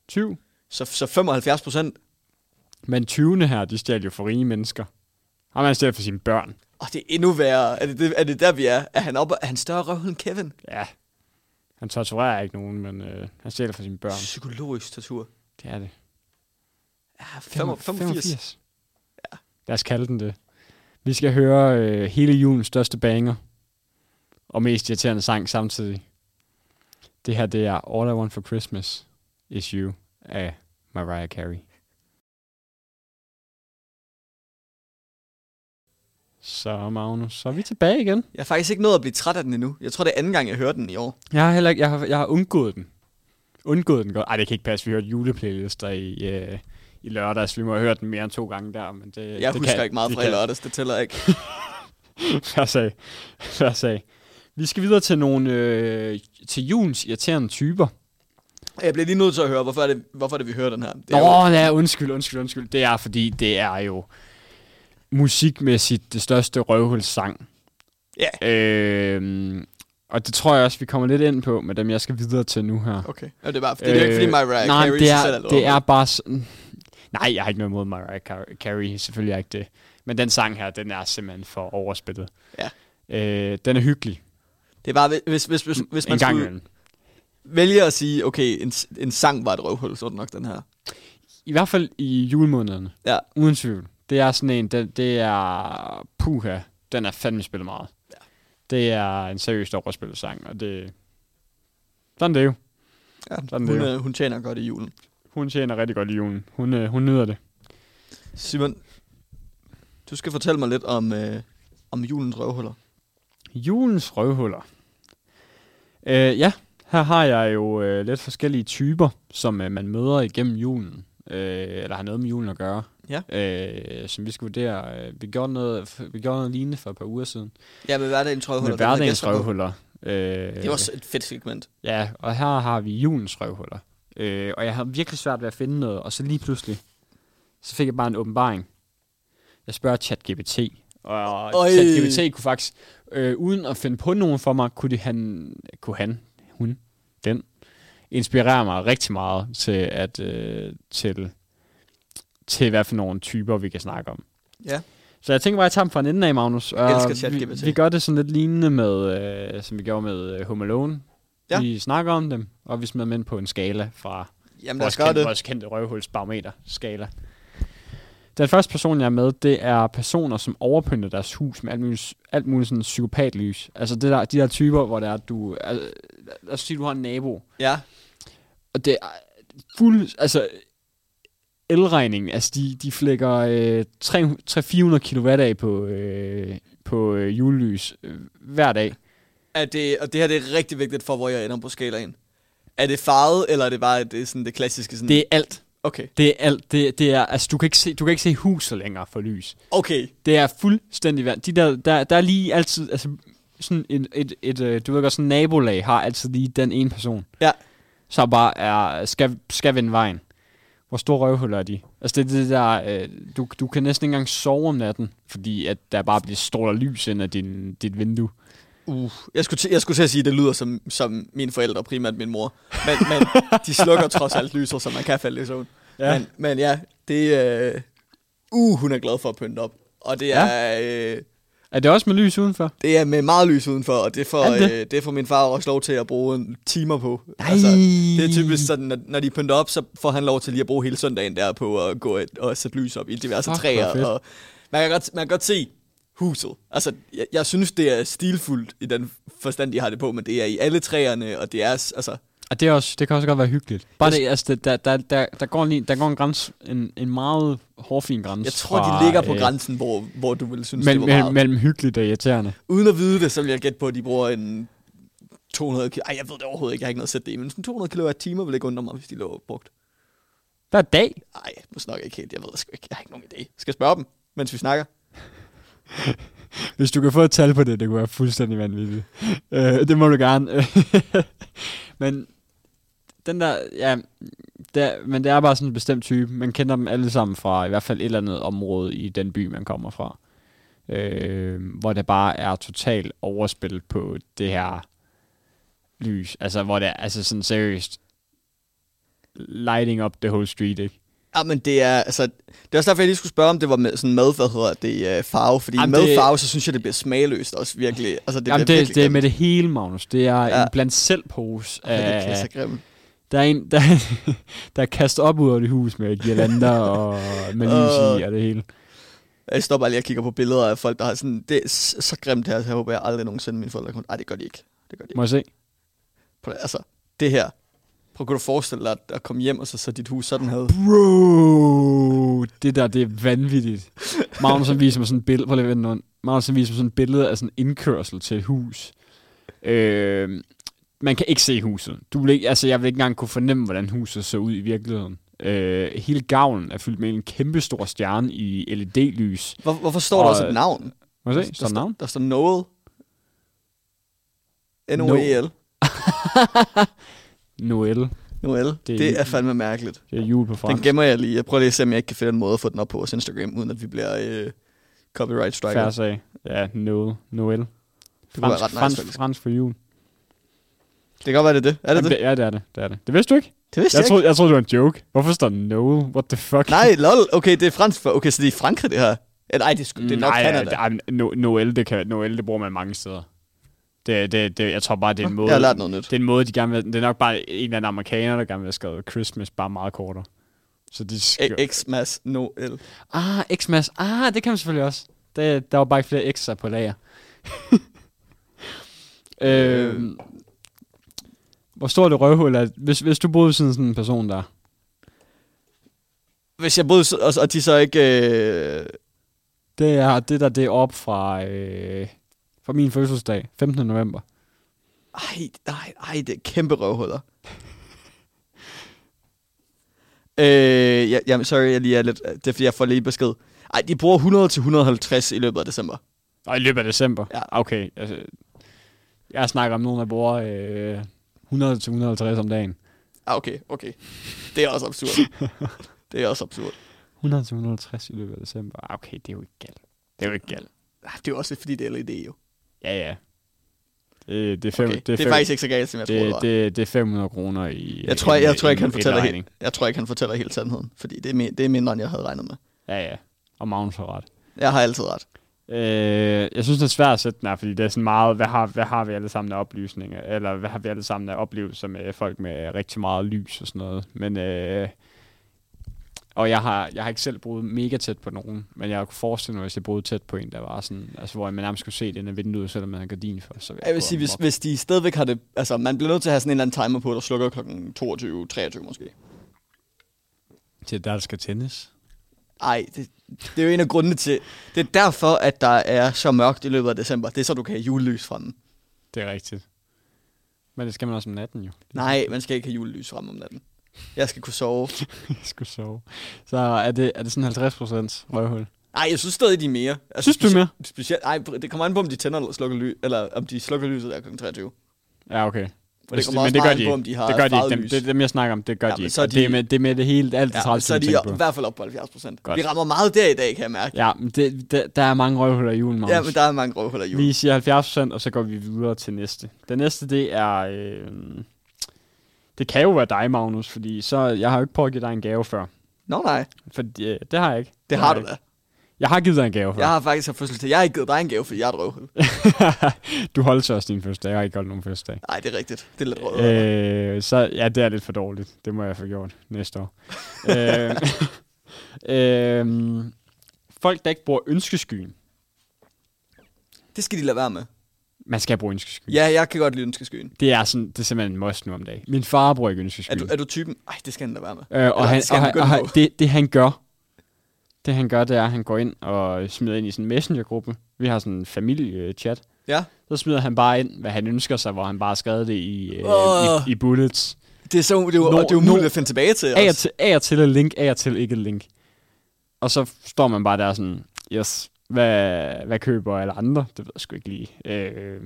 [SPEAKER 8] 20.
[SPEAKER 9] Så, så 75 procent.
[SPEAKER 8] Men 20'erne her, de stjal jo for rige mennesker. Har man stjal for sine børn.
[SPEAKER 9] Og det er endnu værre. Er det, det, er det der, vi er? Er han, oppe, er han større røvhul end Kevin?
[SPEAKER 8] Ja. Han torturerer ikke nogen, men øh, han stjæler for sine børn.
[SPEAKER 9] Psykologisk tortur.
[SPEAKER 8] Det er det.
[SPEAKER 9] Ja, 85. 85.
[SPEAKER 8] Ja. Lad os kalde den det. Vi skal høre øh, hele julens største banger. Og mest irriterende sang samtidig. Det her, det er All I Want For Christmas Is You af Mariah Carey. Så Magnus, så er vi tilbage igen.
[SPEAKER 9] Jeg har faktisk ikke nået at blive træt af den endnu. Jeg tror, det er anden gang, jeg hører den i år.
[SPEAKER 8] Jeg har heller ikke, jeg har, jeg har undgået den. Undgået den godt. Ej, det kan ikke passe. Vi hørte juleplaylister i, øh, i lørdags. Vi må have hørt den mere end to gange der. Men det,
[SPEAKER 9] Jeg
[SPEAKER 8] det
[SPEAKER 9] husker
[SPEAKER 8] kan,
[SPEAKER 9] ikke meget
[SPEAKER 8] det
[SPEAKER 9] fra i
[SPEAKER 8] kan-
[SPEAKER 9] lørdags, det tæller ikke.
[SPEAKER 8] Fair sag. Fair sag. Vi skal videre til nogle øh, til julens irriterende typer.
[SPEAKER 9] Og Jeg bliver lige nødt til at høre, hvorfor er det, hvorfor er det vi hører den her. Det
[SPEAKER 8] Nå,
[SPEAKER 9] er jo,
[SPEAKER 8] ja, undskyld, undskyld, undskyld. Det er, fordi det er jo musikmæssigt det største røvhulssang.
[SPEAKER 9] Ja.
[SPEAKER 8] Øh, og det tror jeg også, vi kommer lidt ind på med dem, jeg skal videre til nu her.
[SPEAKER 9] okay. Jamen, det er bare, det er jo ikke fordi Mariah
[SPEAKER 8] Øh, nej,
[SPEAKER 9] Carey
[SPEAKER 8] det
[SPEAKER 9] sig
[SPEAKER 8] er,
[SPEAKER 9] selv er
[SPEAKER 8] det
[SPEAKER 9] lort.
[SPEAKER 8] er bare sådan... Nej, jeg har ikke noget imod Mariah Car- Carey, selvfølgelig er jeg ikke det. Men den sang her, den er simpelthen for overspillet.
[SPEAKER 9] Ja.
[SPEAKER 8] Øh, den er hyggelig,
[SPEAKER 9] Det er bare, hvis, hvis, hvis, hvis
[SPEAKER 8] Mm, en
[SPEAKER 9] man
[SPEAKER 8] gang
[SPEAKER 9] skulle
[SPEAKER 8] imellem.
[SPEAKER 9] vælge at sige, okay, en, en sang var et røvhul, så er det nok den her.
[SPEAKER 8] I hvert fald i julemånederne,
[SPEAKER 9] Ja.
[SPEAKER 8] uden tvivl. Det er sådan en, den, det er... Puha, den er fandme spillet meget. Ja. Det er en seriøst overspillet sang, og det... Sådan det er jo.
[SPEAKER 9] Ja,
[SPEAKER 8] Sådan
[SPEAKER 9] hun,
[SPEAKER 8] det er
[SPEAKER 9] øh, hun tjener godt i julen.
[SPEAKER 8] Hun tjener rigtig godt i julen. Hun, øh, hun nyder det.
[SPEAKER 9] Simon, du skal fortælle mig lidt om, øh, om julens røvhuller.
[SPEAKER 8] Julens røvhuller. Øh, ja, her har jeg jo øh, lidt forskellige typer, som øh, man møder igennem julen. Øh, eller har noget med julen at gøre.
[SPEAKER 9] Ja.
[SPEAKER 8] Øh, som vi skal vurdere. Øh, Vi gjorde, noget, vi gjorde noget lignende for et par uger siden.
[SPEAKER 9] Ja, med hverdagens røvhuller.
[SPEAKER 8] med hverdagens røvhuller. Øh,
[SPEAKER 9] Det var også et fedt segment.
[SPEAKER 8] Ja, og her har vi julens røvhuller. Øh, og jeg havde virkelig svært ved at finde noget, og så lige pludselig, så fik jeg bare en åbenbaring. Jeg spørger ChatGPT, og
[SPEAKER 9] Øj.
[SPEAKER 8] ChatGPT kunne faktisk, øh, uden at finde på nogen for mig, kunne, de, han, kunne han, hun, den, inspirere mig rigtig meget til, at, øh, til, til hvad for nogle typer, vi kan snakke om.
[SPEAKER 9] Ja.
[SPEAKER 8] Så jeg tænker bare, at jeg tager dem fra en ende af, Magnus. Og
[SPEAKER 9] elsker
[SPEAKER 8] vi,
[SPEAKER 9] ChatGPT.
[SPEAKER 8] vi gør det sådan lidt lignende med, øh, som vi gjorde med øh, Home Alone. Ja.
[SPEAKER 9] Ja.
[SPEAKER 8] Vi snakker om dem, og vi smider dem ind på en skala fra
[SPEAKER 9] Jamen, lad
[SPEAKER 8] vores
[SPEAKER 9] os gøre
[SPEAKER 8] kendte,
[SPEAKER 9] det.
[SPEAKER 8] vores kendte røvhulsbarometer-skala. Den første person, jeg er med, det er personer, som overpynter deres hus med alt muligt, alt muligt sådan psykopatlys. Altså det der, de der typer, hvor det er, at du... Altså, lad os sige, du har en nabo,
[SPEAKER 9] Ja,
[SPEAKER 8] og det er fuld, altså elregningen, altså de, de flækker øh, 300-400 kW af på, øh, på øh, julelys øh, hver dag.
[SPEAKER 9] er det, og det her det er rigtig vigtigt for, hvor jeg ender på skalaen. Er det farvet, eller er det bare det, sådan det klassiske? Sådan,
[SPEAKER 8] Det er alt.
[SPEAKER 9] Okay,
[SPEAKER 8] Det er alt. Det, det er, altså du kan, ikke se, du kan ikke se huset længere for lys.
[SPEAKER 9] okay.
[SPEAKER 8] Det er fuldstændig værd. De der, der, der er lige altid, altså sådan et, et, et øh, du ved godt, sådan en nabolag har altid lige den ene person.
[SPEAKER 9] Ja.
[SPEAKER 8] Så bare er, skal, skal vende vejen. Hvor store røvhuller er de? Altså det er det der, øh, du, du kan næsten ikke engang sove om natten, fordi at der bare bliver stråler lys ind af din, dit vindue.
[SPEAKER 9] Uh, jeg, skulle til, jeg skulle til at sige, at det lyder som, som mine forældre, primært min mor. Men, men de slukker trods alt lyset, så man kan falde i søvn. Ja. Men, men ja, det øh, uh, hun er glad for at pynte op. Og det
[SPEAKER 8] Ja.
[SPEAKER 9] er, ja. øh,
[SPEAKER 8] Er det også med lys udenfor?
[SPEAKER 9] det er med meget lys udenfor, og det får,
[SPEAKER 8] Er det
[SPEAKER 9] det?
[SPEAKER 8] det?
[SPEAKER 9] Øh, det får min far også lov til at bruge en timer på. Altså,
[SPEAKER 8] Nej.
[SPEAKER 9] det er typisk sådan, når, når de pynter op, så får han lov til lige at bruge hele søndagen der på at gå et, og sætte lys op i diverse
[SPEAKER 8] Fuck, hvor
[SPEAKER 9] træer.
[SPEAKER 8] fedt.
[SPEAKER 9] Og man, kan godt, man kan godt se huset. Altså, jeg, jeg synes, det er stilfuldt i den forstand, de har det på, men det er i alle træerne, og det er... s- Altså,
[SPEAKER 8] Og det, er også, det kan også godt være hyggeligt. Bare
[SPEAKER 9] Jeg-
[SPEAKER 8] det, altså, det- der, der, der, der, går, lige, der går en, grænse, en, en meget hårfin grænse.
[SPEAKER 9] jeg tror,
[SPEAKER 8] fra,
[SPEAKER 9] de ligger på
[SPEAKER 8] øh,
[SPEAKER 9] grænsen, hvor, hvor du vil synes, det
[SPEAKER 8] Mellem,
[SPEAKER 9] var
[SPEAKER 8] mellem,
[SPEAKER 9] meget.
[SPEAKER 8] mellem hyggeligt og irriterende.
[SPEAKER 9] Uden at vide det, så vil jeg gætte på, at de bruger en 200 kilo. Ej, jeg ved det overhovedet ikke. Jeg har ikke noget at sætte det i. Men sådan 200 kilo timer vil ikke undre mig, hvis de lå brugt.
[SPEAKER 8] Hver dag?
[SPEAKER 9] Ej, måske nok ikke helt. Jeg ved det sgu ikke. Jeg har ikke nogen idé. Skal jeg spørge dem, mens vi snakker?
[SPEAKER 8] Hvis du kan få et tal på det, det kunne være fuldstændig vanvittigt. Øh, det må du gerne. men den der, ja, der, men det er bare sådan en bestemt type. Man kender dem alle sammen fra i hvert fald et eller andet område i den by, man kommer fra. Øh, hvor det bare er totalt overspil på det her lys. Altså, hvor det er, altså sådan seriøst, lighting up the whole street, ikke?
[SPEAKER 9] Ja, men det er, altså, det er også derfor, jeg lige skulle spørge, om det var med, sådan med, hvad hedder det, øh, farve. Fordi
[SPEAKER 8] Jamen,
[SPEAKER 9] med
[SPEAKER 8] det-
[SPEAKER 9] farve, så synes jeg, det bliver smagløst også virkelig. Altså, det
[SPEAKER 8] Det Jamen,
[SPEAKER 9] bliver
[SPEAKER 8] det,
[SPEAKER 9] virkelig
[SPEAKER 8] det er
[SPEAKER 9] grimt.
[SPEAKER 8] med det hele, Magnus. Det er ja.
[SPEAKER 9] Ja.
[SPEAKER 8] en blandt selv pose
[SPEAKER 9] Ja, det
[SPEAKER 8] af,
[SPEAKER 9] bliver så grimt.
[SPEAKER 8] Der er en, der, der er kastet op ud over det hus med girlander og med lys i og det hele.
[SPEAKER 9] Jeg står bare lige og kigger på billeder af folk, der har sådan, det er s- så grimt det her, så jeg håber, jeg aldrig nogensinde mine forældre kommer. Ej, det gør de ikke. Det gør de ikke.
[SPEAKER 8] Må jeg se?
[SPEAKER 9] Prøv, at- altså, det her. Prøv, kunne du forestille dig at- at komme hjem, og så, så dit hus sådan havde?
[SPEAKER 8] Bro, det der, det er vanvittigt. Magnus han viser mig sådan et billede, prøv lige at vende den rundt. Magnus han viser mig sådan et billede af sådan en indkørsel til et hus. Øh, man kan ikke se huset. Du vil ikke, altså, jeg vil ikke engang kunne fornemme, hvordan huset så ud i virkeligheden. Øh, hele gavlen er fyldt med en kæmpe stor stjerne i LED-lys.
[SPEAKER 9] Hvor, hvorfor står og,
[SPEAKER 8] Og-
[SPEAKER 9] der også et navn?
[SPEAKER 8] Må jeg
[SPEAKER 9] Der-
[SPEAKER 8] se? Står der navn?
[SPEAKER 9] Der står Noel. E N-O-E-L.
[SPEAKER 8] Noel.
[SPEAKER 9] Noel.
[SPEAKER 8] Det er
[SPEAKER 9] Det, det er
[SPEAKER 8] jul.
[SPEAKER 9] fandme mærkeligt.
[SPEAKER 8] Det er jul på fransk.
[SPEAKER 9] Den gemmer jeg lige. Jeg prøver lige at se, om jeg ikke kan finde en måde at få den op på vores Instagram, uden at vi bliver øh, copyright striker.
[SPEAKER 8] Færre sag. Ja, Noel. Noel.
[SPEAKER 9] kunne
[SPEAKER 8] Fransk,
[SPEAKER 9] være ret nice,
[SPEAKER 8] fransk,
[SPEAKER 9] faktisk.
[SPEAKER 8] fransk for jul.
[SPEAKER 9] Det kan godt være, det er det. Er det
[SPEAKER 8] Jamen,
[SPEAKER 9] det?
[SPEAKER 8] Ja, det er det. Det er det. Det vidste du ikke?
[SPEAKER 9] Det vidste jeg,
[SPEAKER 8] Jeg troede, jeg troede, det var en joke. Hvorfor står Noel? What the fuck?
[SPEAKER 9] ikke. Nej, lol. Okay, det er fransk. For. Okay, så det er i Frankrig, det her. Eller, ej, det er, sgu- det er nok
[SPEAKER 8] Nej,
[SPEAKER 9] Canada.
[SPEAKER 8] ej, no, Noel, det kan, Noel, det bruger man mange steder. Det, det, det, jeg tror bare, det er en måde...
[SPEAKER 9] Jeg har lært noget nyt.
[SPEAKER 8] Det er en måde, de gerne vil... Det er nok bare en eller anden amerikaner, der gerne vil have skrevet Christmas, bare meget kortere. Så de skriver...
[SPEAKER 9] X-Mas Noel.
[SPEAKER 8] Ah, Xmas. Ah, det kan man selvfølgelig også. Det, der var bare ikke flere X'er på lager. øh, hvor stort et røvhul er hvis, hvis du boede ved siden af sådan en person der?
[SPEAKER 9] Hvis jeg boede, så- og, og de så ikke... Øh,
[SPEAKER 8] Det er det der, det er op fra, øh, fra min fødselsdag, 15. november.
[SPEAKER 9] Ej, nej, ej, det er kæmpe røvhuller. øh, jeg, jeg, sorry, jeg lige er lidt... Det er, fordi jeg får lige besked. Ej, de bruger 100-150 i løbet af december.
[SPEAKER 8] Og i løbet af december?
[SPEAKER 9] Ja.
[SPEAKER 8] Okay. Altså, jeg snakker om nogen, der bruger øh, 100-150 om dagen.
[SPEAKER 9] Ah, okay, okay. Det er også absurd. det er også absurd.
[SPEAKER 8] 100-150 i løbet af december. Ah, Okay, det er jo ikke galt. Det er jo ikke galt.
[SPEAKER 9] Ah, Det er jo også lidt, fordi det er LED jo.
[SPEAKER 8] Ja, ja. Det, det er fem,
[SPEAKER 9] Okay, det, er
[SPEAKER 8] fem,
[SPEAKER 9] faktisk ikke så galt, som jeg troede, det
[SPEAKER 8] det,
[SPEAKER 9] var.
[SPEAKER 8] det, det er 500 kroner i
[SPEAKER 9] jeg tror, jeg, jeg, tror ikke, han
[SPEAKER 8] en
[SPEAKER 9] fortæller
[SPEAKER 8] regning.
[SPEAKER 9] helt, jeg tror ikke, han fortæller helt sandheden, fordi det er, me- det er mindre, end jeg havde regnet med.
[SPEAKER 8] Ja, ja. Og Magnus har ret.
[SPEAKER 9] Jeg har altid ret.
[SPEAKER 8] Øh, jeg synes, det er svært at sætte den her, fordi det er sådan meget, hvad har, hvad har vi alle sammen af oplysninger, eller hvad har vi alle sammen af oplevelser med folk med øh, rigtig meget lys og sådan noget. Men, øh, og jeg har, jeg har ikke selv boet mega tæt på nogen, men jeg kunne forestille mig, hvis jeg boede tæt på en, der var sådan, altså hvor man nærmest kunne se det ind ad vinduet, selvom man havde gardin for. Så
[SPEAKER 9] Jeg vil sige, hvis, hvis de stadigvæk har det... Altså, man bliver nødt til at have sådan en eller anden timer på, der slukker klokken 22-23 måske.
[SPEAKER 8] Til der, der skal tændes.
[SPEAKER 9] Ej, det, det er jo en af grundene til... Det er derfor, at der er så mørkt i løbet af december. Det er så, du kan have julelys fremme.
[SPEAKER 8] Det er rigtigt. Men det skal man også om natten jo.
[SPEAKER 9] Nej, man skal ikke have julelys fremme om natten. Jeg skal kunne sove.
[SPEAKER 8] Jeg skulle sove. Så er det, er det sådan 50 procent røghul?
[SPEAKER 9] Nej, jeg synes stadig, de er mere. Altså,
[SPEAKER 8] Synes du
[SPEAKER 9] speci-
[SPEAKER 8] mere?
[SPEAKER 9] Specielt, ej, det kommer an på, om de tænder eller slukker lys, eller om de slukker lyset der kl. 23.
[SPEAKER 8] Ja, okay.
[SPEAKER 9] Og det kommer også meget an på, om de har
[SPEAKER 8] det gør de ikke.
[SPEAKER 9] farvet
[SPEAKER 8] Dem,
[SPEAKER 9] lys.
[SPEAKER 8] det, dem, jeg snakker om, det gør
[SPEAKER 9] Ja,
[SPEAKER 8] ja,
[SPEAKER 9] men
[SPEAKER 8] de ikke.
[SPEAKER 9] så er
[SPEAKER 8] Og det,
[SPEAKER 9] de-
[SPEAKER 8] er med, det er med det hele, alt det
[SPEAKER 9] Ja,
[SPEAKER 8] træls,
[SPEAKER 9] så er de
[SPEAKER 8] tænker
[SPEAKER 9] i
[SPEAKER 8] på.
[SPEAKER 9] hvert fald op på 70 procent.
[SPEAKER 8] Godt.
[SPEAKER 9] Vi rammer meget der i dag, kan jeg mærke.
[SPEAKER 8] Ja, men det, det, der er mange røvhuller i julen, Magnus.
[SPEAKER 9] Ja, men der er mange røvhuller i
[SPEAKER 8] Vi
[SPEAKER 9] julen.
[SPEAKER 8] siger 70%, og så går vi videre til næste. Den næste, det er... Øh, det kan jo være dig, Magnus, fordi så, jeg har jo ikke prøvet at give dig en gave før.
[SPEAKER 9] Nå nej,
[SPEAKER 8] For øh, det har jeg ikke.
[SPEAKER 9] det har du da.
[SPEAKER 8] Jeg har givet dig en gave før.
[SPEAKER 9] Jeg har faktisk haft fødselsdag. Jeg har ikke givet dig en gave, fordi jeg er et røvhul.
[SPEAKER 8] du holdt så også din første dag. Jeg har ikke holdt nogen første dag.
[SPEAKER 9] Nej, det er rigtigt. Det er lidt røvhul.
[SPEAKER 8] Øh, så ja, det er lidt for dårligt. Det må jeg få gjort næste år. øh, øh, folk, der ikke bruger ønskeskyen.
[SPEAKER 9] Det skal de lade være med.
[SPEAKER 8] Man skal bruge ønskeskyen.
[SPEAKER 9] Ja, jeg kan godt lide ønskeskyen.
[SPEAKER 8] Det er, sådan, det er simpelthen en must nu om dagen. Min far bruger ikke ønskeskyen.
[SPEAKER 9] Er du, er du typen? Nej, det skal han lade være med.
[SPEAKER 8] Øh, og
[SPEAKER 9] Eller
[SPEAKER 8] han,
[SPEAKER 9] skal
[SPEAKER 8] og,
[SPEAKER 9] han
[SPEAKER 8] han,
[SPEAKER 9] begynde
[SPEAKER 8] og han,
[SPEAKER 9] på?
[SPEAKER 8] det, det han gør, det han gør, det er, at han går ind og smider ind i sådan en messengergruppe. Vi har sådan en familie-chat.
[SPEAKER 9] Ja,
[SPEAKER 8] Så smider han bare ind, hvad han ønsker sig, hvor han bare har skrevet det i, øh,
[SPEAKER 9] Åh.
[SPEAKER 8] i, i bullets.
[SPEAKER 9] det er, så, det er, jo,
[SPEAKER 8] Nå,
[SPEAKER 9] det er jo umuligt
[SPEAKER 8] nå.
[SPEAKER 9] at finde tilbage til. altså.
[SPEAKER 8] Af og,
[SPEAKER 9] også.
[SPEAKER 8] til, af og til er link, af og til ikke et link. Og så står man bare der sådan, yes, hvad, hvad køber alle andre? Det ved jeg sgu ikke lige. Øh,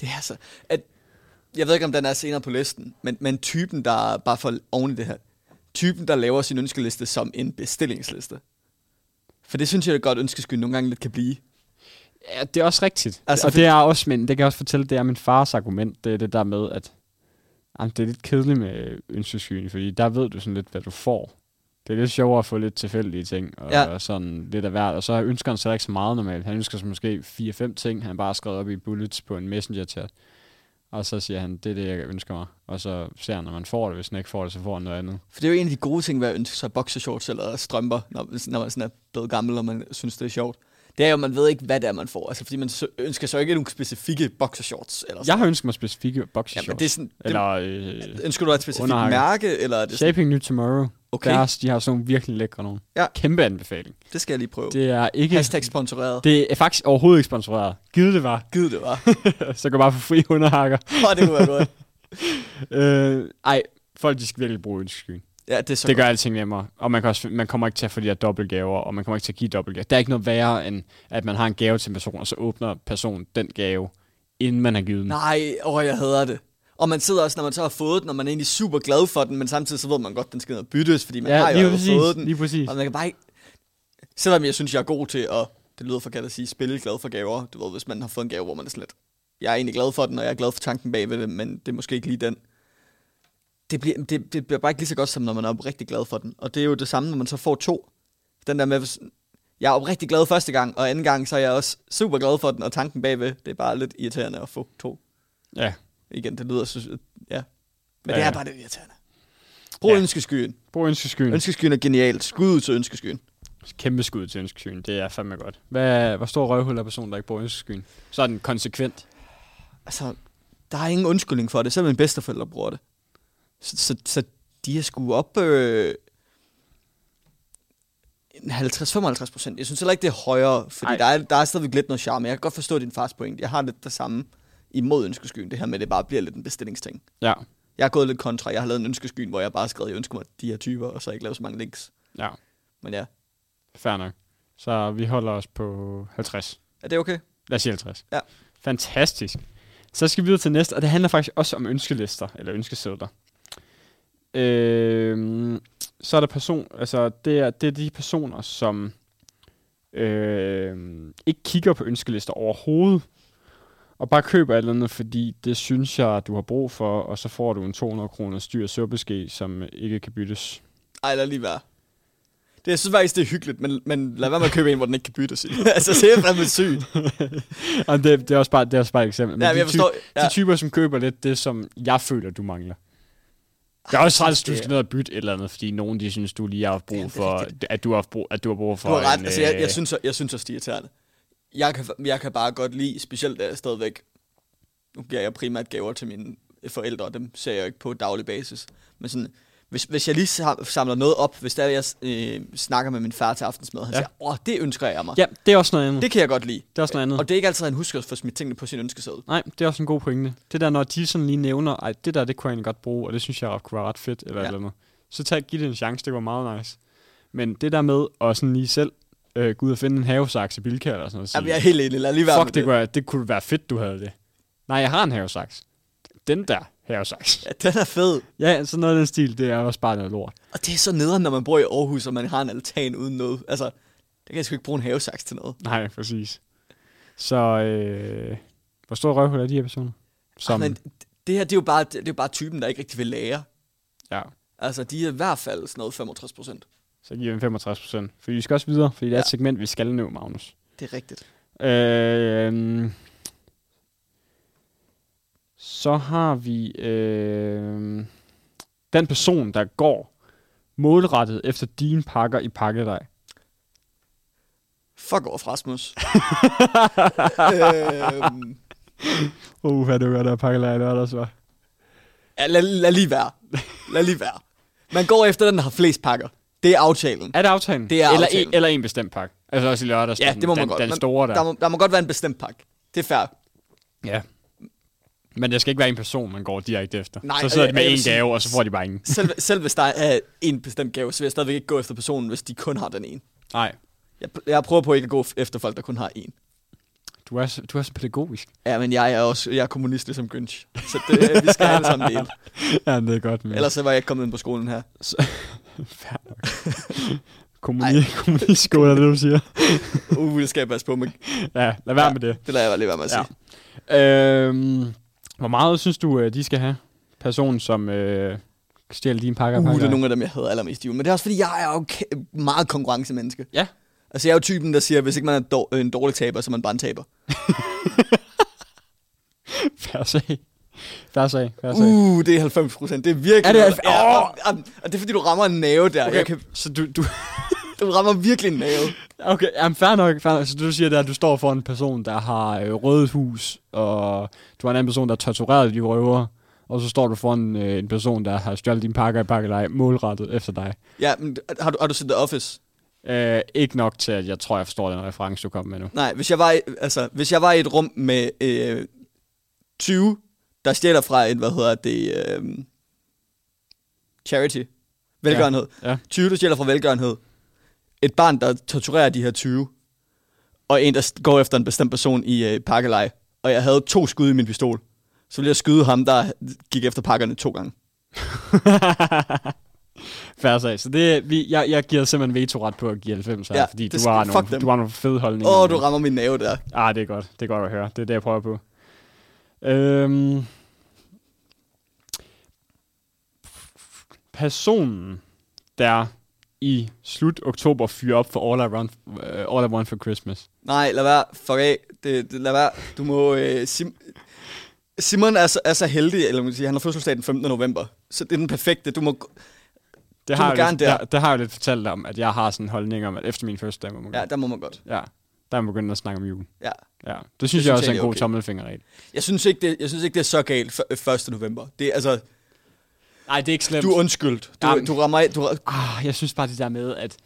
[SPEAKER 9] Det er så... At, jeg ved ikke, om den er senere på listen, men, men typen, der bare for oven i det her, typen, der laver sin ønskeliste som en bestillingsliste. For det synes jeg, at godt ønskeskyen nogle gange lidt kan blive.
[SPEAKER 8] ja, det er også rigtigt.
[SPEAKER 9] Altså,
[SPEAKER 8] Altså, og
[SPEAKER 9] fordi-
[SPEAKER 8] det er også, men det kan jeg også fortælle, det er min fars argument, det er det der med, at jamen, det er lidt kedeligt med ønskeskyen, fordi der ved du sådan lidt, hvad du får. Det er lidt sjovere at få lidt tilfældige ting, og
[SPEAKER 9] Ja.
[SPEAKER 8] ja. sådan lidt af hvert. Og så ønsker han sig ikke så meget normalt. Han ønsker sig måske 4-5 ting, han bare har skrevet op i bullets på en messenger-chat. Og så siger han, det er det, jeg ønsker mig. Og så ser han, når man får det. Hvis han ikke får det, så får han noget andet.
[SPEAKER 9] For det er jo en af de gode ting ved at ønske sig boxershorts eller strømper, når, når man sådan er blevet gammel, og man synes, det er sjovt. Det er jo, at man ved ikke, hvad det er, man får. Altså, fordi man så, ønsker sig jo ikke nogle specifikke boxershorts. Eller sådan.
[SPEAKER 8] Jeg har ønsket mig specifikke boxershorts.
[SPEAKER 9] Ja, men det er sådan... Det,
[SPEAKER 8] Eller øh,
[SPEAKER 9] ønsker du et specifikt
[SPEAKER 8] underhakke.
[SPEAKER 9] mærke, eller er det sådan,
[SPEAKER 8] Shaping New Tomorrow.
[SPEAKER 9] Okay.
[SPEAKER 8] Okay. Deres, de har sådan nogle virkelig lækre nogen.
[SPEAKER 9] Ja.
[SPEAKER 8] Kæmpe anbefaling.
[SPEAKER 9] det skal jeg lige prøve. Det,
[SPEAKER 8] Det er ikke...
[SPEAKER 9] Hashtag sponsoreret. Det,
[SPEAKER 8] Det er faktisk overhovedet ikke sponsoreret. Givet det var,
[SPEAKER 9] Gid det var.
[SPEAKER 8] så går bare for fri underhakker.
[SPEAKER 9] Åh, det kunne være godt.
[SPEAKER 8] Øh, ej, folk de skal virkelig bruge ønskeskyen.
[SPEAKER 9] Ja, det er så
[SPEAKER 8] Det
[SPEAKER 9] det
[SPEAKER 8] gør
[SPEAKER 9] godt.
[SPEAKER 8] alting nemmere. Og man, kan også, man kommer ikke til at få de der dobbeltgaver, og man kommer ikke til at give dobbeltgaver. Der er ikke noget værre, end at man har en gave til en person, og så åbner personen den gave, inden man har givet den.
[SPEAKER 9] Nej, åh, jeg hader det. Og man sidder også, når man så har fået den, og man er egentlig super glad for den, men samtidig så ved man godt, at den skal ned og byttes, fordi man
[SPEAKER 8] Ja,
[SPEAKER 9] har jo
[SPEAKER 8] lige
[SPEAKER 9] allerede
[SPEAKER 8] præcis,
[SPEAKER 9] fået den.
[SPEAKER 8] lige præcis.
[SPEAKER 9] Og man kan bare ikke... Selvom jeg synes, jeg er god til at, det lyder forkert at sige, spille glad for gaver. Du ved, hvis man har fået en gave, hvor man er slet... Jeg er egentlig glad for den, og jeg er glad for tanken bagved det, men det er måske ikke lige den. Det bliver, det, det bliver bare ikke lige så godt, som når man er oprigtig glad for den. Og det er jo det samme, når man så får to. Den der med, hvis jeg er oprigtig glad første gang, og anden gang, så er jeg også super glad for den, og tanken bagved, det er bare lidt irriterende at få to.
[SPEAKER 8] Ja,
[SPEAKER 9] Igen, det lyder... Synes, ja. Men
[SPEAKER 8] Ja,
[SPEAKER 9] det er
[SPEAKER 8] ja.
[SPEAKER 9] bare det irriterende. Brug ja.
[SPEAKER 8] Ja.
[SPEAKER 9] ønskeskyen.
[SPEAKER 8] brug ønskeskyen.
[SPEAKER 9] Ønskeskyen er genialt. Skud ud til ønskeskyen.
[SPEAKER 8] Kæmpe skud til ønskeskyen, det er fandme godt. Hvad, hvor stor røvhul er personen, der ikke bruger ønskeskyen? Så er den konsekvent.
[SPEAKER 9] Altså, der er ingen undskyldning for det. Selv mine bedsteforældre bruger det. Så, så, så de er sgu op... Øh, en 50-55 procent. Jeg synes heller ikke, det er højere, fordi
[SPEAKER 8] Ej.
[SPEAKER 9] der er, der er stadigvæk lidt noget charme. Jeg kan godt forstå din fars point. Jeg har lidt det samme imod ønskeskyen, det her med, at det bare bliver lidt en bestillingsting.
[SPEAKER 8] Ja,
[SPEAKER 9] Jeg har gået lidt kontra. Jeg har lavet en ønskeskyen, hvor jeg bare har skrevet, at jeg ønsker mig de her typer, og så ikke lavet så mange links.
[SPEAKER 8] ja,
[SPEAKER 9] Men ja,
[SPEAKER 8] fair nok. Så vi holder os på 50.
[SPEAKER 9] er det okay?
[SPEAKER 8] Lad os sige 50.
[SPEAKER 9] Ja.
[SPEAKER 8] Fantastisk. Så skal vi videre til næste, og det handler faktisk også om ønskelister, eller ønskesedler. Øhm, så er der person, altså det er, det er de personer, som øhm, ikke kigger på ønskelister overhovedet, og bare køber et eller andet, fordi det synes jeg, du har brug for, og så får du en 200 kroner styr suppeske, som ikke kan byttes.
[SPEAKER 9] Ej, lad lige være. Det, jeg synes faktisk, det er hyggeligt, men, men lad være med at købe en, hvor den ikke kan byttes i. altså, se frem med sygt.
[SPEAKER 8] og det, det, er også bare, det er også bare et eksempel. Men
[SPEAKER 9] Ja,
[SPEAKER 8] de
[SPEAKER 9] men jeg
[SPEAKER 8] ty-
[SPEAKER 9] forstår.
[SPEAKER 8] ja.
[SPEAKER 9] Ja.
[SPEAKER 8] de typer, som køber lidt det, som jeg føler, du mangler. Det er også træls, at du
[SPEAKER 9] det-
[SPEAKER 8] skal ned og bytte et eller andet, fordi nogen de synes, du lige har haft brug
[SPEAKER 9] det er
[SPEAKER 8] for, at du har, haft brug, at du har brug for
[SPEAKER 9] Du har ret.
[SPEAKER 8] en,
[SPEAKER 9] Altså, jeg,
[SPEAKER 8] øh,
[SPEAKER 9] jeg, synes, jeg synes også, de er irriterende. Jeg kan, jeg kan bare godt lide, specielt da jeg stadigvæk... Nu giver jeg primært gaver til mine forældre, og dem ser jeg jo ikke på daglig basis. Men sådan, hvis, hvis jeg lige sam- samler noget op, hvis der er, jeg øh, snakker med min far til aftensmad, han ja.
[SPEAKER 8] Ja.
[SPEAKER 9] siger, åh, det ønsker jeg mig.
[SPEAKER 8] Ja, det er også noget andet. Det,
[SPEAKER 9] Det kan jeg godt lide.
[SPEAKER 8] det er også noget andet.
[SPEAKER 9] Og det er ikke altid, han husker at få smidt tingene på sin ønskeseddel.
[SPEAKER 8] Nej, det er også en god pointe. Det der, når de sådan lige nævner, ej, det der, det kunne jeg egentlig godt bruge, og det synes jeg kunne være ret fedt, eller
[SPEAKER 9] Ja.
[SPEAKER 8] ja. eller andet. Så tag, giv det en chance, det var meget nice. Men det der med at sådan lige selv øh, gå ud og finde en havesaks i Bilka eller sådan noget. og sige,
[SPEAKER 9] Jamen, jeg er helt enig. Lad lige være med
[SPEAKER 8] Fuck, det, det. Kunne, jeg- det kunne være fedt, du havde det. Nej, jeg har en havesaks. den der havesaks.
[SPEAKER 9] Ja, den er fed.
[SPEAKER 8] Ja, sådan noget af den stil, det er også bare noget lort.
[SPEAKER 9] Og det er så nederen, når man bor i Aarhus, og man har en altan uden noget. Altså, der kan jeg sgu ikke bruge en havesaks til noget.
[SPEAKER 8] Nej, præcis. Så øh, hvor stor røvhul er de her personer? Som,
[SPEAKER 9] Som... Ah, Men det her, det er, jo bare, det er jo bare typen, der ikke rigtig vil lære.
[SPEAKER 8] ja,
[SPEAKER 9] Altså, de er i hvert fald sådan noget 65 procent.
[SPEAKER 8] så giver vi dem 65 procent. Fordi vi skal også videre, fordi det er et
[SPEAKER 9] Ja.
[SPEAKER 8] segment, vi skal nå, Magnus.
[SPEAKER 9] Det er rigtigt.
[SPEAKER 8] Øh, så har vi øh, den person, der går målrettet efter dine pakker i pakkedej.
[SPEAKER 9] Fuck off, Rasmus. øhm,
[SPEAKER 8] Uh, hvad det var, der pakkedej, det var der så.
[SPEAKER 9] ja, lad, lad lige være. Lad lige være. Man går efter den, der har flest pakker. Det er aftalen.
[SPEAKER 8] Er det aftalen?
[SPEAKER 9] Det er
[SPEAKER 8] eller
[SPEAKER 9] aftalen.
[SPEAKER 8] En, eller en bestemt pakke. Altså også i lørdags.
[SPEAKER 9] Ja,
[SPEAKER 8] den,
[SPEAKER 9] det må man
[SPEAKER 8] den,
[SPEAKER 9] godt.
[SPEAKER 8] Den
[SPEAKER 9] Man-
[SPEAKER 8] store der.
[SPEAKER 9] Der må, der må godt være en bestemt pakke. Det er fair.
[SPEAKER 8] Ja. Men det skal ikke være en person, man går direkte efter.
[SPEAKER 9] Nej,
[SPEAKER 8] så sidder de
[SPEAKER 9] og jeg-
[SPEAKER 8] med
[SPEAKER 9] og jeg vil
[SPEAKER 8] en
[SPEAKER 9] sige-
[SPEAKER 8] gave, og så får de bare ingen.
[SPEAKER 9] Selv, selv hvis der er en bestemt gave, så vil jeg stadigvæk ikke gå efter personen, hvis de kun har den ene.
[SPEAKER 8] Nej,
[SPEAKER 9] Jeg, jeg prøver på ikke at gå efter folk, der kun har en.
[SPEAKER 8] du er, så- du er så pædagogisk.
[SPEAKER 9] Ja, men jeg er også jeg er kommunist ligesom Grinch. Så det, øh, vi skal alle sammen dele.
[SPEAKER 8] ja, det er godt. Men...
[SPEAKER 9] Ellers så var jeg ikke kommet ind på skolen her.
[SPEAKER 8] Fair nok. Kommuni- Kommunistskole er det, du siger.
[SPEAKER 9] Uh, det skal jeg passe på med.
[SPEAKER 8] Ja, lad være med det.
[SPEAKER 9] Det lader jeg bare lige være med at sige.
[SPEAKER 8] Ja. Øhm, hvor meget synes du, øh, de skal have? Personen, som øh, stjæler dine pakker?
[SPEAKER 9] Uh,
[SPEAKER 8] pakker?
[SPEAKER 9] det er nogle af dem, jeg hader allermest i livet. Men det er også, fordi jeg er jo ke- meget konkurrencemenneske.
[SPEAKER 8] Ja.
[SPEAKER 9] Altså, jeg er jo typen, der siger, at hvis ikke man er dår- en dårlig taber, så er man bare en taber.
[SPEAKER 8] Færre sag. Færre sag. Færre sag.
[SPEAKER 9] Uh, det er 90 procent. Det er virkelig...
[SPEAKER 8] Er det
[SPEAKER 9] noget, der-
[SPEAKER 8] alf-
[SPEAKER 9] Ja,
[SPEAKER 8] Åh!
[SPEAKER 9] og, og, og, det er, fordi du rammer en nave der. Okay. Jeg kan,
[SPEAKER 8] så du, du,
[SPEAKER 9] du rammer virkelig en nave.
[SPEAKER 8] Okay, jamen fair nok, fair nok. Så du siger, det er, at du står for en person, der har øh, rødt hus, og du har en anden person, der har tortureret de røver, og så står du for en, øh, en person, der har stjålet dine pakker i pakkedej, målrettet efter dig.
[SPEAKER 9] Ja, men har du, har du set The Office?
[SPEAKER 8] Øh, ikke nok til, at jeg tror, jeg forstår den reference, du kom med nu.
[SPEAKER 9] Nej, hvis jeg var i, altså, hvis jeg var i et rum med øh, 20, der stjæler fra en, hvad hedder det, øh, charity, velgørenhed.
[SPEAKER 8] Ja, ja.
[SPEAKER 9] 20, der stjæler fra velgørenhed. Et barn, der torturerer de her 20. Og en, der st- går efter en bestemt person i øh, pakkeleje. Og jeg havde to skud i min pistol. Så ville jeg skyde ham, der gik efter pakkerne to gange.
[SPEAKER 8] Færre sag. Så det, vi, jeg, jeg giver simpelthen veto-ret på at give 90 ja,
[SPEAKER 9] Ja,
[SPEAKER 8] fordi
[SPEAKER 9] det
[SPEAKER 8] du
[SPEAKER 9] skal-
[SPEAKER 8] har,
[SPEAKER 9] fuck
[SPEAKER 8] nogle,
[SPEAKER 9] dem.
[SPEAKER 8] du har nogle fede holdninger.
[SPEAKER 9] Åh, oh, du rammer min nave der.
[SPEAKER 8] Ah, det er godt. Det er godt at høre. Det er det, jeg prøver på. Øhm, personen, der i slut oktober fyrer op for All I, Run, uh, All I Want for Christmas.
[SPEAKER 9] Nej, lad være. Fuck af. Det, det, lad være. Du må... Øh, Sim- Simon er så, er så heldig, eller man kan sige, han har fødselsdag den 15. november. Så det er den perfekte. Du må...
[SPEAKER 8] Det
[SPEAKER 9] Du
[SPEAKER 8] har,
[SPEAKER 9] må
[SPEAKER 8] jeg
[SPEAKER 9] gerne
[SPEAKER 8] lidt,
[SPEAKER 9] der.
[SPEAKER 8] Det, det har jeg jo lidt fortalt om, at jeg har sådan en holdning om, at efter min første dag, må man
[SPEAKER 9] Ja,
[SPEAKER 8] ja.
[SPEAKER 9] der må man godt.
[SPEAKER 8] ja, der er man begyndt at snakke om jul.
[SPEAKER 9] Ja.
[SPEAKER 8] Ja, det synes det jeg
[SPEAKER 9] synes
[SPEAKER 8] også er
[SPEAKER 9] jeg
[SPEAKER 8] en
[SPEAKER 9] er
[SPEAKER 8] god okay.
[SPEAKER 9] okay.
[SPEAKER 8] tommelfingerregel.
[SPEAKER 9] Jeg synes ikke, det, jeg synes ikke, det er så galt f- 1. november. Det er, altså,
[SPEAKER 8] Nej, det er ikke slemt.
[SPEAKER 9] du er undskyldt. Du,
[SPEAKER 8] Jamen.
[SPEAKER 9] du rammer... Du, ra-
[SPEAKER 8] Ah, jeg synes bare det der med, at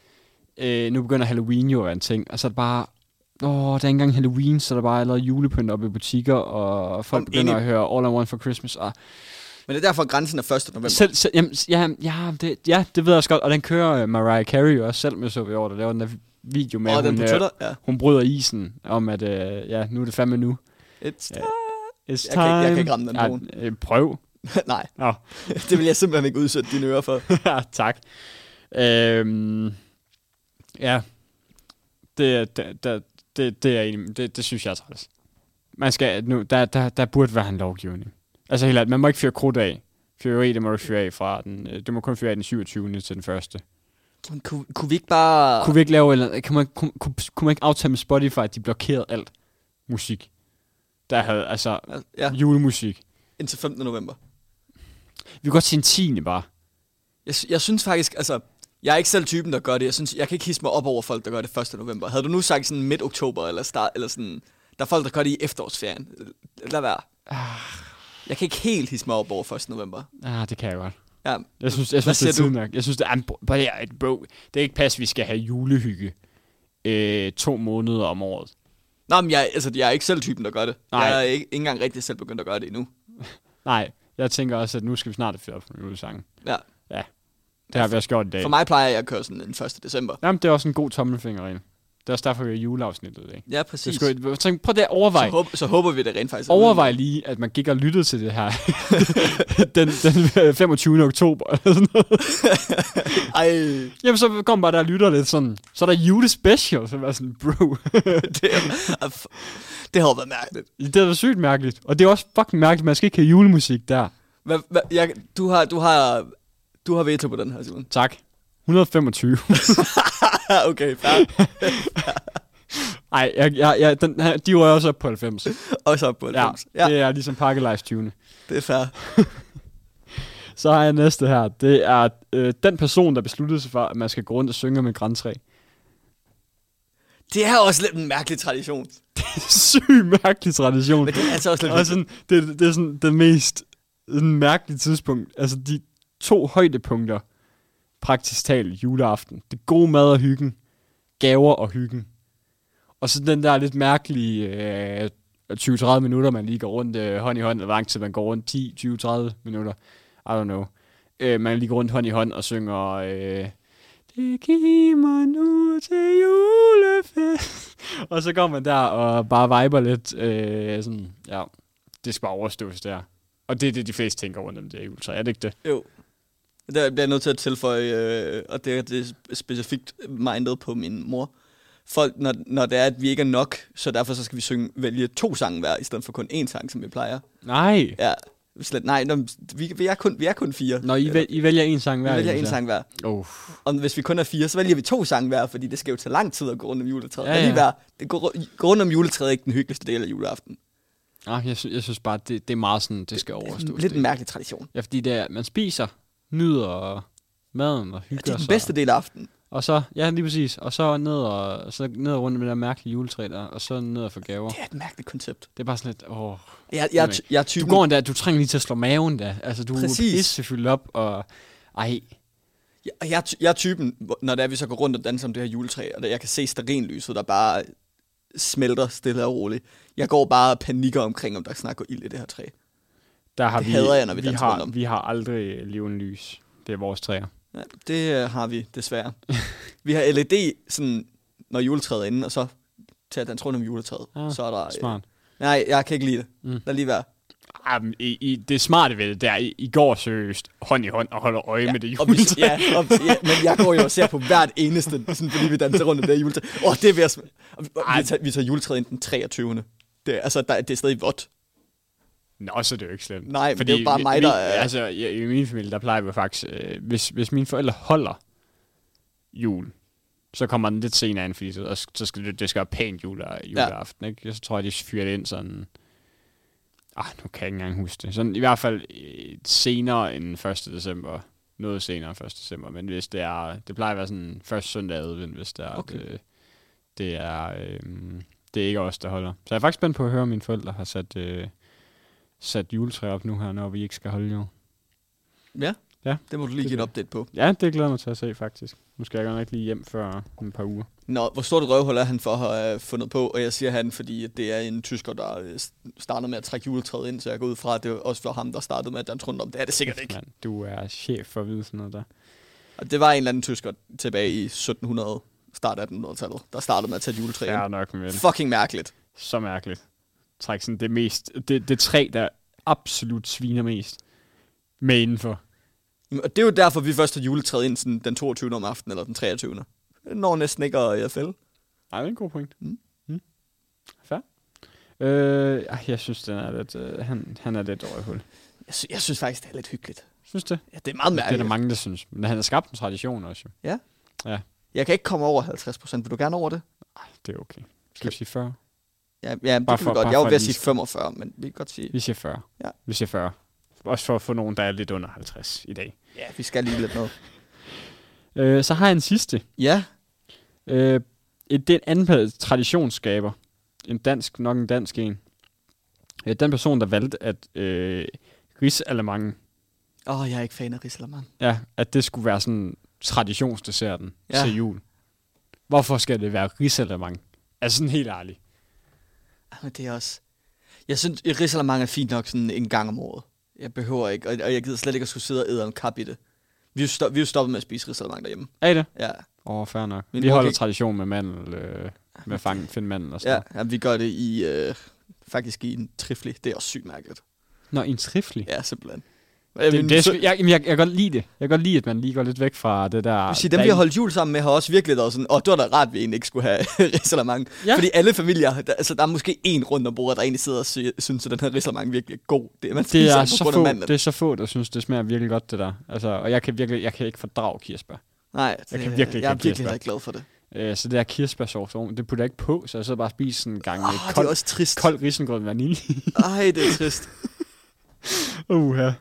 [SPEAKER 8] øh, nu begynder Halloween jo at være en ting, og så er det bare, åh, der er ikke engang Halloween, så er der bare allerede julepynt op i butikker, og folk
[SPEAKER 9] Om
[SPEAKER 8] begynder
[SPEAKER 9] enig.
[SPEAKER 8] at høre All I Want for Christmas. Og
[SPEAKER 9] men det er derfor, at grænsen er 1. november.
[SPEAKER 8] selv, selv, jamen, s- ja, ja, det, ja, det ved jeg også godt, og den kører øh, Mariah Carey jo også selv med, så vi over, der laver den der video med,
[SPEAKER 9] Og
[SPEAKER 8] at
[SPEAKER 9] den
[SPEAKER 8] hun,
[SPEAKER 9] på
[SPEAKER 8] øh,
[SPEAKER 9] Twitter? Ja.
[SPEAKER 8] hun bryder isen om, at øh, ja, nu er det fandme nu.
[SPEAKER 9] It's
[SPEAKER 8] Ja. It's
[SPEAKER 9] Jeg kan ikke- jeg kan ikke ramme den tone.
[SPEAKER 8] ja, øh, Prøv.
[SPEAKER 9] Nej,
[SPEAKER 8] Nå.
[SPEAKER 9] det vil jeg simpelthen ikke udsætte dine ører for.
[SPEAKER 8] Ja, tak. Øhm, ja, det, det, det, det, det er egentlig, det, det synes jeg er træls. Man skal, nu, der, der, der burde være en lovgivning. Altså helt ærligt, man må ikke fyre krudt af. Fyreri, det må du fyre af fra den, øh, du må kun fyre af den 27. til den første.
[SPEAKER 9] Men kunne, kunne vi ikke bare...
[SPEAKER 8] Kunne vi ikke lave, eller kan man, kunne, kunne, kunne man ikke aftale med Spotify, at de blokerede alt musik? Der havde, altså,
[SPEAKER 9] Ja,
[SPEAKER 8] julemusik.
[SPEAKER 9] indtil 15. november.
[SPEAKER 8] Vi kunne godt sige en tiende bare.
[SPEAKER 9] Jeg, sy- jeg synes faktisk, altså, jeg er ikke selv typen, der gør det. Jeg, synes, jeg kan ikke hisse mig op over folk, der gør det 1. november. Havde du nu sagt sådan midt oktober, eller, start, eller sådan, der er folk, der gør det i efterårsferien. Lad være. Jeg kan ikke helt hisse mig op over 1. november.
[SPEAKER 8] Ah, det kan jeg godt.
[SPEAKER 9] Ja,
[SPEAKER 8] Jeg synes, jeg synes det
[SPEAKER 9] siger
[SPEAKER 8] er
[SPEAKER 9] du?
[SPEAKER 8] tid nok. Jeg synes, det er, bro, det er et bro. Det er ikke pas, vi skal have julehygge øh, to måneder om året.
[SPEAKER 9] Nå, men jeg, altså, jeg er ikke selv typen, der gør det.
[SPEAKER 8] Nej.
[SPEAKER 9] Jeg er ikke, ikke engang rigtig selv begyndt at gøre det endnu.
[SPEAKER 8] Nej, jeg tænker også, at nu skal vi snart have fyret op for julesangen.
[SPEAKER 9] Ja.
[SPEAKER 8] Ja, det har vi også gjort i dag.
[SPEAKER 9] For mig plejer jeg at køre sådan den 1. december.
[SPEAKER 8] Jamen, det er også en god tommelfingerregel. Det er også derfor, vi har juleafsnittet i dag.
[SPEAKER 9] Ja,
[SPEAKER 8] Så
[SPEAKER 9] præcis.
[SPEAKER 8] skulle, jeg- tænk, prøv det at overveje.
[SPEAKER 9] så, håb, så håber vi det rent faktisk. er
[SPEAKER 8] Overvej lige, at man gik og lyttede til det her den, den øh, 25. oktober. eller sådan noget.
[SPEAKER 9] udenlandsk. Ej,
[SPEAKER 8] Jamen, så kommer bare der og lytter lidt sådan, så er der julespecial, så var jeg sådan, bro,
[SPEAKER 9] det, er, af- det har jo været mærkeligt.
[SPEAKER 8] det er da sygt mærkeligt. Og det er også fucking mærkeligt, man skal ikke have julemusik der.
[SPEAKER 9] Hva, hva, jeg, du, har, du, har, du har veto på den her, Simon.
[SPEAKER 8] Tak. 125.
[SPEAKER 9] Ah, okay, fair.
[SPEAKER 8] Ej, jeg, jeg, jeg, den, her- de rører også op på 90.
[SPEAKER 9] Og så på 90. Ja,
[SPEAKER 8] det
[SPEAKER 9] ja,
[SPEAKER 8] er ligesom pakkelejs 20.
[SPEAKER 9] det er fair.
[SPEAKER 8] Så har jeg næste her. Det er øh, den person, der besluttede sig for, at man skal gå rundt og synge med græntræ.
[SPEAKER 9] Det er også lidt en mærkelig tradition.
[SPEAKER 8] Syg mærkelig tradition.
[SPEAKER 9] Men det er altså også lidt
[SPEAKER 8] Og sådan, det, det er sådan det mest sådan mærkelige tidspunkt. Altså de to højdepunkter, praktisk talt juleaften. Det gode mad og hyggen. Gaver og hyggen. Og så den der lidt mærkelige øh, 20-30 minutter, man lige går rundt øh, hånd i hånd, eller hvor lang tid man går rundt, 10, 20, 30 minutter, I don't know. Øh, man lige går rundt hånd i hånd og synger, øh, det kimer nu til julefest. og så går man der og bare viber lidt, øh, sådan, ja, det skal bare overstås der. Og det er det, de fleste tænker rundt om det her juletræ, er det ikke det?
[SPEAKER 9] Jo. Der bliver jeg nødt til at tilføje, øh, og det er, det er specifikt mindet på min mor. Folk, når, når det er, at vi ikke er nok, så derfor så skal vi synge, vælge to sange hver, i stedet for kun én sang, som vi plejer.
[SPEAKER 8] Nej.
[SPEAKER 9] Ja, slet, nej, nå, men vi, vi, er kun, vi er kun fire.
[SPEAKER 8] Når I, væl, I vælger en sang hver.
[SPEAKER 9] vi vælger
[SPEAKER 8] I
[SPEAKER 9] én
[SPEAKER 8] så.
[SPEAKER 9] sang hver.
[SPEAKER 8] Oh.
[SPEAKER 9] Og hvis vi kun er fire, så vælger vi to sange hver, fordi det skal jo tage lang tid at gå rundt om juletræet.
[SPEAKER 8] Ja,
[SPEAKER 9] Ja, ja.
[SPEAKER 8] ja.
[SPEAKER 9] Lige være, det går, ru- gå rundt om juletræet er ikke den hyggeligste del af juleaften.
[SPEAKER 8] Ah, jeg, sy- jeg synes bare, det, det er meget sådan, det skal
[SPEAKER 9] Det er
[SPEAKER 8] overstås.
[SPEAKER 9] lidt en
[SPEAKER 8] det.
[SPEAKER 9] mærkelig tradition.
[SPEAKER 8] Ja, fordi det er, man spiser, nyder maden og hygger
[SPEAKER 9] Det er den
[SPEAKER 8] sig.
[SPEAKER 9] bedste del af aftenen.
[SPEAKER 8] Og så, ja, lige præcis. Og så ned, og, så ned rundt med den der mærkelige juletræ der, og så ned og få gaver.
[SPEAKER 9] Det er et mærkeligt koncept.
[SPEAKER 8] Det er bare sådan lidt, åh.
[SPEAKER 9] Jeg, jeg,
[SPEAKER 8] Henrik,
[SPEAKER 9] jeg, jeg er typen,
[SPEAKER 8] Du går endda, du trænger lige til at slå maven da. Altså, du er
[SPEAKER 9] Præcis.
[SPEAKER 8] pissefyldt op, og ej.
[SPEAKER 9] Jeg, jeg, er ty- jeg er typen, hvor- når det er, vi så går rundt og danser om det her juletræ, og der, jeg kan se sterinlyset, der bare smelter stille og roligt. Jeg går bare og panikker omkring, om der snart går ild i det her træ.
[SPEAKER 8] Der har
[SPEAKER 9] Det
[SPEAKER 8] vi,
[SPEAKER 9] hader jeg, når vi
[SPEAKER 8] vi
[SPEAKER 9] danser rundt
[SPEAKER 8] har,
[SPEAKER 9] om.
[SPEAKER 8] vi har aldrig levende lys. Det er vores træer.
[SPEAKER 9] Ja, det øh, har vi desværre. vi har LED, sådan, når juletræet er inde, og så til at danse rundt om juletræet.
[SPEAKER 8] Ah,
[SPEAKER 9] så er der, øh,
[SPEAKER 8] Smart.
[SPEAKER 9] Nej, jeg kan ikke lide det.
[SPEAKER 8] Mm.
[SPEAKER 9] Mm. Lad lige være.
[SPEAKER 8] Ah, men I, I, det smarte ved det, der I, I går seriøst hånd i hånd og holder øje ja, med det
[SPEAKER 9] Og vi,
[SPEAKER 8] juletræ.
[SPEAKER 9] ja, og, ja, men jeg går jo og ser på hvert eneste, sådan, fordi vi danser rundt om det her juletræ. Åh, oh, det er ved at sm- og vi, og vi, tager, vi tager juletræet ind den 23. Det, er- altså, der, det er stadig vådt.
[SPEAKER 8] Nå, så er det jo ikke slemt.
[SPEAKER 9] Nej, men det er jo bare
[SPEAKER 8] i- i
[SPEAKER 9] mig,
[SPEAKER 8] min,
[SPEAKER 9] der er-
[SPEAKER 8] Altså, ja, i min familie, der plejer vi faktisk... Øh, hvis, hvis mine forældre holder jul, så kommer den lidt senere ind, fordi så, og så skal det, det skal være pænt jule, juleaften, ja. ikke? Så tror jeg, de fyrer det ind sådan... Ah, nu kan jeg ikke engang huske det. Sådan i hvert fald øh, senere end 1. december. Noget senere end 1. december, men hvis det er... Det plejer at være sådan første søndag i advent, hvis det er... Okay.
[SPEAKER 9] Okay.
[SPEAKER 8] Det, det er... Øh, det er ikke os, der holder. Så jeg er faktisk spændt på at høre, om mine forældre har sat... Øh, sat juletræ op nu her, når vi ikke skal holde jul.
[SPEAKER 9] Ja.
[SPEAKER 8] Ja.
[SPEAKER 9] Det må du lige give et update på.
[SPEAKER 8] Ja, det glæder jeg mig til at se, faktisk. Nu skal jeg godt nok lige hjem før en par uger.
[SPEAKER 9] Nå, hvor stort et røvhul er han for at have øh, fundet på? Og jeg siger han, fordi at det er en tysker, der øh, s- startede med at trække juletræet ind, så jeg går ud fra, at det også var ham, der startede med at danse rundt om. Det er det sikkert ikke.
[SPEAKER 8] Mand, du er chef for at vide sådan noget der.
[SPEAKER 9] Og det var en eller anden tysker tilbage i 1700, start af 1800-tallet, der startede med at tage juletræet
[SPEAKER 8] Ja,
[SPEAKER 9] ind.
[SPEAKER 8] nok med det.
[SPEAKER 9] Fucking mærkeligt.
[SPEAKER 8] Så mærkeligt. Træk sådan det mest, det, det træ, der absolut sviner mest med indenfor.
[SPEAKER 9] Og det er jo derfor, vi først har juletræet ind sådan den 22. om aftenen, eller den 23. Det når næsten ikke at øh, fælde.
[SPEAKER 8] Ej, det er en god point. Mm.
[SPEAKER 9] Mm.
[SPEAKER 8] Mm. Fair. Øh, ej, jeg synes, den er lidt, øh, han, han er lidt røghul.
[SPEAKER 9] Jeg, sy- jeg synes faktisk, det er lidt hyggeligt.
[SPEAKER 8] Synes det?
[SPEAKER 9] Ja, det er meget
[SPEAKER 8] det er der
[SPEAKER 9] mærkeligt.
[SPEAKER 8] mange, der synes. Men han har skabt en tradition også, jo.
[SPEAKER 9] jeg kan ikke komme over 50 procent. Vil du gerne over det?
[SPEAKER 8] Ej, det er okay. Skal vi sige 40?
[SPEAKER 9] Ja, ja det
[SPEAKER 8] Bare
[SPEAKER 9] bare kan
[SPEAKER 8] for-
[SPEAKER 9] vi godt.
[SPEAKER 8] bare
[SPEAKER 9] Jeg
[SPEAKER 8] for
[SPEAKER 9] var ved at
[SPEAKER 8] lige-
[SPEAKER 9] sige 45, men vi kan godt sige...
[SPEAKER 8] Vi siger 40.
[SPEAKER 9] Ja.
[SPEAKER 8] Vi siger 40. Også for at få nogen, der er lidt under 50 i dag.
[SPEAKER 9] Ja, vi skal lige lidt med.
[SPEAKER 8] Øh, så har jeg en sidste.
[SPEAKER 9] Ja,
[SPEAKER 8] Øh, et, det er en anden pa- traditionsskaber. En dansk, nok en dansk en. Øh, den person, der valgte, at øh, rigsalermangen,
[SPEAKER 9] Åh, oh, jeg er ikke fan af risalamande.
[SPEAKER 8] ja, at det skulle være sådan traditionsdesserten ja.
[SPEAKER 9] Ja.
[SPEAKER 8] til jul. Hvorfor skal det være rigsalermang? Altså sådan helt ærligt.
[SPEAKER 9] Ah, Men det er også... Jeg synes, at risalamande er fint nok sådan en gang om året. Jeg behøver ikke, og og jeg gider slet ikke at skulle sidde og æde en kap i det. Vi er jo, sto- vi er jo stoppet med at spise risalamande derhjemme.
[SPEAKER 8] Er I det?
[SPEAKER 9] Ja.
[SPEAKER 8] Åh, oh, fair nok.
[SPEAKER 9] Min
[SPEAKER 8] vi
[SPEAKER 9] mor
[SPEAKER 8] holder
[SPEAKER 9] gik-
[SPEAKER 8] tradition med mandel, øh, med fang, find mandel og sådan ja.
[SPEAKER 9] Ja, ja, vi gør det i, øh, faktisk i en trifle. Det er også sygt mærkeligt.
[SPEAKER 8] Nå, en triflig.
[SPEAKER 9] Ja, simpelthen.
[SPEAKER 8] Ja, det,
[SPEAKER 9] min
[SPEAKER 8] det,
[SPEAKER 9] sø-
[SPEAKER 8] er- jeg, jamen, jeg, jeg kan godt lide det. Jeg kan godt lide, at man lige går lidt væk fra det der...
[SPEAKER 9] Jeg vil sige, dem vi har holdt jul sammen med, har også virkelig været sådan, og det var da rart, at vi egentlig ikke skulle have risalamang.
[SPEAKER 8] Ja.
[SPEAKER 9] Ja. Fordi alle familier, der, altså der er måske en rundt om bordet, der egentlig sidder og sy- synes, at den her risalamang virkelig er god. Det, man
[SPEAKER 8] det
[SPEAKER 9] spiser
[SPEAKER 8] er,
[SPEAKER 9] den på
[SPEAKER 8] så
[SPEAKER 9] grund af
[SPEAKER 8] få,
[SPEAKER 9] mandlen.
[SPEAKER 8] det er så få, der synes, det smager virkelig godt, det der. Altså, og jeg kan virkelig jeg kan ikke fordrage kirsebær.
[SPEAKER 9] Nej, det,
[SPEAKER 8] Jeg kan virkelig ikke
[SPEAKER 9] jeg er
[SPEAKER 8] lide kirsebær.
[SPEAKER 9] virkelig heller ikke glad for det.
[SPEAKER 8] Øh, så det der kirsebærsovs, oven, det putter jeg ikke på, så jeg sidder bare og spiser sådan en gang
[SPEAKER 9] Åh,
[SPEAKER 8] oh,
[SPEAKER 9] oh, det
[SPEAKER 8] kold,
[SPEAKER 9] er også trist.
[SPEAKER 8] kold risengrød med vanilje.
[SPEAKER 9] Ej, det er trist.
[SPEAKER 8] Uh, ja.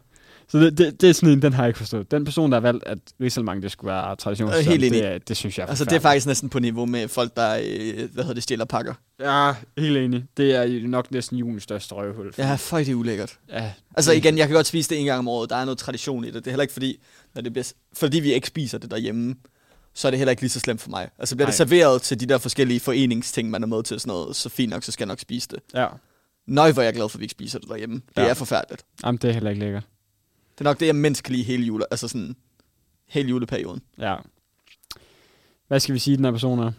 [SPEAKER 8] Så det, det, det er sådan en, den har jeg ikke forstået. Den person, der har valgt, at risalemang, det skulle være tradition,
[SPEAKER 9] Jeg er helt enig.
[SPEAKER 8] det, er- det synes jeg er
[SPEAKER 9] Altså, det er faktisk næsten på niveau med folk, der øh, hvad hedder det, stjæler pakker.
[SPEAKER 8] forfærdeligt. Ja, helt enig. Det er jo nok næsten julens største røvhul.
[SPEAKER 9] Ja, føj, det er ulækkert.
[SPEAKER 8] ja.
[SPEAKER 9] Altså igen, jeg kan godt spise det en gang om året. Der er noget tradition i det. Det er heller ikke fordi, når det bliver, fordi vi ikke spiser det derhjemme, så er det heller ikke lige så slemt for mig. Altså bliver det
[SPEAKER 8] Nej.
[SPEAKER 9] serveret til de der forskellige foreningsting, man er med til og sådan noget, så fint nok, så skal jeg nok spise det.
[SPEAKER 8] ja.
[SPEAKER 9] Nøj, hvor er jeg glad for, at vi ikke spiser det derhjemme. Det
[SPEAKER 8] Ja.
[SPEAKER 9] er forfærdeligt.
[SPEAKER 8] Jamen, det er heller ikke lækkert.
[SPEAKER 9] Det er nok det, jeg mindst kan lide hele, jule, altså sådan, hele juleperioden.
[SPEAKER 8] Ja. Hvad skal vi sige, den her person er?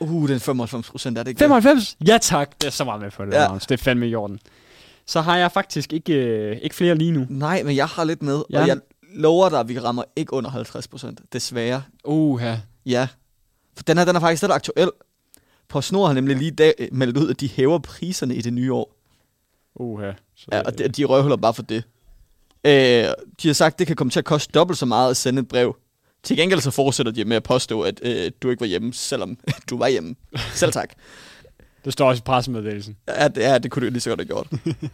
[SPEAKER 9] Uh, den 95 procent, er det ikke det?
[SPEAKER 8] 95? Ja tak, det er så meget med på det,
[SPEAKER 9] Ja.
[SPEAKER 8] ja. Det er fandme i orden. Så har jeg faktisk ikke, øh, ikke flere lige nu.
[SPEAKER 9] Nej, men jeg har lidt med,
[SPEAKER 8] Ja.
[SPEAKER 9] og jeg lover dig, at vi rammer ikke under 50 procent. Desværre.
[SPEAKER 8] Uh, ja.
[SPEAKER 9] Ja. For den her, den er faktisk lidt aktuel. PostNord har nemlig lige i dag øh, meldt ud, at de hæver priserne i det nye år.
[SPEAKER 8] Uh, ja. Så,
[SPEAKER 9] Ja, og de, de er røvhuller bare for det. Øh, de har sagt, at det kan komme til at koste dobbelt så meget at sende et brev. Til gengæld så fortsætter de med at påstå, at øh, du ikke var hjemme, selvom du var hjemme. Selv tak.
[SPEAKER 8] det står også i pressemeddelelsen.
[SPEAKER 9] Ja, det, ja, det kunne du jo lige så godt have gjort.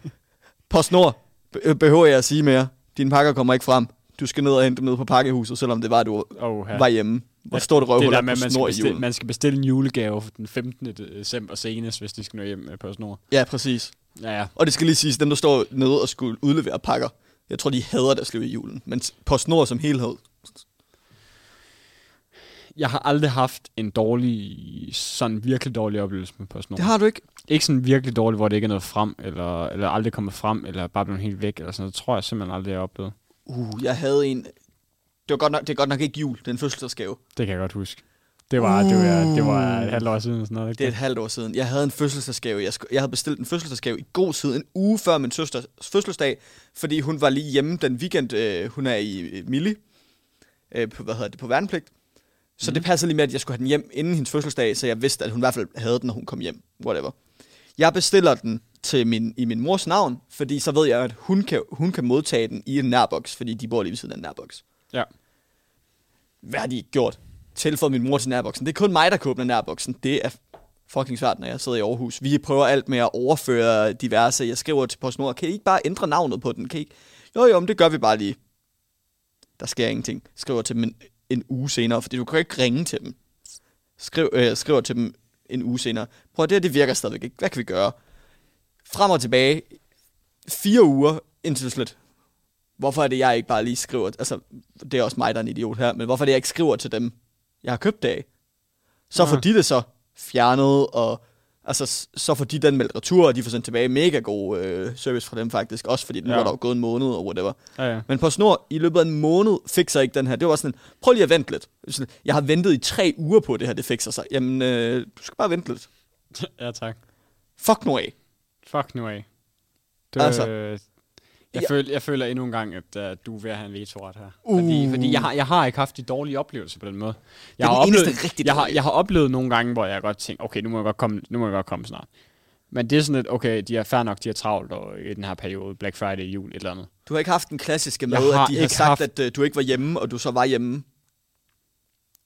[SPEAKER 9] PostNord, be- øh, behøver jeg at sige mere. Dine pakker kommer ikke frem. Du skal ned og hente dem ned på pakkehuset, selvom det var, at du
[SPEAKER 8] Oh, ja.
[SPEAKER 9] var hjemme. Hvor
[SPEAKER 8] Ja,
[SPEAKER 9] stort et
[SPEAKER 8] det
[SPEAKER 9] røvhul
[SPEAKER 8] der
[SPEAKER 9] er
[SPEAKER 8] med, at man skal,
[SPEAKER 9] PostNord i
[SPEAKER 8] bestille,
[SPEAKER 9] julen.
[SPEAKER 8] man skal bestille en julegave den 15. december senest, hvis de skal nå hjem øh, på snor.
[SPEAKER 9] Ja, præcis.
[SPEAKER 8] Ja, ja.
[SPEAKER 9] Og det skal lige siges, dem der står nede og skulle udlevere pakker, jeg tror, de hader deres liv i julen. Men på snor som helhed.
[SPEAKER 8] Jeg har aldrig haft en dårlig, sådan virkelig dårlig oplevelse med PostNord.
[SPEAKER 9] Det
[SPEAKER 8] Har...
[SPEAKER 9] har du ikke.
[SPEAKER 8] Ikke sådan virkelig dårlig, hvor det ikke er noget frem, eller, eller aldrig kommet frem, eller bare blevet helt væk, eller sådan noget. Det tror jeg simpelthen aldrig, jeg har oplevet.
[SPEAKER 9] Uh, jeg havde en... Det, var godt nok, det er godt nok ikke jul, det er en fødselsdagsgave.
[SPEAKER 8] Det kan jeg godt huske. Det var, uh. det var, det var et halvt år siden, eller sådan noget. Ikke?
[SPEAKER 9] Det er et halvt år siden. Jeg havde en fødselsdagsgave. Jeg, skulle, jeg havde bestilt en fødselsdagsgave i god tid, en uge før min søsters fødselsdag, fordi hun var lige hjemme den weekend, øh, hun er i øh, Mille, øh, på, hvad hedder det, på værnepligt. Så mm. det passer lige med, at jeg skulle have den hjem inden hendes fødselsdag, så jeg vidste, at hun i hvert fald havde den, når hun kom hjem. Whatever. Jeg bestiller den til min, i min mors navn, fordi så ved jeg, at hun kan, hun kan modtage den i en nærboks, fordi de bor lige ved siden af en nærboks.
[SPEAKER 8] Ja.
[SPEAKER 9] Hvad har de ikke gjort? Tilføjet min mor til nærboksen. Det er kun mig, der kan åbne nærboksen. Det er fucking svært, når jeg sidder i Aarhus. Vi prøver alt med at overføre diverse. Jeg skriver til PostNord, kan I ikke bare ændre navnet på den? Kan I ikke? Jo, jo, men det gør vi bare lige. Der sker ingenting. Skriver til dem en, en uge senere, fordi du kan ikke ringe til dem. Skriv, øh, skriver til dem en uge senere. Prøv at det her, det virker stadigvæk ikke. Hvad kan vi gøre? Frem og tilbage. Fire uger indtil slut. Hvorfor er det, jeg ikke bare lige skriver... Altså, det er også mig, der er en idiot her, men hvorfor er det, jeg ikke skriver til dem, jeg har købt det af? Så får de det så fjernet, og altså, s- så får de den meldt retur, og de får sendt tilbage mega god øh, service fra dem faktisk, også fordi nu
[SPEAKER 8] Ja.
[SPEAKER 9] ja. er der jo gået en måned, og whatever.
[SPEAKER 8] Ja, ja.
[SPEAKER 9] Men på snor i løbet af en måned fikser ikke den her. Det var sådan, prøv lige at vente lidt. Sådan, Jeg har ventet i tre uger på, at det her det fikser sig. Jamen, øh, du skal bare vente lidt.
[SPEAKER 8] ja, tak.
[SPEAKER 9] Fuck nu af.
[SPEAKER 8] Fuck nu af. Det, altså,
[SPEAKER 9] Altså.
[SPEAKER 8] jeg,
[SPEAKER 9] Ja.
[SPEAKER 8] føl, jeg føler endnu en gang, at uh, du er ved at have en vetoret her. Uh. Fordi, fordi jeg, har, jeg har ikke haft de dårlige oplevelser på den måde. Jeg
[SPEAKER 9] den
[SPEAKER 8] har
[SPEAKER 9] eneste
[SPEAKER 8] oplevet,
[SPEAKER 9] rigtig
[SPEAKER 8] jeg har,
[SPEAKER 9] dårlige.
[SPEAKER 8] jeg har oplevet nogle gange, hvor jeg godt tænkte, okay, nu må jeg godt komme, nu må jeg godt komme snart. Men det er sådan lidt, okay, de er fair nok, de er travlt og, i den her periode, Black Friday, jul, et eller andet.
[SPEAKER 9] Du har ikke haft den klassiske med,
[SPEAKER 8] Jeg har
[SPEAKER 9] at de har
[SPEAKER 8] ikke
[SPEAKER 9] sagt,
[SPEAKER 8] haft-
[SPEAKER 9] at øh, du ikke var hjemme, og du så var hjemme.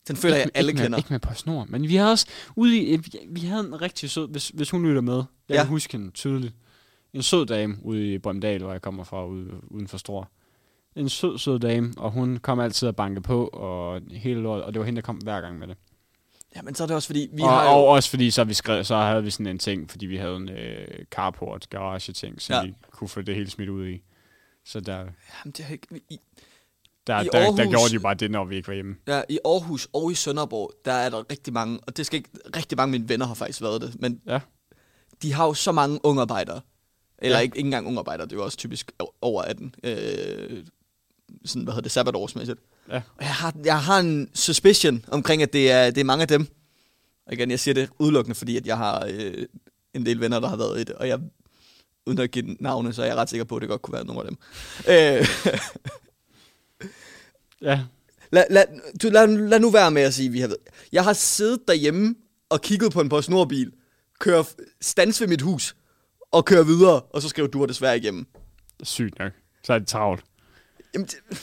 [SPEAKER 9] Den føler jeg,
[SPEAKER 8] Ikke med-
[SPEAKER 9] alle
[SPEAKER 8] ikke
[SPEAKER 9] kender.
[SPEAKER 8] Med, ikke med PostNord, men vi havde også ude i, øh, vi- vi havde en rigtig sød, hvis, hvis hun lytter med, jeg ja.
[SPEAKER 9] Ja.
[SPEAKER 8] kan huske hende tydeligt. En sød dame ude i Brømdal, hvor jeg kommer fra, ude, uden for Stor. En sød, sød dame, og hun kom altid og bankede på, og hele lort, og det var hende, der kom hver gang med det.
[SPEAKER 9] Jamen, så er det også fordi, vi
[SPEAKER 8] og,
[SPEAKER 9] har
[SPEAKER 8] og
[SPEAKER 9] jo...
[SPEAKER 8] også fordi, så, vi skrev, så havde vi sådan en ting, fordi vi havde en øh, carport, garage-ting, så ja.
[SPEAKER 9] Ja.
[SPEAKER 8] vi kunne få det hele smidt ud i. Så der, der,
[SPEAKER 9] Jamen, det er ikke... I,
[SPEAKER 8] der,
[SPEAKER 9] I
[SPEAKER 8] der, der
[SPEAKER 9] Aarhus-
[SPEAKER 8] gjorde de bare det, når vi ikke var hjemme.
[SPEAKER 9] ja, I Aarhus og i Sønderborg, der er der rigtig mange, og det skal ikke... Rigtig mange af mine venner har faktisk været det, men
[SPEAKER 8] Ja.
[SPEAKER 9] de har jo så mange unge arbejdere. Eller
[SPEAKER 8] Ja.
[SPEAKER 9] ja. ikke, ikke engang unge arbejdere, det er jo også typisk o- over 18. Øh, sådan, hvad hedder det, sabbatårsmæssigt.
[SPEAKER 8] Ja.
[SPEAKER 9] Og jeg har, jeg har en suspicion omkring, at det er, det er mange af dem. Og igen, jeg siger det udelukkende, fordi at jeg har øh, en del venner, der har været i det, og jeg, uden at give navne, så er jeg ret sikker på, at det godt kunne være nogle af dem. Øh,
[SPEAKER 8] Ja.
[SPEAKER 9] lad, lad, du, lad, lad nu være med at sige, at vi har været. Jeg har siddet derhjemme og kigget på en PostNord-bil, kører f- stands ved mit hus, og kører videre, og så skriver du er desværre igennem.
[SPEAKER 8] Sygt nok. Så er det travlt.
[SPEAKER 9] Jamen, det-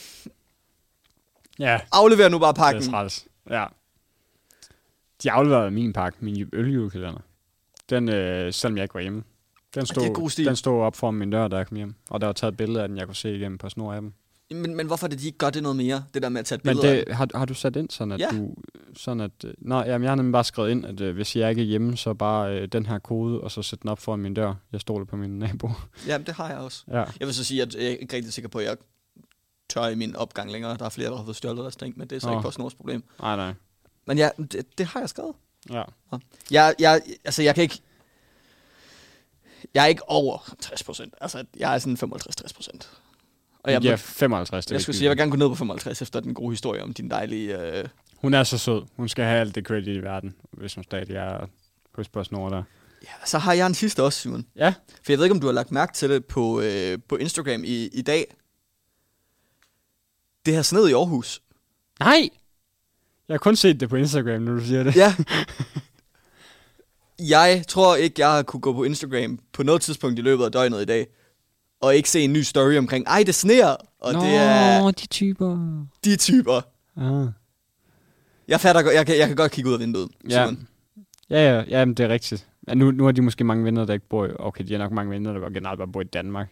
[SPEAKER 8] Ja,
[SPEAKER 9] aflever nu bare
[SPEAKER 8] det
[SPEAKER 9] pakken.
[SPEAKER 8] er træls. Ja. De afleverede min pakke, min øljulekalender. Den, øh, selvom jeg ikke var hjemme. Den
[SPEAKER 9] det er god
[SPEAKER 8] stod,
[SPEAKER 9] stil.
[SPEAKER 8] den stod op foran min dør, da jeg kom hjem. Og der var taget billeder af den, jeg kunne se igennem på snor af dem.
[SPEAKER 9] Men, men hvorfor er det, de ikke gør det noget mere, det der med at tage et
[SPEAKER 8] Men
[SPEAKER 9] billede af
[SPEAKER 8] det, har, har du sat ind sådan, at
[SPEAKER 9] Ja.
[SPEAKER 8] du... Sådan at, øh, nej, jamen, jeg har nemlig bare skrevet ind, at øh, hvis jeg ikke er hjemme, så bare øh, den her kode, og så sæt den op foran min dør. Jeg stoler på min nabo.
[SPEAKER 9] det? Jamen, det har jeg også.
[SPEAKER 8] ja.
[SPEAKER 9] Jeg vil så sige, at jeg er ikke rigtig sikker på, at jeg tør i min opgang længere. Der er flere, der har fået stjålet deres ting, men det er så
[SPEAKER 8] Nå.
[SPEAKER 9] ikke på snors problem.
[SPEAKER 8] Nej, nej.
[SPEAKER 9] Men ja, det, det har jeg skrevet.
[SPEAKER 8] Ja.
[SPEAKER 9] Jeg, jeg, altså, jeg kan ikke... Jeg er ikke over 60 procent. Altså, jeg er sådan 55-60 procent. Og jeg,
[SPEAKER 8] Jeg ja,
[SPEAKER 9] jeg,
[SPEAKER 8] 55. det er
[SPEAKER 9] jeg
[SPEAKER 8] ikke
[SPEAKER 9] skulle sige,
[SPEAKER 8] lige
[SPEAKER 9] jeg vil gerne gå ned på 55 efter den gode historie om din dejlige... Øh...
[SPEAKER 8] meget. Hun er så sød. Hun skal have alt det credit i verden, hvis hun stadig er hos på snor der.
[SPEAKER 9] Ja, så har jeg en sidste også, Simon.
[SPEAKER 8] Ja.
[SPEAKER 9] For jeg ved ikke, om du har lagt mærke til det på, øh, på Instagram i, i dag. Det har sneet i Aarhus.
[SPEAKER 8] Nej! Jeg har kun set det på Instagram, når du siger det.
[SPEAKER 9] Ja. Jeg tror ikke, jeg har kunne gå på Instagram på noget tidspunkt i løbet af døgnet i dag, og ikke se en ny story omkring, ej, det sneer, og Nå. det er
[SPEAKER 8] de typer.
[SPEAKER 9] de typer.
[SPEAKER 8] Ah.
[SPEAKER 9] Jeg, fatter, godt- jeg, kan, jeg kan godt kigge ud af vinduet,
[SPEAKER 8] Ja.
[SPEAKER 9] Simon.
[SPEAKER 8] Ja, ja, ja, men det er rigtigt. Ja, nu, nu har de måske mange venner, der ikke bor i... Okay, de har nok mange venner, der bare generelt bare bor i Danmark.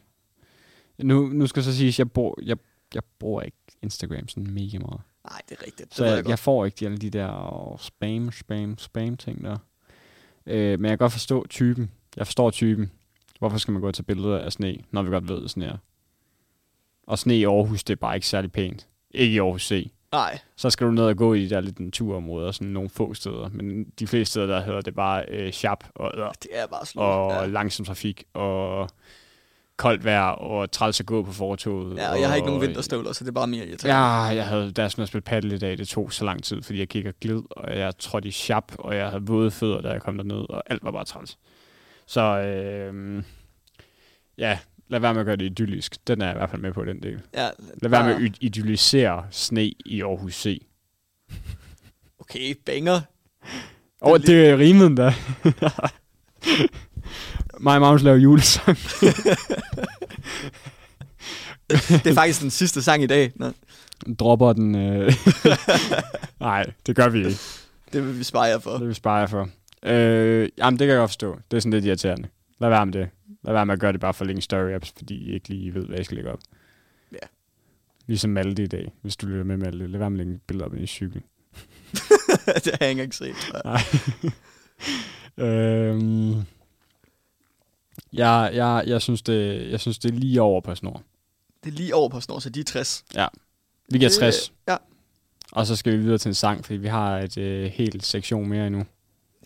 [SPEAKER 8] Nu, nu skal så siges, jeg bor, jeg, jeg bruger ikke Instagram sådan mega meget.
[SPEAKER 9] Nej, det er rigtigt. Det
[SPEAKER 8] Så
[SPEAKER 9] ved jeg,
[SPEAKER 8] jeg, jeg
[SPEAKER 9] godt.
[SPEAKER 8] får ikke de, alle de der spam, spam, spam ting der. Øh, men jeg kan godt forstå typen. Jeg forstår typen. Hvorfor skal man gå og tage billeder af sne, når vi godt ved, at det sneer? Og sne i Aarhus, det er bare ikke særlig pænt. Ikke i Aarhus C.
[SPEAKER 9] Nej,
[SPEAKER 8] Så skal du ned og gå i de der lidt naturområder, sådan nogle få steder. Men de fleste steder, der hedder det bare øh, sharp og, øh,
[SPEAKER 9] det er bare slut.
[SPEAKER 8] og
[SPEAKER 9] ja.
[SPEAKER 8] langsom trafik og koldt vejr og træls at gå på fortoget.
[SPEAKER 9] ja, og jeg har ikke nogen
[SPEAKER 8] og-
[SPEAKER 9] vinterstøvler, så det er bare mere irriterende.
[SPEAKER 8] Ja, jeg havde, da jeg sådan spille paddle i dag, det tog så lang tid, fordi jeg gik og glid, og jeg trådte i chap, og jeg havde våde fødder, da jeg kom derned, og alt var bare træls. Så øh, ja, lad være med at gøre det idyllisk. Den er jeg i hvert fald med på, den del.
[SPEAKER 9] Ja, Ah,
[SPEAKER 8] Lad være med
[SPEAKER 9] bare-
[SPEAKER 8] at id- idyllisere sne i Aarhus C.
[SPEAKER 9] Okay, banger.
[SPEAKER 8] Åh, oh,
[SPEAKER 9] lidt-
[SPEAKER 8] det er rimen da. Mig og Magnus laver julesang.
[SPEAKER 9] Det er faktisk den sidste sang i dag. Nå,
[SPEAKER 8] Dropper den. Øh. Nej, det gør vi ikke.
[SPEAKER 9] det vil vi spare jer for.
[SPEAKER 8] Det vil vi spare jer for. Øh, jamen, det kan jeg godt forstå. Det er sådan lidt irriterende. Lad være med det. Lad være med at gøre det bare for længe story apps, fordi I ikke lige ved, hvad jeg skal lægge op.
[SPEAKER 9] Ja.
[SPEAKER 8] Ligesom Malte i dag, hvis du lytter med Malte. Lad være med at lægge billeder op i en cykel.
[SPEAKER 9] det har jeg ikke engang set. tror jeg.
[SPEAKER 8] Øhm, jeg, jeg, jeg, synes det, jeg synes, det er lige over på snor.
[SPEAKER 9] Det er lige over på snor, så de er 60.
[SPEAKER 8] Vi giver
[SPEAKER 9] Det-
[SPEAKER 8] 60,
[SPEAKER 9] Ja,
[SPEAKER 8] og så skal vi videre til en sang, fordi vi har et øh, helt sektion mere endnu.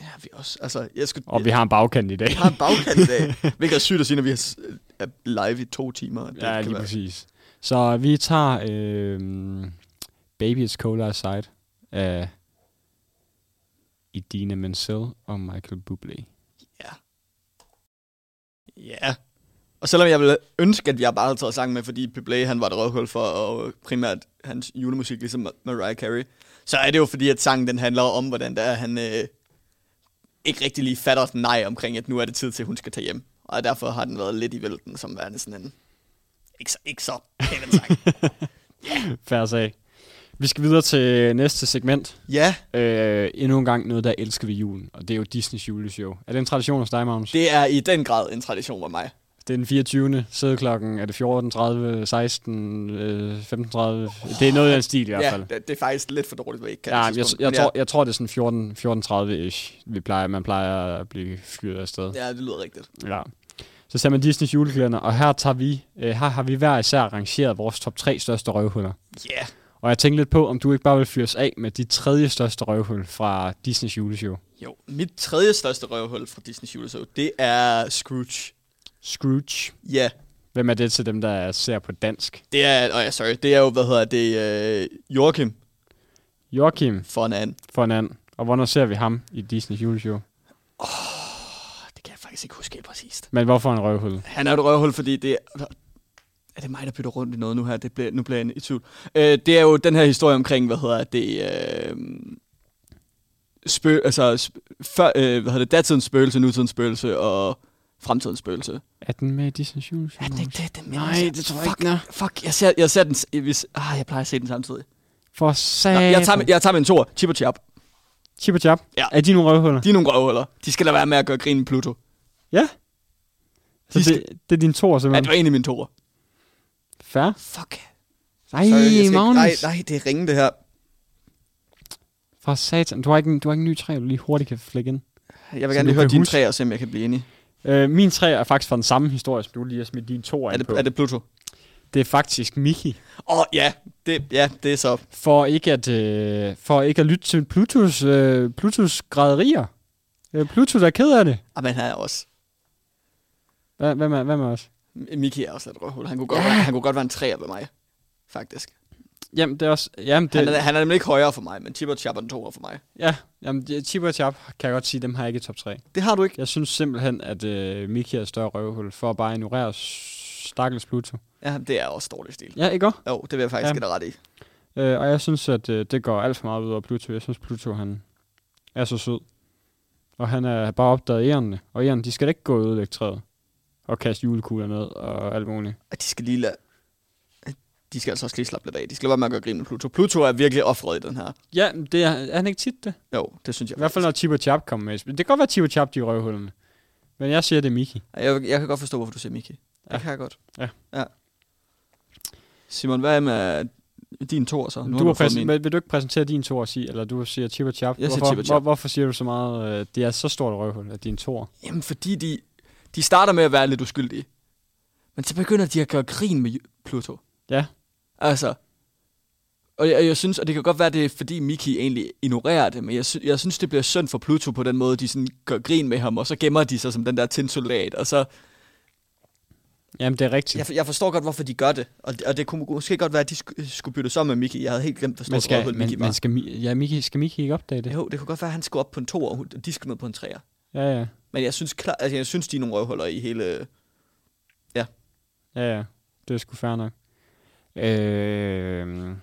[SPEAKER 9] ja vi også. Altså, jeg skulle,
[SPEAKER 8] Og vi har en bagkant i dag.
[SPEAKER 9] vi har en bagkant i dag. Hvilket er sygt at sige, når vi er s- er live i to timer. Det
[SPEAKER 8] Ja,
[SPEAKER 9] kan
[SPEAKER 8] lige
[SPEAKER 9] være-
[SPEAKER 8] præcis. Så vi tager øh, Baby It's Cold Outside af Idina Menzel og Michael Bublé.
[SPEAKER 9] Ja. Ja. Og selvom jeg ville ønske, at vi har bare havde taget sang med, fordi Bublé, han var et røvhul for, og primært hans julemusik, ligesom Ma- Mariah Carey, så er det jo fordi, at sangen den handler om, hvordan der er, han øh, ikke rigtig lige fatter den nej omkring, at nu er det tid til, at hun skal tage hjem. Og derfor har den været lidt i vælten, som værende sådan en ikke så, ikke så pæn en sang.
[SPEAKER 8] Færdig sag. Vi skal videre til næste segment.
[SPEAKER 9] ja,
[SPEAKER 8] Øh, endnu en gang noget, der elsker vi julen, og det er jo Disneys juleshow. Er det en tradition hos dig, Magnus?
[SPEAKER 9] det er i den grad en tradition for mig.
[SPEAKER 8] Det er den 24. Sædeklokken. Er det 14.30, 16, øh, 15.30? Det er noget af den stil i hvert
[SPEAKER 9] Ja,
[SPEAKER 8] fald.
[SPEAKER 9] det, det er faktisk lidt for dårligt, hvad I ikke kan.
[SPEAKER 8] Ja,
[SPEAKER 9] på
[SPEAKER 8] jeg, jeg,
[SPEAKER 9] tidspunkt,
[SPEAKER 8] jeg,
[SPEAKER 9] men ja,
[SPEAKER 8] tror, jeg tror, det er sådan 14, 14.30-ish, vi plejer, man plejer at blive fyret af sted.
[SPEAKER 9] Ja, det lyder rigtigt.
[SPEAKER 8] Ja. Så ser man Disneys julekalender, og her, tager vi, øh, her har vi hver især rangeret vores top 3 største røvhuller.
[SPEAKER 9] Ja, yeah.
[SPEAKER 8] Og jeg tænkte lidt på, om du ikke bare vil fyres af med de tredje største røvhul fra Disneys juleshow.
[SPEAKER 9] Jo, mit tredje største røvhul fra Disney's juleshow, det er Scrooge.
[SPEAKER 8] Scrooge.
[SPEAKER 9] Ja,
[SPEAKER 8] Hvem er det til dem, der ser på dansk?
[SPEAKER 9] Det er, oh ja, sorry, det er jo, hvad hedder det, øh, Joachim
[SPEAKER 8] Joachim
[SPEAKER 9] von An.
[SPEAKER 8] Fornand. Og hvornår ser vi ham i Disney juleshow?
[SPEAKER 9] Det kan jeg faktisk ikke huske helt præcist.
[SPEAKER 8] Men hvorfor en røvhul?
[SPEAKER 9] Han er jo et røvhul, fordi det er... Er det mig, der bytter rundt i noget nu her? Det bliver, nu bliver jeg i tvivl. Øh, det er jo den her historie omkring, hvad hedder det... Øh, spø, altså, sp, før, øh, hvad hedder det, datidens spøgelse, nutidens spøgelse og fremtidens spøgelse.
[SPEAKER 8] Er den med i Disney juleshow?
[SPEAKER 9] Er den ikke det? Den
[SPEAKER 8] Nej, det tror jeg
[SPEAKER 9] fuck,
[SPEAKER 8] ikke, den er.
[SPEAKER 9] Fuck, jeg ser, jeg ser den... s- Hvis, ah, jeg plejer at se den samtidig.
[SPEAKER 8] For
[SPEAKER 9] Nå,
[SPEAKER 8] satan.
[SPEAKER 9] jeg, tager, min- jeg tager min tor. Chip og chap.
[SPEAKER 8] Chip og chap.
[SPEAKER 9] Ja.
[SPEAKER 8] Er de nogle røvhuller?
[SPEAKER 9] De er nogle røvhuller. De skal da være med at gøre grin med Pluto.
[SPEAKER 8] Ja. Så
[SPEAKER 9] De skal-
[SPEAKER 8] det, det er din tor,
[SPEAKER 9] Ja, det
[SPEAKER 8] simpelthen.
[SPEAKER 9] var egentlig min tor.
[SPEAKER 8] Fair.
[SPEAKER 9] Fuck.
[SPEAKER 8] Nej,
[SPEAKER 9] Sorry, jeg skal ikke-
[SPEAKER 8] Magnus.
[SPEAKER 9] Nej, nej, det er ringe det her.
[SPEAKER 8] For satan. Du har ikke en, du har ikke en ny træ, du lige hurtigt kan flække ind.
[SPEAKER 9] Jeg vil
[SPEAKER 8] Som
[SPEAKER 9] gerne
[SPEAKER 8] du
[SPEAKER 9] lige høre
[SPEAKER 8] kan
[SPEAKER 9] dine
[SPEAKER 8] huske.
[SPEAKER 9] tre og se, om jeg kan blive enig.
[SPEAKER 8] Øh, min træ er faktisk fra den samme historie, som du lige har smidt din to
[SPEAKER 9] Er
[SPEAKER 8] ind
[SPEAKER 9] det,
[SPEAKER 8] på.
[SPEAKER 9] er det Pluto?
[SPEAKER 8] det er faktisk Mickey.
[SPEAKER 9] Åh, oh, ja. Det, ja, det er så.
[SPEAKER 8] For ikke at, øh, for ikke at lytte til Plutus, øh, Plutus græderier. Øh, Plutus er ked af det.
[SPEAKER 9] Ah, men han er også...
[SPEAKER 8] Hva- Hvem er, hvem er også?
[SPEAKER 9] Mickey er også lidt røvhul. Han kunne godt, ja. være, han kunne godt være en træer ved mig, faktisk.
[SPEAKER 8] Jamen, det er også... Jamen, det,
[SPEAKER 9] Han, er, han er nemlig ikke højere for mig, men Chip og Chap er en toer for mig.
[SPEAKER 8] ja, jamen, det- Chip og Chap kan jeg godt sige, dem har jeg ikke i top 3.
[SPEAKER 9] Det har du ikke.
[SPEAKER 8] Jeg synes simpelthen, at øh, Mickey er et større røvhul for at bare ignorere stakkels Pluto.
[SPEAKER 9] Ja, det er også dårlig stil.
[SPEAKER 8] Ja, ikke også?
[SPEAKER 9] Jo, det vil jeg faktisk
[SPEAKER 8] Ja.
[SPEAKER 9] ja. give dig ret i.
[SPEAKER 8] Øh, og jeg synes, at øh, det går alt for meget ud over Pluto. Jeg synes, Pluto han er så sød. Og han er bare opdaget ærerne. Og ærerne, de skal da ikke gå og ødelægge træet. Og kaste julekugler ned og alt muligt.
[SPEAKER 9] At de skal lige lade... De skal altså også lige slappe lidt af. De skal bare med at gøre grin med Pluto. Pluto er virkelig offret i den her.
[SPEAKER 8] Ja, men det er, er han ikke tit det?
[SPEAKER 9] Jo, det synes jeg.
[SPEAKER 8] I hvert fald,
[SPEAKER 9] faktisk.
[SPEAKER 8] når Chip og Chap kommer med. Det kan godt være Chip og Chap, de er røvhullerne. Men jeg siger, det er Mickey.
[SPEAKER 9] Jeg, jeg kan godt forstå, hvorfor du siger Mickey. Det
[SPEAKER 8] Ja.
[SPEAKER 9] kan jeg godt.
[SPEAKER 8] Ja.
[SPEAKER 9] ja. Simon, hvad er med øh, din tor så?
[SPEAKER 8] Du
[SPEAKER 9] har
[SPEAKER 8] har
[SPEAKER 9] fået
[SPEAKER 8] præs-
[SPEAKER 9] min.
[SPEAKER 8] men vil du ikke præsentere din tor og sige, eller du siger Chip og Chap?
[SPEAKER 9] Jeg siger
[SPEAKER 8] hvorfor,
[SPEAKER 9] Chip og Chap.
[SPEAKER 8] hvorfor siger du så meget, øh, det er så stort et røvhul, at din tor?
[SPEAKER 9] Jamen, fordi de, de starter med at være lidt uskyldige. Men så begynder de at gøre grin med Ju- Pluto.
[SPEAKER 8] Ja.
[SPEAKER 9] Altså. Og jeg, og jeg synes, og det kan godt være, det er fordi Mickey egentlig ignorerer det, men jeg, sy- jeg synes, det bliver synd for Pluto på den måde, de sådan gør grin med ham, og så gemmer de sig som den der tinsoldat, og så...
[SPEAKER 8] Jamen, det er rigtigt.
[SPEAKER 9] Jeg, jeg forstår godt, hvorfor de gør det, og det, og det kunne måske godt være, at de skulle, skulle bytte sammen med Mickey. Jeg havde helt glemt, hvor
[SPEAKER 8] men
[SPEAKER 9] stort
[SPEAKER 8] skal,
[SPEAKER 9] overhovedet
[SPEAKER 8] men,
[SPEAKER 9] Mickey var.
[SPEAKER 8] men skal, Mi- ja, Mickey, skal Mickey ikke opdage det?
[SPEAKER 9] Jo, det kunne godt være, at han skulle op på en to, og hun- de skulle ned på en træer.
[SPEAKER 8] Ja, ja.
[SPEAKER 9] Men jeg synes, klar, altså, jeg synes de er nogle røvhuller i hele...
[SPEAKER 8] Ja, ja. Det er sgu fair nok. Øh, jamen,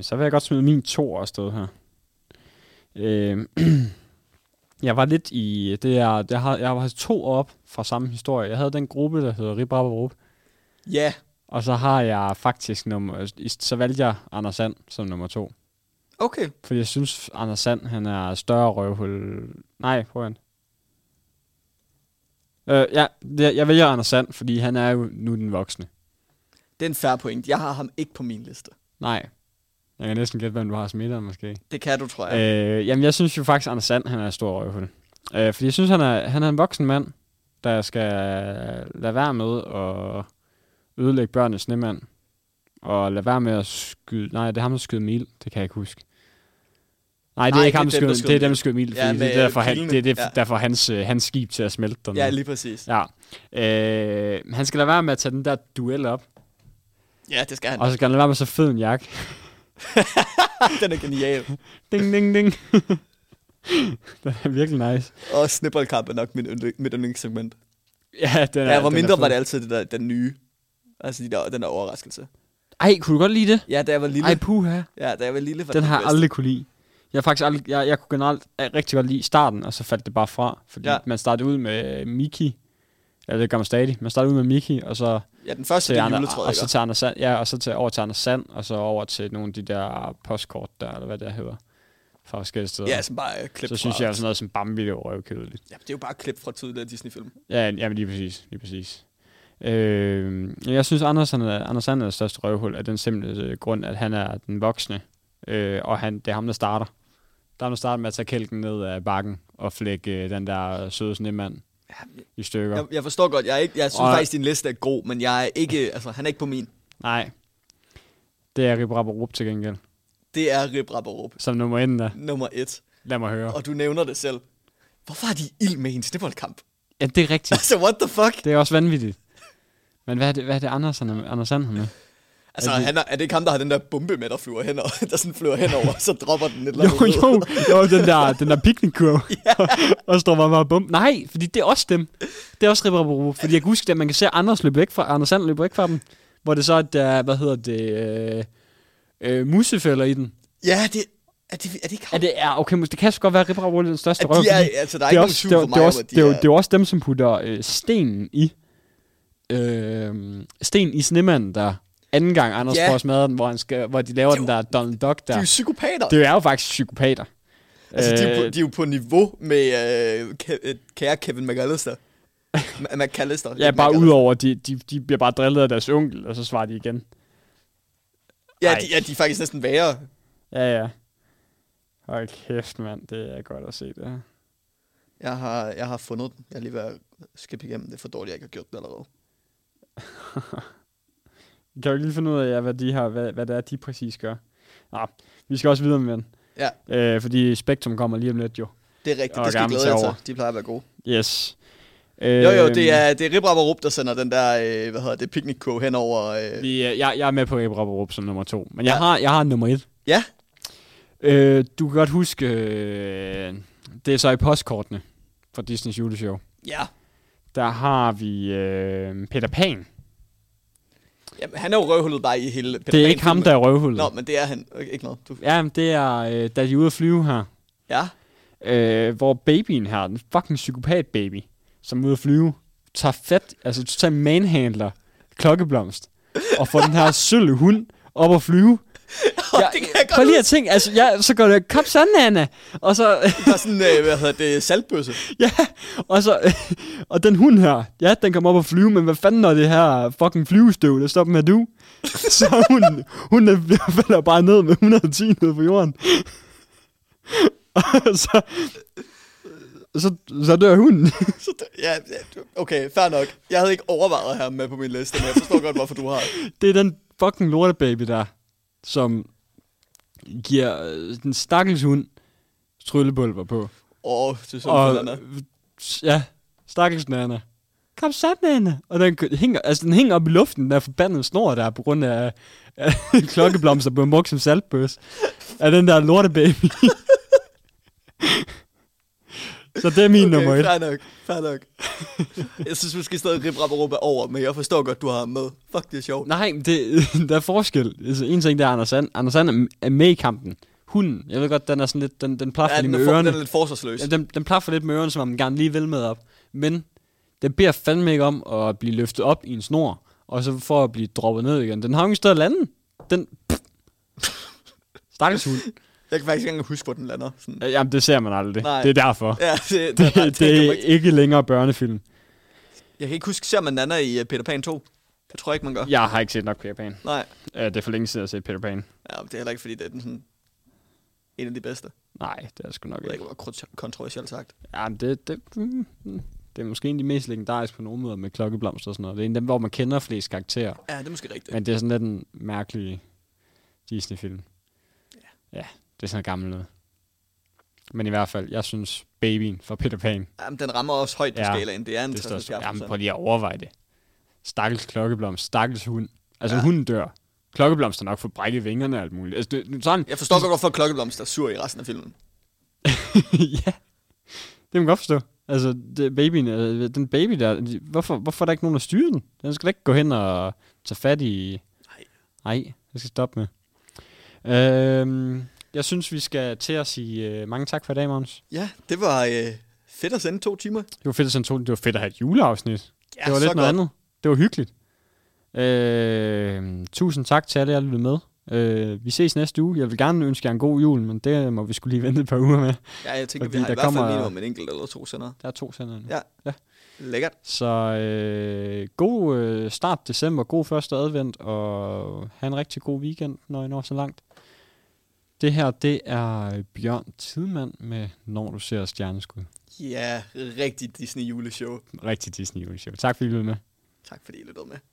[SPEAKER 8] så vil jeg godt smide min to afsted her. Øh, jeg var lidt i... Det er, jeg, har, jeg har to op fra samme historie. Jeg havde den gruppe, der hedder Ribrabarup.
[SPEAKER 9] Ja,
[SPEAKER 8] Og så har jeg faktisk nummer... Så valgte jeg Anders Sand som nummer to.
[SPEAKER 9] okay.
[SPEAKER 8] For jeg synes, Anders Sand, han er større røvhul... Nej, prøv at øh, ja, jeg, jeg vælger Anders Sand, fordi han er jo nu den voksne.
[SPEAKER 9] Det er en færre point. Jeg har ham ikke på min liste.
[SPEAKER 8] Nej. Jeg kan næsten gætte, hvem du har smitteren, måske.
[SPEAKER 9] Det kan du, tror jeg.
[SPEAKER 8] Ja. Øh, jamen, jeg synes jo faktisk, Anders Sand, han er en stor røvhul. Øh, fordi jeg synes, han er, han er en voksen mand, der skal lade være med at ødelægge børnenes snemand. Og lade være med at skyde... Nej, det er ham, der skyder mil. Det kan jeg ikke huske. Nej, det er
[SPEAKER 9] Nej,
[SPEAKER 8] ikke ham, der
[SPEAKER 9] det er
[SPEAKER 8] skyder,
[SPEAKER 9] dem, der
[SPEAKER 8] det
[SPEAKER 9] skyder
[SPEAKER 8] er dem, der
[SPEAKER 9] mil.
[SPEAKER 8] skyder mil, fordi
[SPEAKER 9] Ja,
[SPEAKER 8] ja, det
[SPEAKER 9] med
[SPEAKER 8] er derfor, han,
[SPEAKER 9] pilene.
[SPEAKER 8] det er det,
[SPEAKER 9] Ja.
[SPEAKER 8] derfor hans, øh, hans skib til at smelte dernede.
[SPEAKER 9] ja, lige præcis. Ja.
[SPEAKER 8] ja. Øh, han skal lade være med at tage den der duel op,
[SPEAKER 9] ja, det skal han.
[SPEAKER 8] og så skal han lade være med så fed en jakke.
[SPEAKER 9] Den er genial.
[SPEAKER 8] Ding, ding, ding. den er virkelig nice.
[SPEAKER 9] Og Snippelkamp er nok mit, yndling, mit yndlingssegment.
[SPEAKER 8] Ja, den er,
[SPEAKER 9] Ja, hvor
[SPEAKER 8] den er
[SPEAKER 9] mindre
[SPEAKER 8] fed.
[SPEAKER 9] var det altid det der, den nye. Altså de der, den der overraskelse.
[SPEAKER 8] Ej, kunne du godt lide det?
[SPEAKER 9] Ja, da jeg var lille.
[SPEAKER 8] Ej, puha.
[SPEAKER 9] ja, da jeg var lille. Var
[SPEAKER 8] Den
[SPEAKER 9] det
[SPEAKER 8] har
[SPEAKER 9] det
[SPEAKER 8] jeg
[SPEAKER 9] bedste.
[SPEAKER 8] aldrig kunne lide. Jeg, har faktisk aldrig, jeg, jeg kunne generelt øh, rigtig godt lide starten, og så faldt det bare fra. Fordi
[SPEAKER 9] Ja.
[SPEAKER 8] ja. man startede ud med øh, Mickey. Ja, det gør man stadig. Man startede ud med Mickey, og så
[SPEAKER 9] Ja, den første, det
[SPEAKER 8] til,
[SPEAKER 9] er
[SPEAKER 8] Anders,
[SPEAKER 9] juletræet,
[SPEAKER 8] og så
[SPEAKER 9] ikke?
[SPEAKER 8] til Anders Sand, ja, og så til, over til Anders Sand, og så over til nogle af de der postkort der, eller hvad det hedder, fra forskellige steder.
[SPEAKER 9] Ja, som bare øh, klip
[SPEAKER 8] så synes
[SPEAKER 9] fra,
[SPEAKER 8] jeg, altså at sådan noget som Bambi, det var røvkedeligt.
[SPEAKER 9] Ja, det er jo bare klip fra tidligere Disney-film.
[SPEAKER 8] Ja, ja, men lige præcis, lige præcis. Øh, jeg synes, Anders, han er, Anders Sand er det største røvhul af den simple øh, grund, at han er den voksne, øh, og han, det er ham, der starter. Der er ham, der starter med at tage kælken ned af bakken og flække øh, den der søde snemand i stykker.
[SPEAKER 9] Jeg, jeg forstår godt. Jeg, er ikke, jeg synes
[SPEAKER 8] Og-
[SPEAKER 9] og... faktisk, din liste er god, men jeg er ikke, altså, han er ikke på min.
[SPEAKER 8] Nej, det er Rip Rapper Rup til gengæld,
[SPEAKER 9] Det er Rip Rap og Rup.
[SPEAKER 8] som nummer en der.
[SPEAKER 9] Nummer et.
[SPEAKER 8] Lad mig høre.
[SPEAKER 9] Og du nævner det selv. Hvorfor har de ild med i en snibboldkamp?
[SPEAKER 8] Ja, det er rigtigt.
[SPEAKER 9] Altså, what the fuck?
[SPEAKER 8] Det er også vanvittigt. Men hvad er det, hvad er det Anders, han, er- Anders Sand har med?
[SPEAKER 9] Altså,
[SPEAKER 8] Er det-
[SPEAKER 9] han er, er det ikke ham, der har den der bombe med, der flyver hen over, der sådan flyver henover, og så dropper den et eller
[SPEAKER 8] Jo,
[SPEAKER 9] andet ned?
[SPEAKER 8] jo, jo, den der, den der picnickurve. og så står man bare bum. Nej, fordi det er også dem. Det er også Ribberup. Fordi jeg kan huske, at man kan se Anders løbe væk fra, Anders Sand løbe væk fra dem. Hvor det så er, at der, er- hvad hedder det, øh, øh, musefælder i den.
[SPEAKER 9] Ja, det, er det, er det ikke ham?
[SPEAKER 8] Er det, er, okay, måske- det kan sgu godt være, at Ribberup er den største
[SPEAKER 9] At de
[SPEAKER 8] røv.
[SPEAKER 9] er-
[SPEAKER 8] fordi
[SPEAKER 9] altså, der er
[SPEAKER 8] det
[SPEAKER 9] ikke nogen
[SPEAKER 8] også- det er-
[SPEAKER 9] tvivl for
[SPEAKER 8] det er
[SPEAKER 9] mig
[SPEAKER 8] også-
[SPEAKER 9] om, at de
[SPEAKER 8] det er jo-
[SPEAKER 9] er-
[SPEAKER 8] Det er jo også dem, som putter øh, stenen i. Øh, sten i snemanden, der anden gang Anders
[SPEAKER 9] Ja.
[SPEAKER 8] får smadret den, hvor, han skal, hvor de laver
[SPEAKER 9] Det er
[SPEAKER 8] den
[SPEAKER 9] jo-
[SPEAKER 8] der Donald Duck
[SPEAKER 9] De
[SPEAKER 8] der.
[SPEAKER 9] er jo psykopater.
[SPEAKER 8] Det er jo faktisk psykopater.
[SPEAKER 9] altså, de, er jo på,
[SPEAKER 8] Øh,
[SPEAKER 9] de er jo på niveau med øh, Ke- øh, kære Kevin McAllister. Ma- McAllister.
[SPEAKER 8] Ja,
[SPEAKER 9] ikke
[SPEAKER 8] bare
[SPEAKER 9] McAllister.
[SPEAKER 8] udover, de, de, de bliver bare drillet af deres onkel, og så svarer de igen.
[SPEAKER 9] Ja,
[SPEAKER 8] Ej.
[SPEAKER 9] de, ja, de er faktisk næsten værre.
[SPEAKER 8] Ja, ja. Hold kæft, mand. Det er godt at se det her.
[SPEAKER 9] Jeg har, jeg har fundet den. Jeg er lige ved at skippe igennem. Det er for dårligt, jeg ikke har gjort det allerede.
[SPEAKER 8] Kan du ikke lige finde ud af, ja, hvad, de har, hvad, hvad det er, de præcis gør? Nå, vi skal også videre med den.
[SPEAKER 9] Ja,
[SPEAKER 8] Øh, fordi Spektrum kommer lige om lidt, jo.
[SPEAKER 9] det er rigtigt.
[SPEAKER 8] Og
[SPEAKER 9] det skal jeg
[SPEAKER 8] gammel
[SPEAKER 9] glæde jer
[SPEAKER 8] server.
[SPEAKER 9] til. De plejer at være gode.
[SPEAKER 8] Yes. Øhm,
[SPEAKER 9] Jo, jo, det er, det er Rip, Rap og Rup, der sender den der, øh, hvad hedder det, piknikkurv hen over... Øh.
[SPEAKER 8] Vi, er- jeg, jeg er med på Ebbe Rup som nummer to. Men jeg,
[SPEAKER 9] Ja.
[SPEAKER 8] har, jeg har nummer et.
[SPEAKER 9] Ja,
[SPEAKER 8] Øh, du kan godt huske, øh, det er så i postkortene fra Disney's juleshow.
[SPEAKER 9] ja.
[SPEAKER 8] Der har vi øh, Peter Pan.
[SPEAKER 9] Jamen, han er jo røvhullet bare i hele... Peter
[SPEAKER 8] Det er
[SPEAKER 9] Pan
[SPEAKER 8] ikke ham,
[SPEAKER 9] filmen.
[SPEAKER 8] der er røvhullet.
[SPEAKER 9] Nå, men det er han. Okay, ikke noget. Du...
[SPEAKER 8] Ja, men det er, øh, da de er ude at flyve her,
[SPEAKER 9] Ja.
[SPEAKER 8] øh, hvor babyen her, den fucking psykopat-baby, som er ude at flyve, tager fat, altså totalt manhandler, klokkeblomst, og får den her sølle hund op at flyve. Jeg,
[SPEAKER 9] det kan jeg godt
[SPEAKER 8] prøv lige at tænke, altså, ja, så går det, kom sådan, Anna, og så,
[SPEAKER 9] Der er sådan, øh, hvad hedder det, saltbøsse.
[SPEAKER 8] ja, og så, og den hund her, ja, den kom op og flyve, men hvad fanden er det her fucking flyvestøv, der stopper med du? Så hun, hun er- falder bare ned med 110 ned på jorden. Og så, så, så dør hunden.
[SPEAKER 9] Så, d- ja, ja, du- okay, fair nok. Jeg havde ikke overvejet ham med på min liste, men jeg forstår godt, hvorfor du har.
[SPEAKER 8] Det er den fucking lortebaby der, som giver øh, den stakkels hund tryllebulver på.
[SPEAKER 9] Åh, oh, det er sådan,
[SPEAKER 8] og,
[SPEAKER 9] og...
[SPEAKER 8] ja, stakkels Nana. Kom så, Nana. Og den kø- hænger, altså, den hænger op i luften, den der forbandede snor der, på grund af, af klokkeblomster blev brugt som saltbøs. Af den der lortebaby. så det er min okay, nummer
[SPEAKER 9] Okay,
[SPEAKER 8] et.
[SPEAKER 9] fair nok, fair nok. Jeg synes måske stadig, at Rip Rap og Rup er over, men jeg forstår godt, du har ham med. Fuck, det er sjovt.
[SPEAKER 8] Nej, men det, der er forskel. Altså, en ting, det er Anders Sand. Anders Sand er, er med i kampen. Hunden, jeg ved godt, den er sådan lidt, den, den plaffer
[SPEAKER 9] Ja,
[SPEAKER 8] ja,
[SPEAKER 9] den,
[SPEAKER 8] lige
[SPEAKER 9] er
[SPEAKER 8] med
[SPEAKER 9] for, den
[SPEAKER 8] ørerne.
[SPEAKER 9] er lidt forsvarsløs.
[SPEAKER 8] Ja, den, den plaffer lidt med ørerne, som om den gerne lige vil med op. Men den beder fandme ikke om at blive løftet op i en snor, og så for at blive droppet ned igen. Den har jo ikke stået at lande. Den... Stakkels hund.
[SPEAKER 9] Jeg kan faktisk ikke engang huske, hvor den lander. Sådan.
[SPEAKER 8] Jamen, det ser man aldrig.
[SPEAKER 9] Nej.
[SPEAKER 8] Det er derfor.
[SPEAKER 9] Ja, det,
[SPEAKER 8] Det,
[SPEAKER 9] det, det,
[SPEAKER 8] det, det er ikke længere børnefilm.
[SPEAKER 9] Jeg kan ikke huske, ser man Nana i øh, Peter Pan 2? Det tror jeg ikke, man gør.
[SPEAKER 8] Jeg har ikke set nok Peter Pan.
[SPEAKER 9] Nej,
[SPEAKER 8] Øh, Det er for længe siden, jeg har set Peter Pan.
[SPEAKER 9] ja, men det er heller ikke, fordi det er den sådan, en af de bedste.
[SPEAKER 8] Nej, det er sgu nok
[SPEAKER 9] Jeg ved
[SPEAKER 8] ikke.
[SPEAKER 9] ikke, hvor kontro- kontroversielt sagt.
[SPEAKER 8] Jamen, det, det, mm, mm. det er måske en af de mest legendariske på nogle måder med klokkeblomster og sådan noget. Det er en af dem, hvor man kender flest karakterer.
[SPEAKER 9] Ja, det er måske rigtigt.
[SPEAKER 8] Men det er sådan lidt en mærkelig Disney-film. Ja. ja, det er sådan noget gammelt noget. Men i hvert fald, jeg synes, babyen fra Peter Pan,
[SPEAKER 9] Jamen, den rammer også højt på
[SPEAKER 8] Ja,
[SPEAKER 9] skalaen. Det er en
[SPEAKER 8] det står så...
[SPEAKER 9] 60
[SPEAKER 8] Jamen, prøv lige at overveje det. Stakkels klokkeblomst, stakkels hund. Altså, ja. hunden dør. Klokkeblomst er nok for brækket vingerne og alt muligt. Altså, det, det- sådan...
[SPEAKER 9] Jeg forstår godt, hvorfor Klokkeblomst er sur i resten af filmen.
[SPEAKER 8] ja, det kan man godt forstå. Altså, det, babyen, øh, den baby der, de- hvorfor, hvorfor er der ikke nogen, der styrer den? Den skal da ikke gå hen og tage fat i...
[SPEAKER 9] Nej.
[SPEAKER 8] Nej, det skal stoppe med. Øhm, jeg synes, vi skal til at sige øh, mange tak for i dag, Måns.
[SPEAKER 9] Ja, det var øh, fedt at sende to timer.
[SPEAKER 8] Det var fedt at sende to, det var fedt at have et juleafsnit.
[SPEAKER 9] Ja,
[SPEAKER 8] det var
[SPEAKER 9] så
[SPEAKER 8] lidt noget
[SPEAKER 9] godt.
[SPEAKER 8] andet. Det var hyggeligt. Øh, tusind tak til alle, der lyttede med. Øh, vi ses næste uge. Jeg vil gerne ønske jer en god jul, men det må vi skulle lige vente et par uger med.
[SPEAKER 9] Ja, jeg tænker,
[SPEAKER 8] Fordi
[SPEAKER 9] Fordi vi har
[SPEAKER 8] der
[SPEAKER 9] i hvert fald
[SPEAKER 8] kommer-
[SPEAKER 9] kommer... minimum en enkelt eller to sender.
[SPEAKER 8] Der er to sender nu.
[SPEAKER 9] Ja.
[SPEAKER 8] Ja.
[SPEAKER 9] Lækkert.
[SPEAKER 8] Så øh, god øh, start december, god første advent, og have en rigtig god weekend, når I når så langt. Det her, det er Bjørn Tidemand med Når du ser stjerneskud.
[SPEAKER 9] Ja, rigtig Disney juleshow.
[SPEAKER 8] Rigtig Disney juleshow. Tak fordi I lyttede med.
[SPEAKER 9] Tak fordi I lyttede med.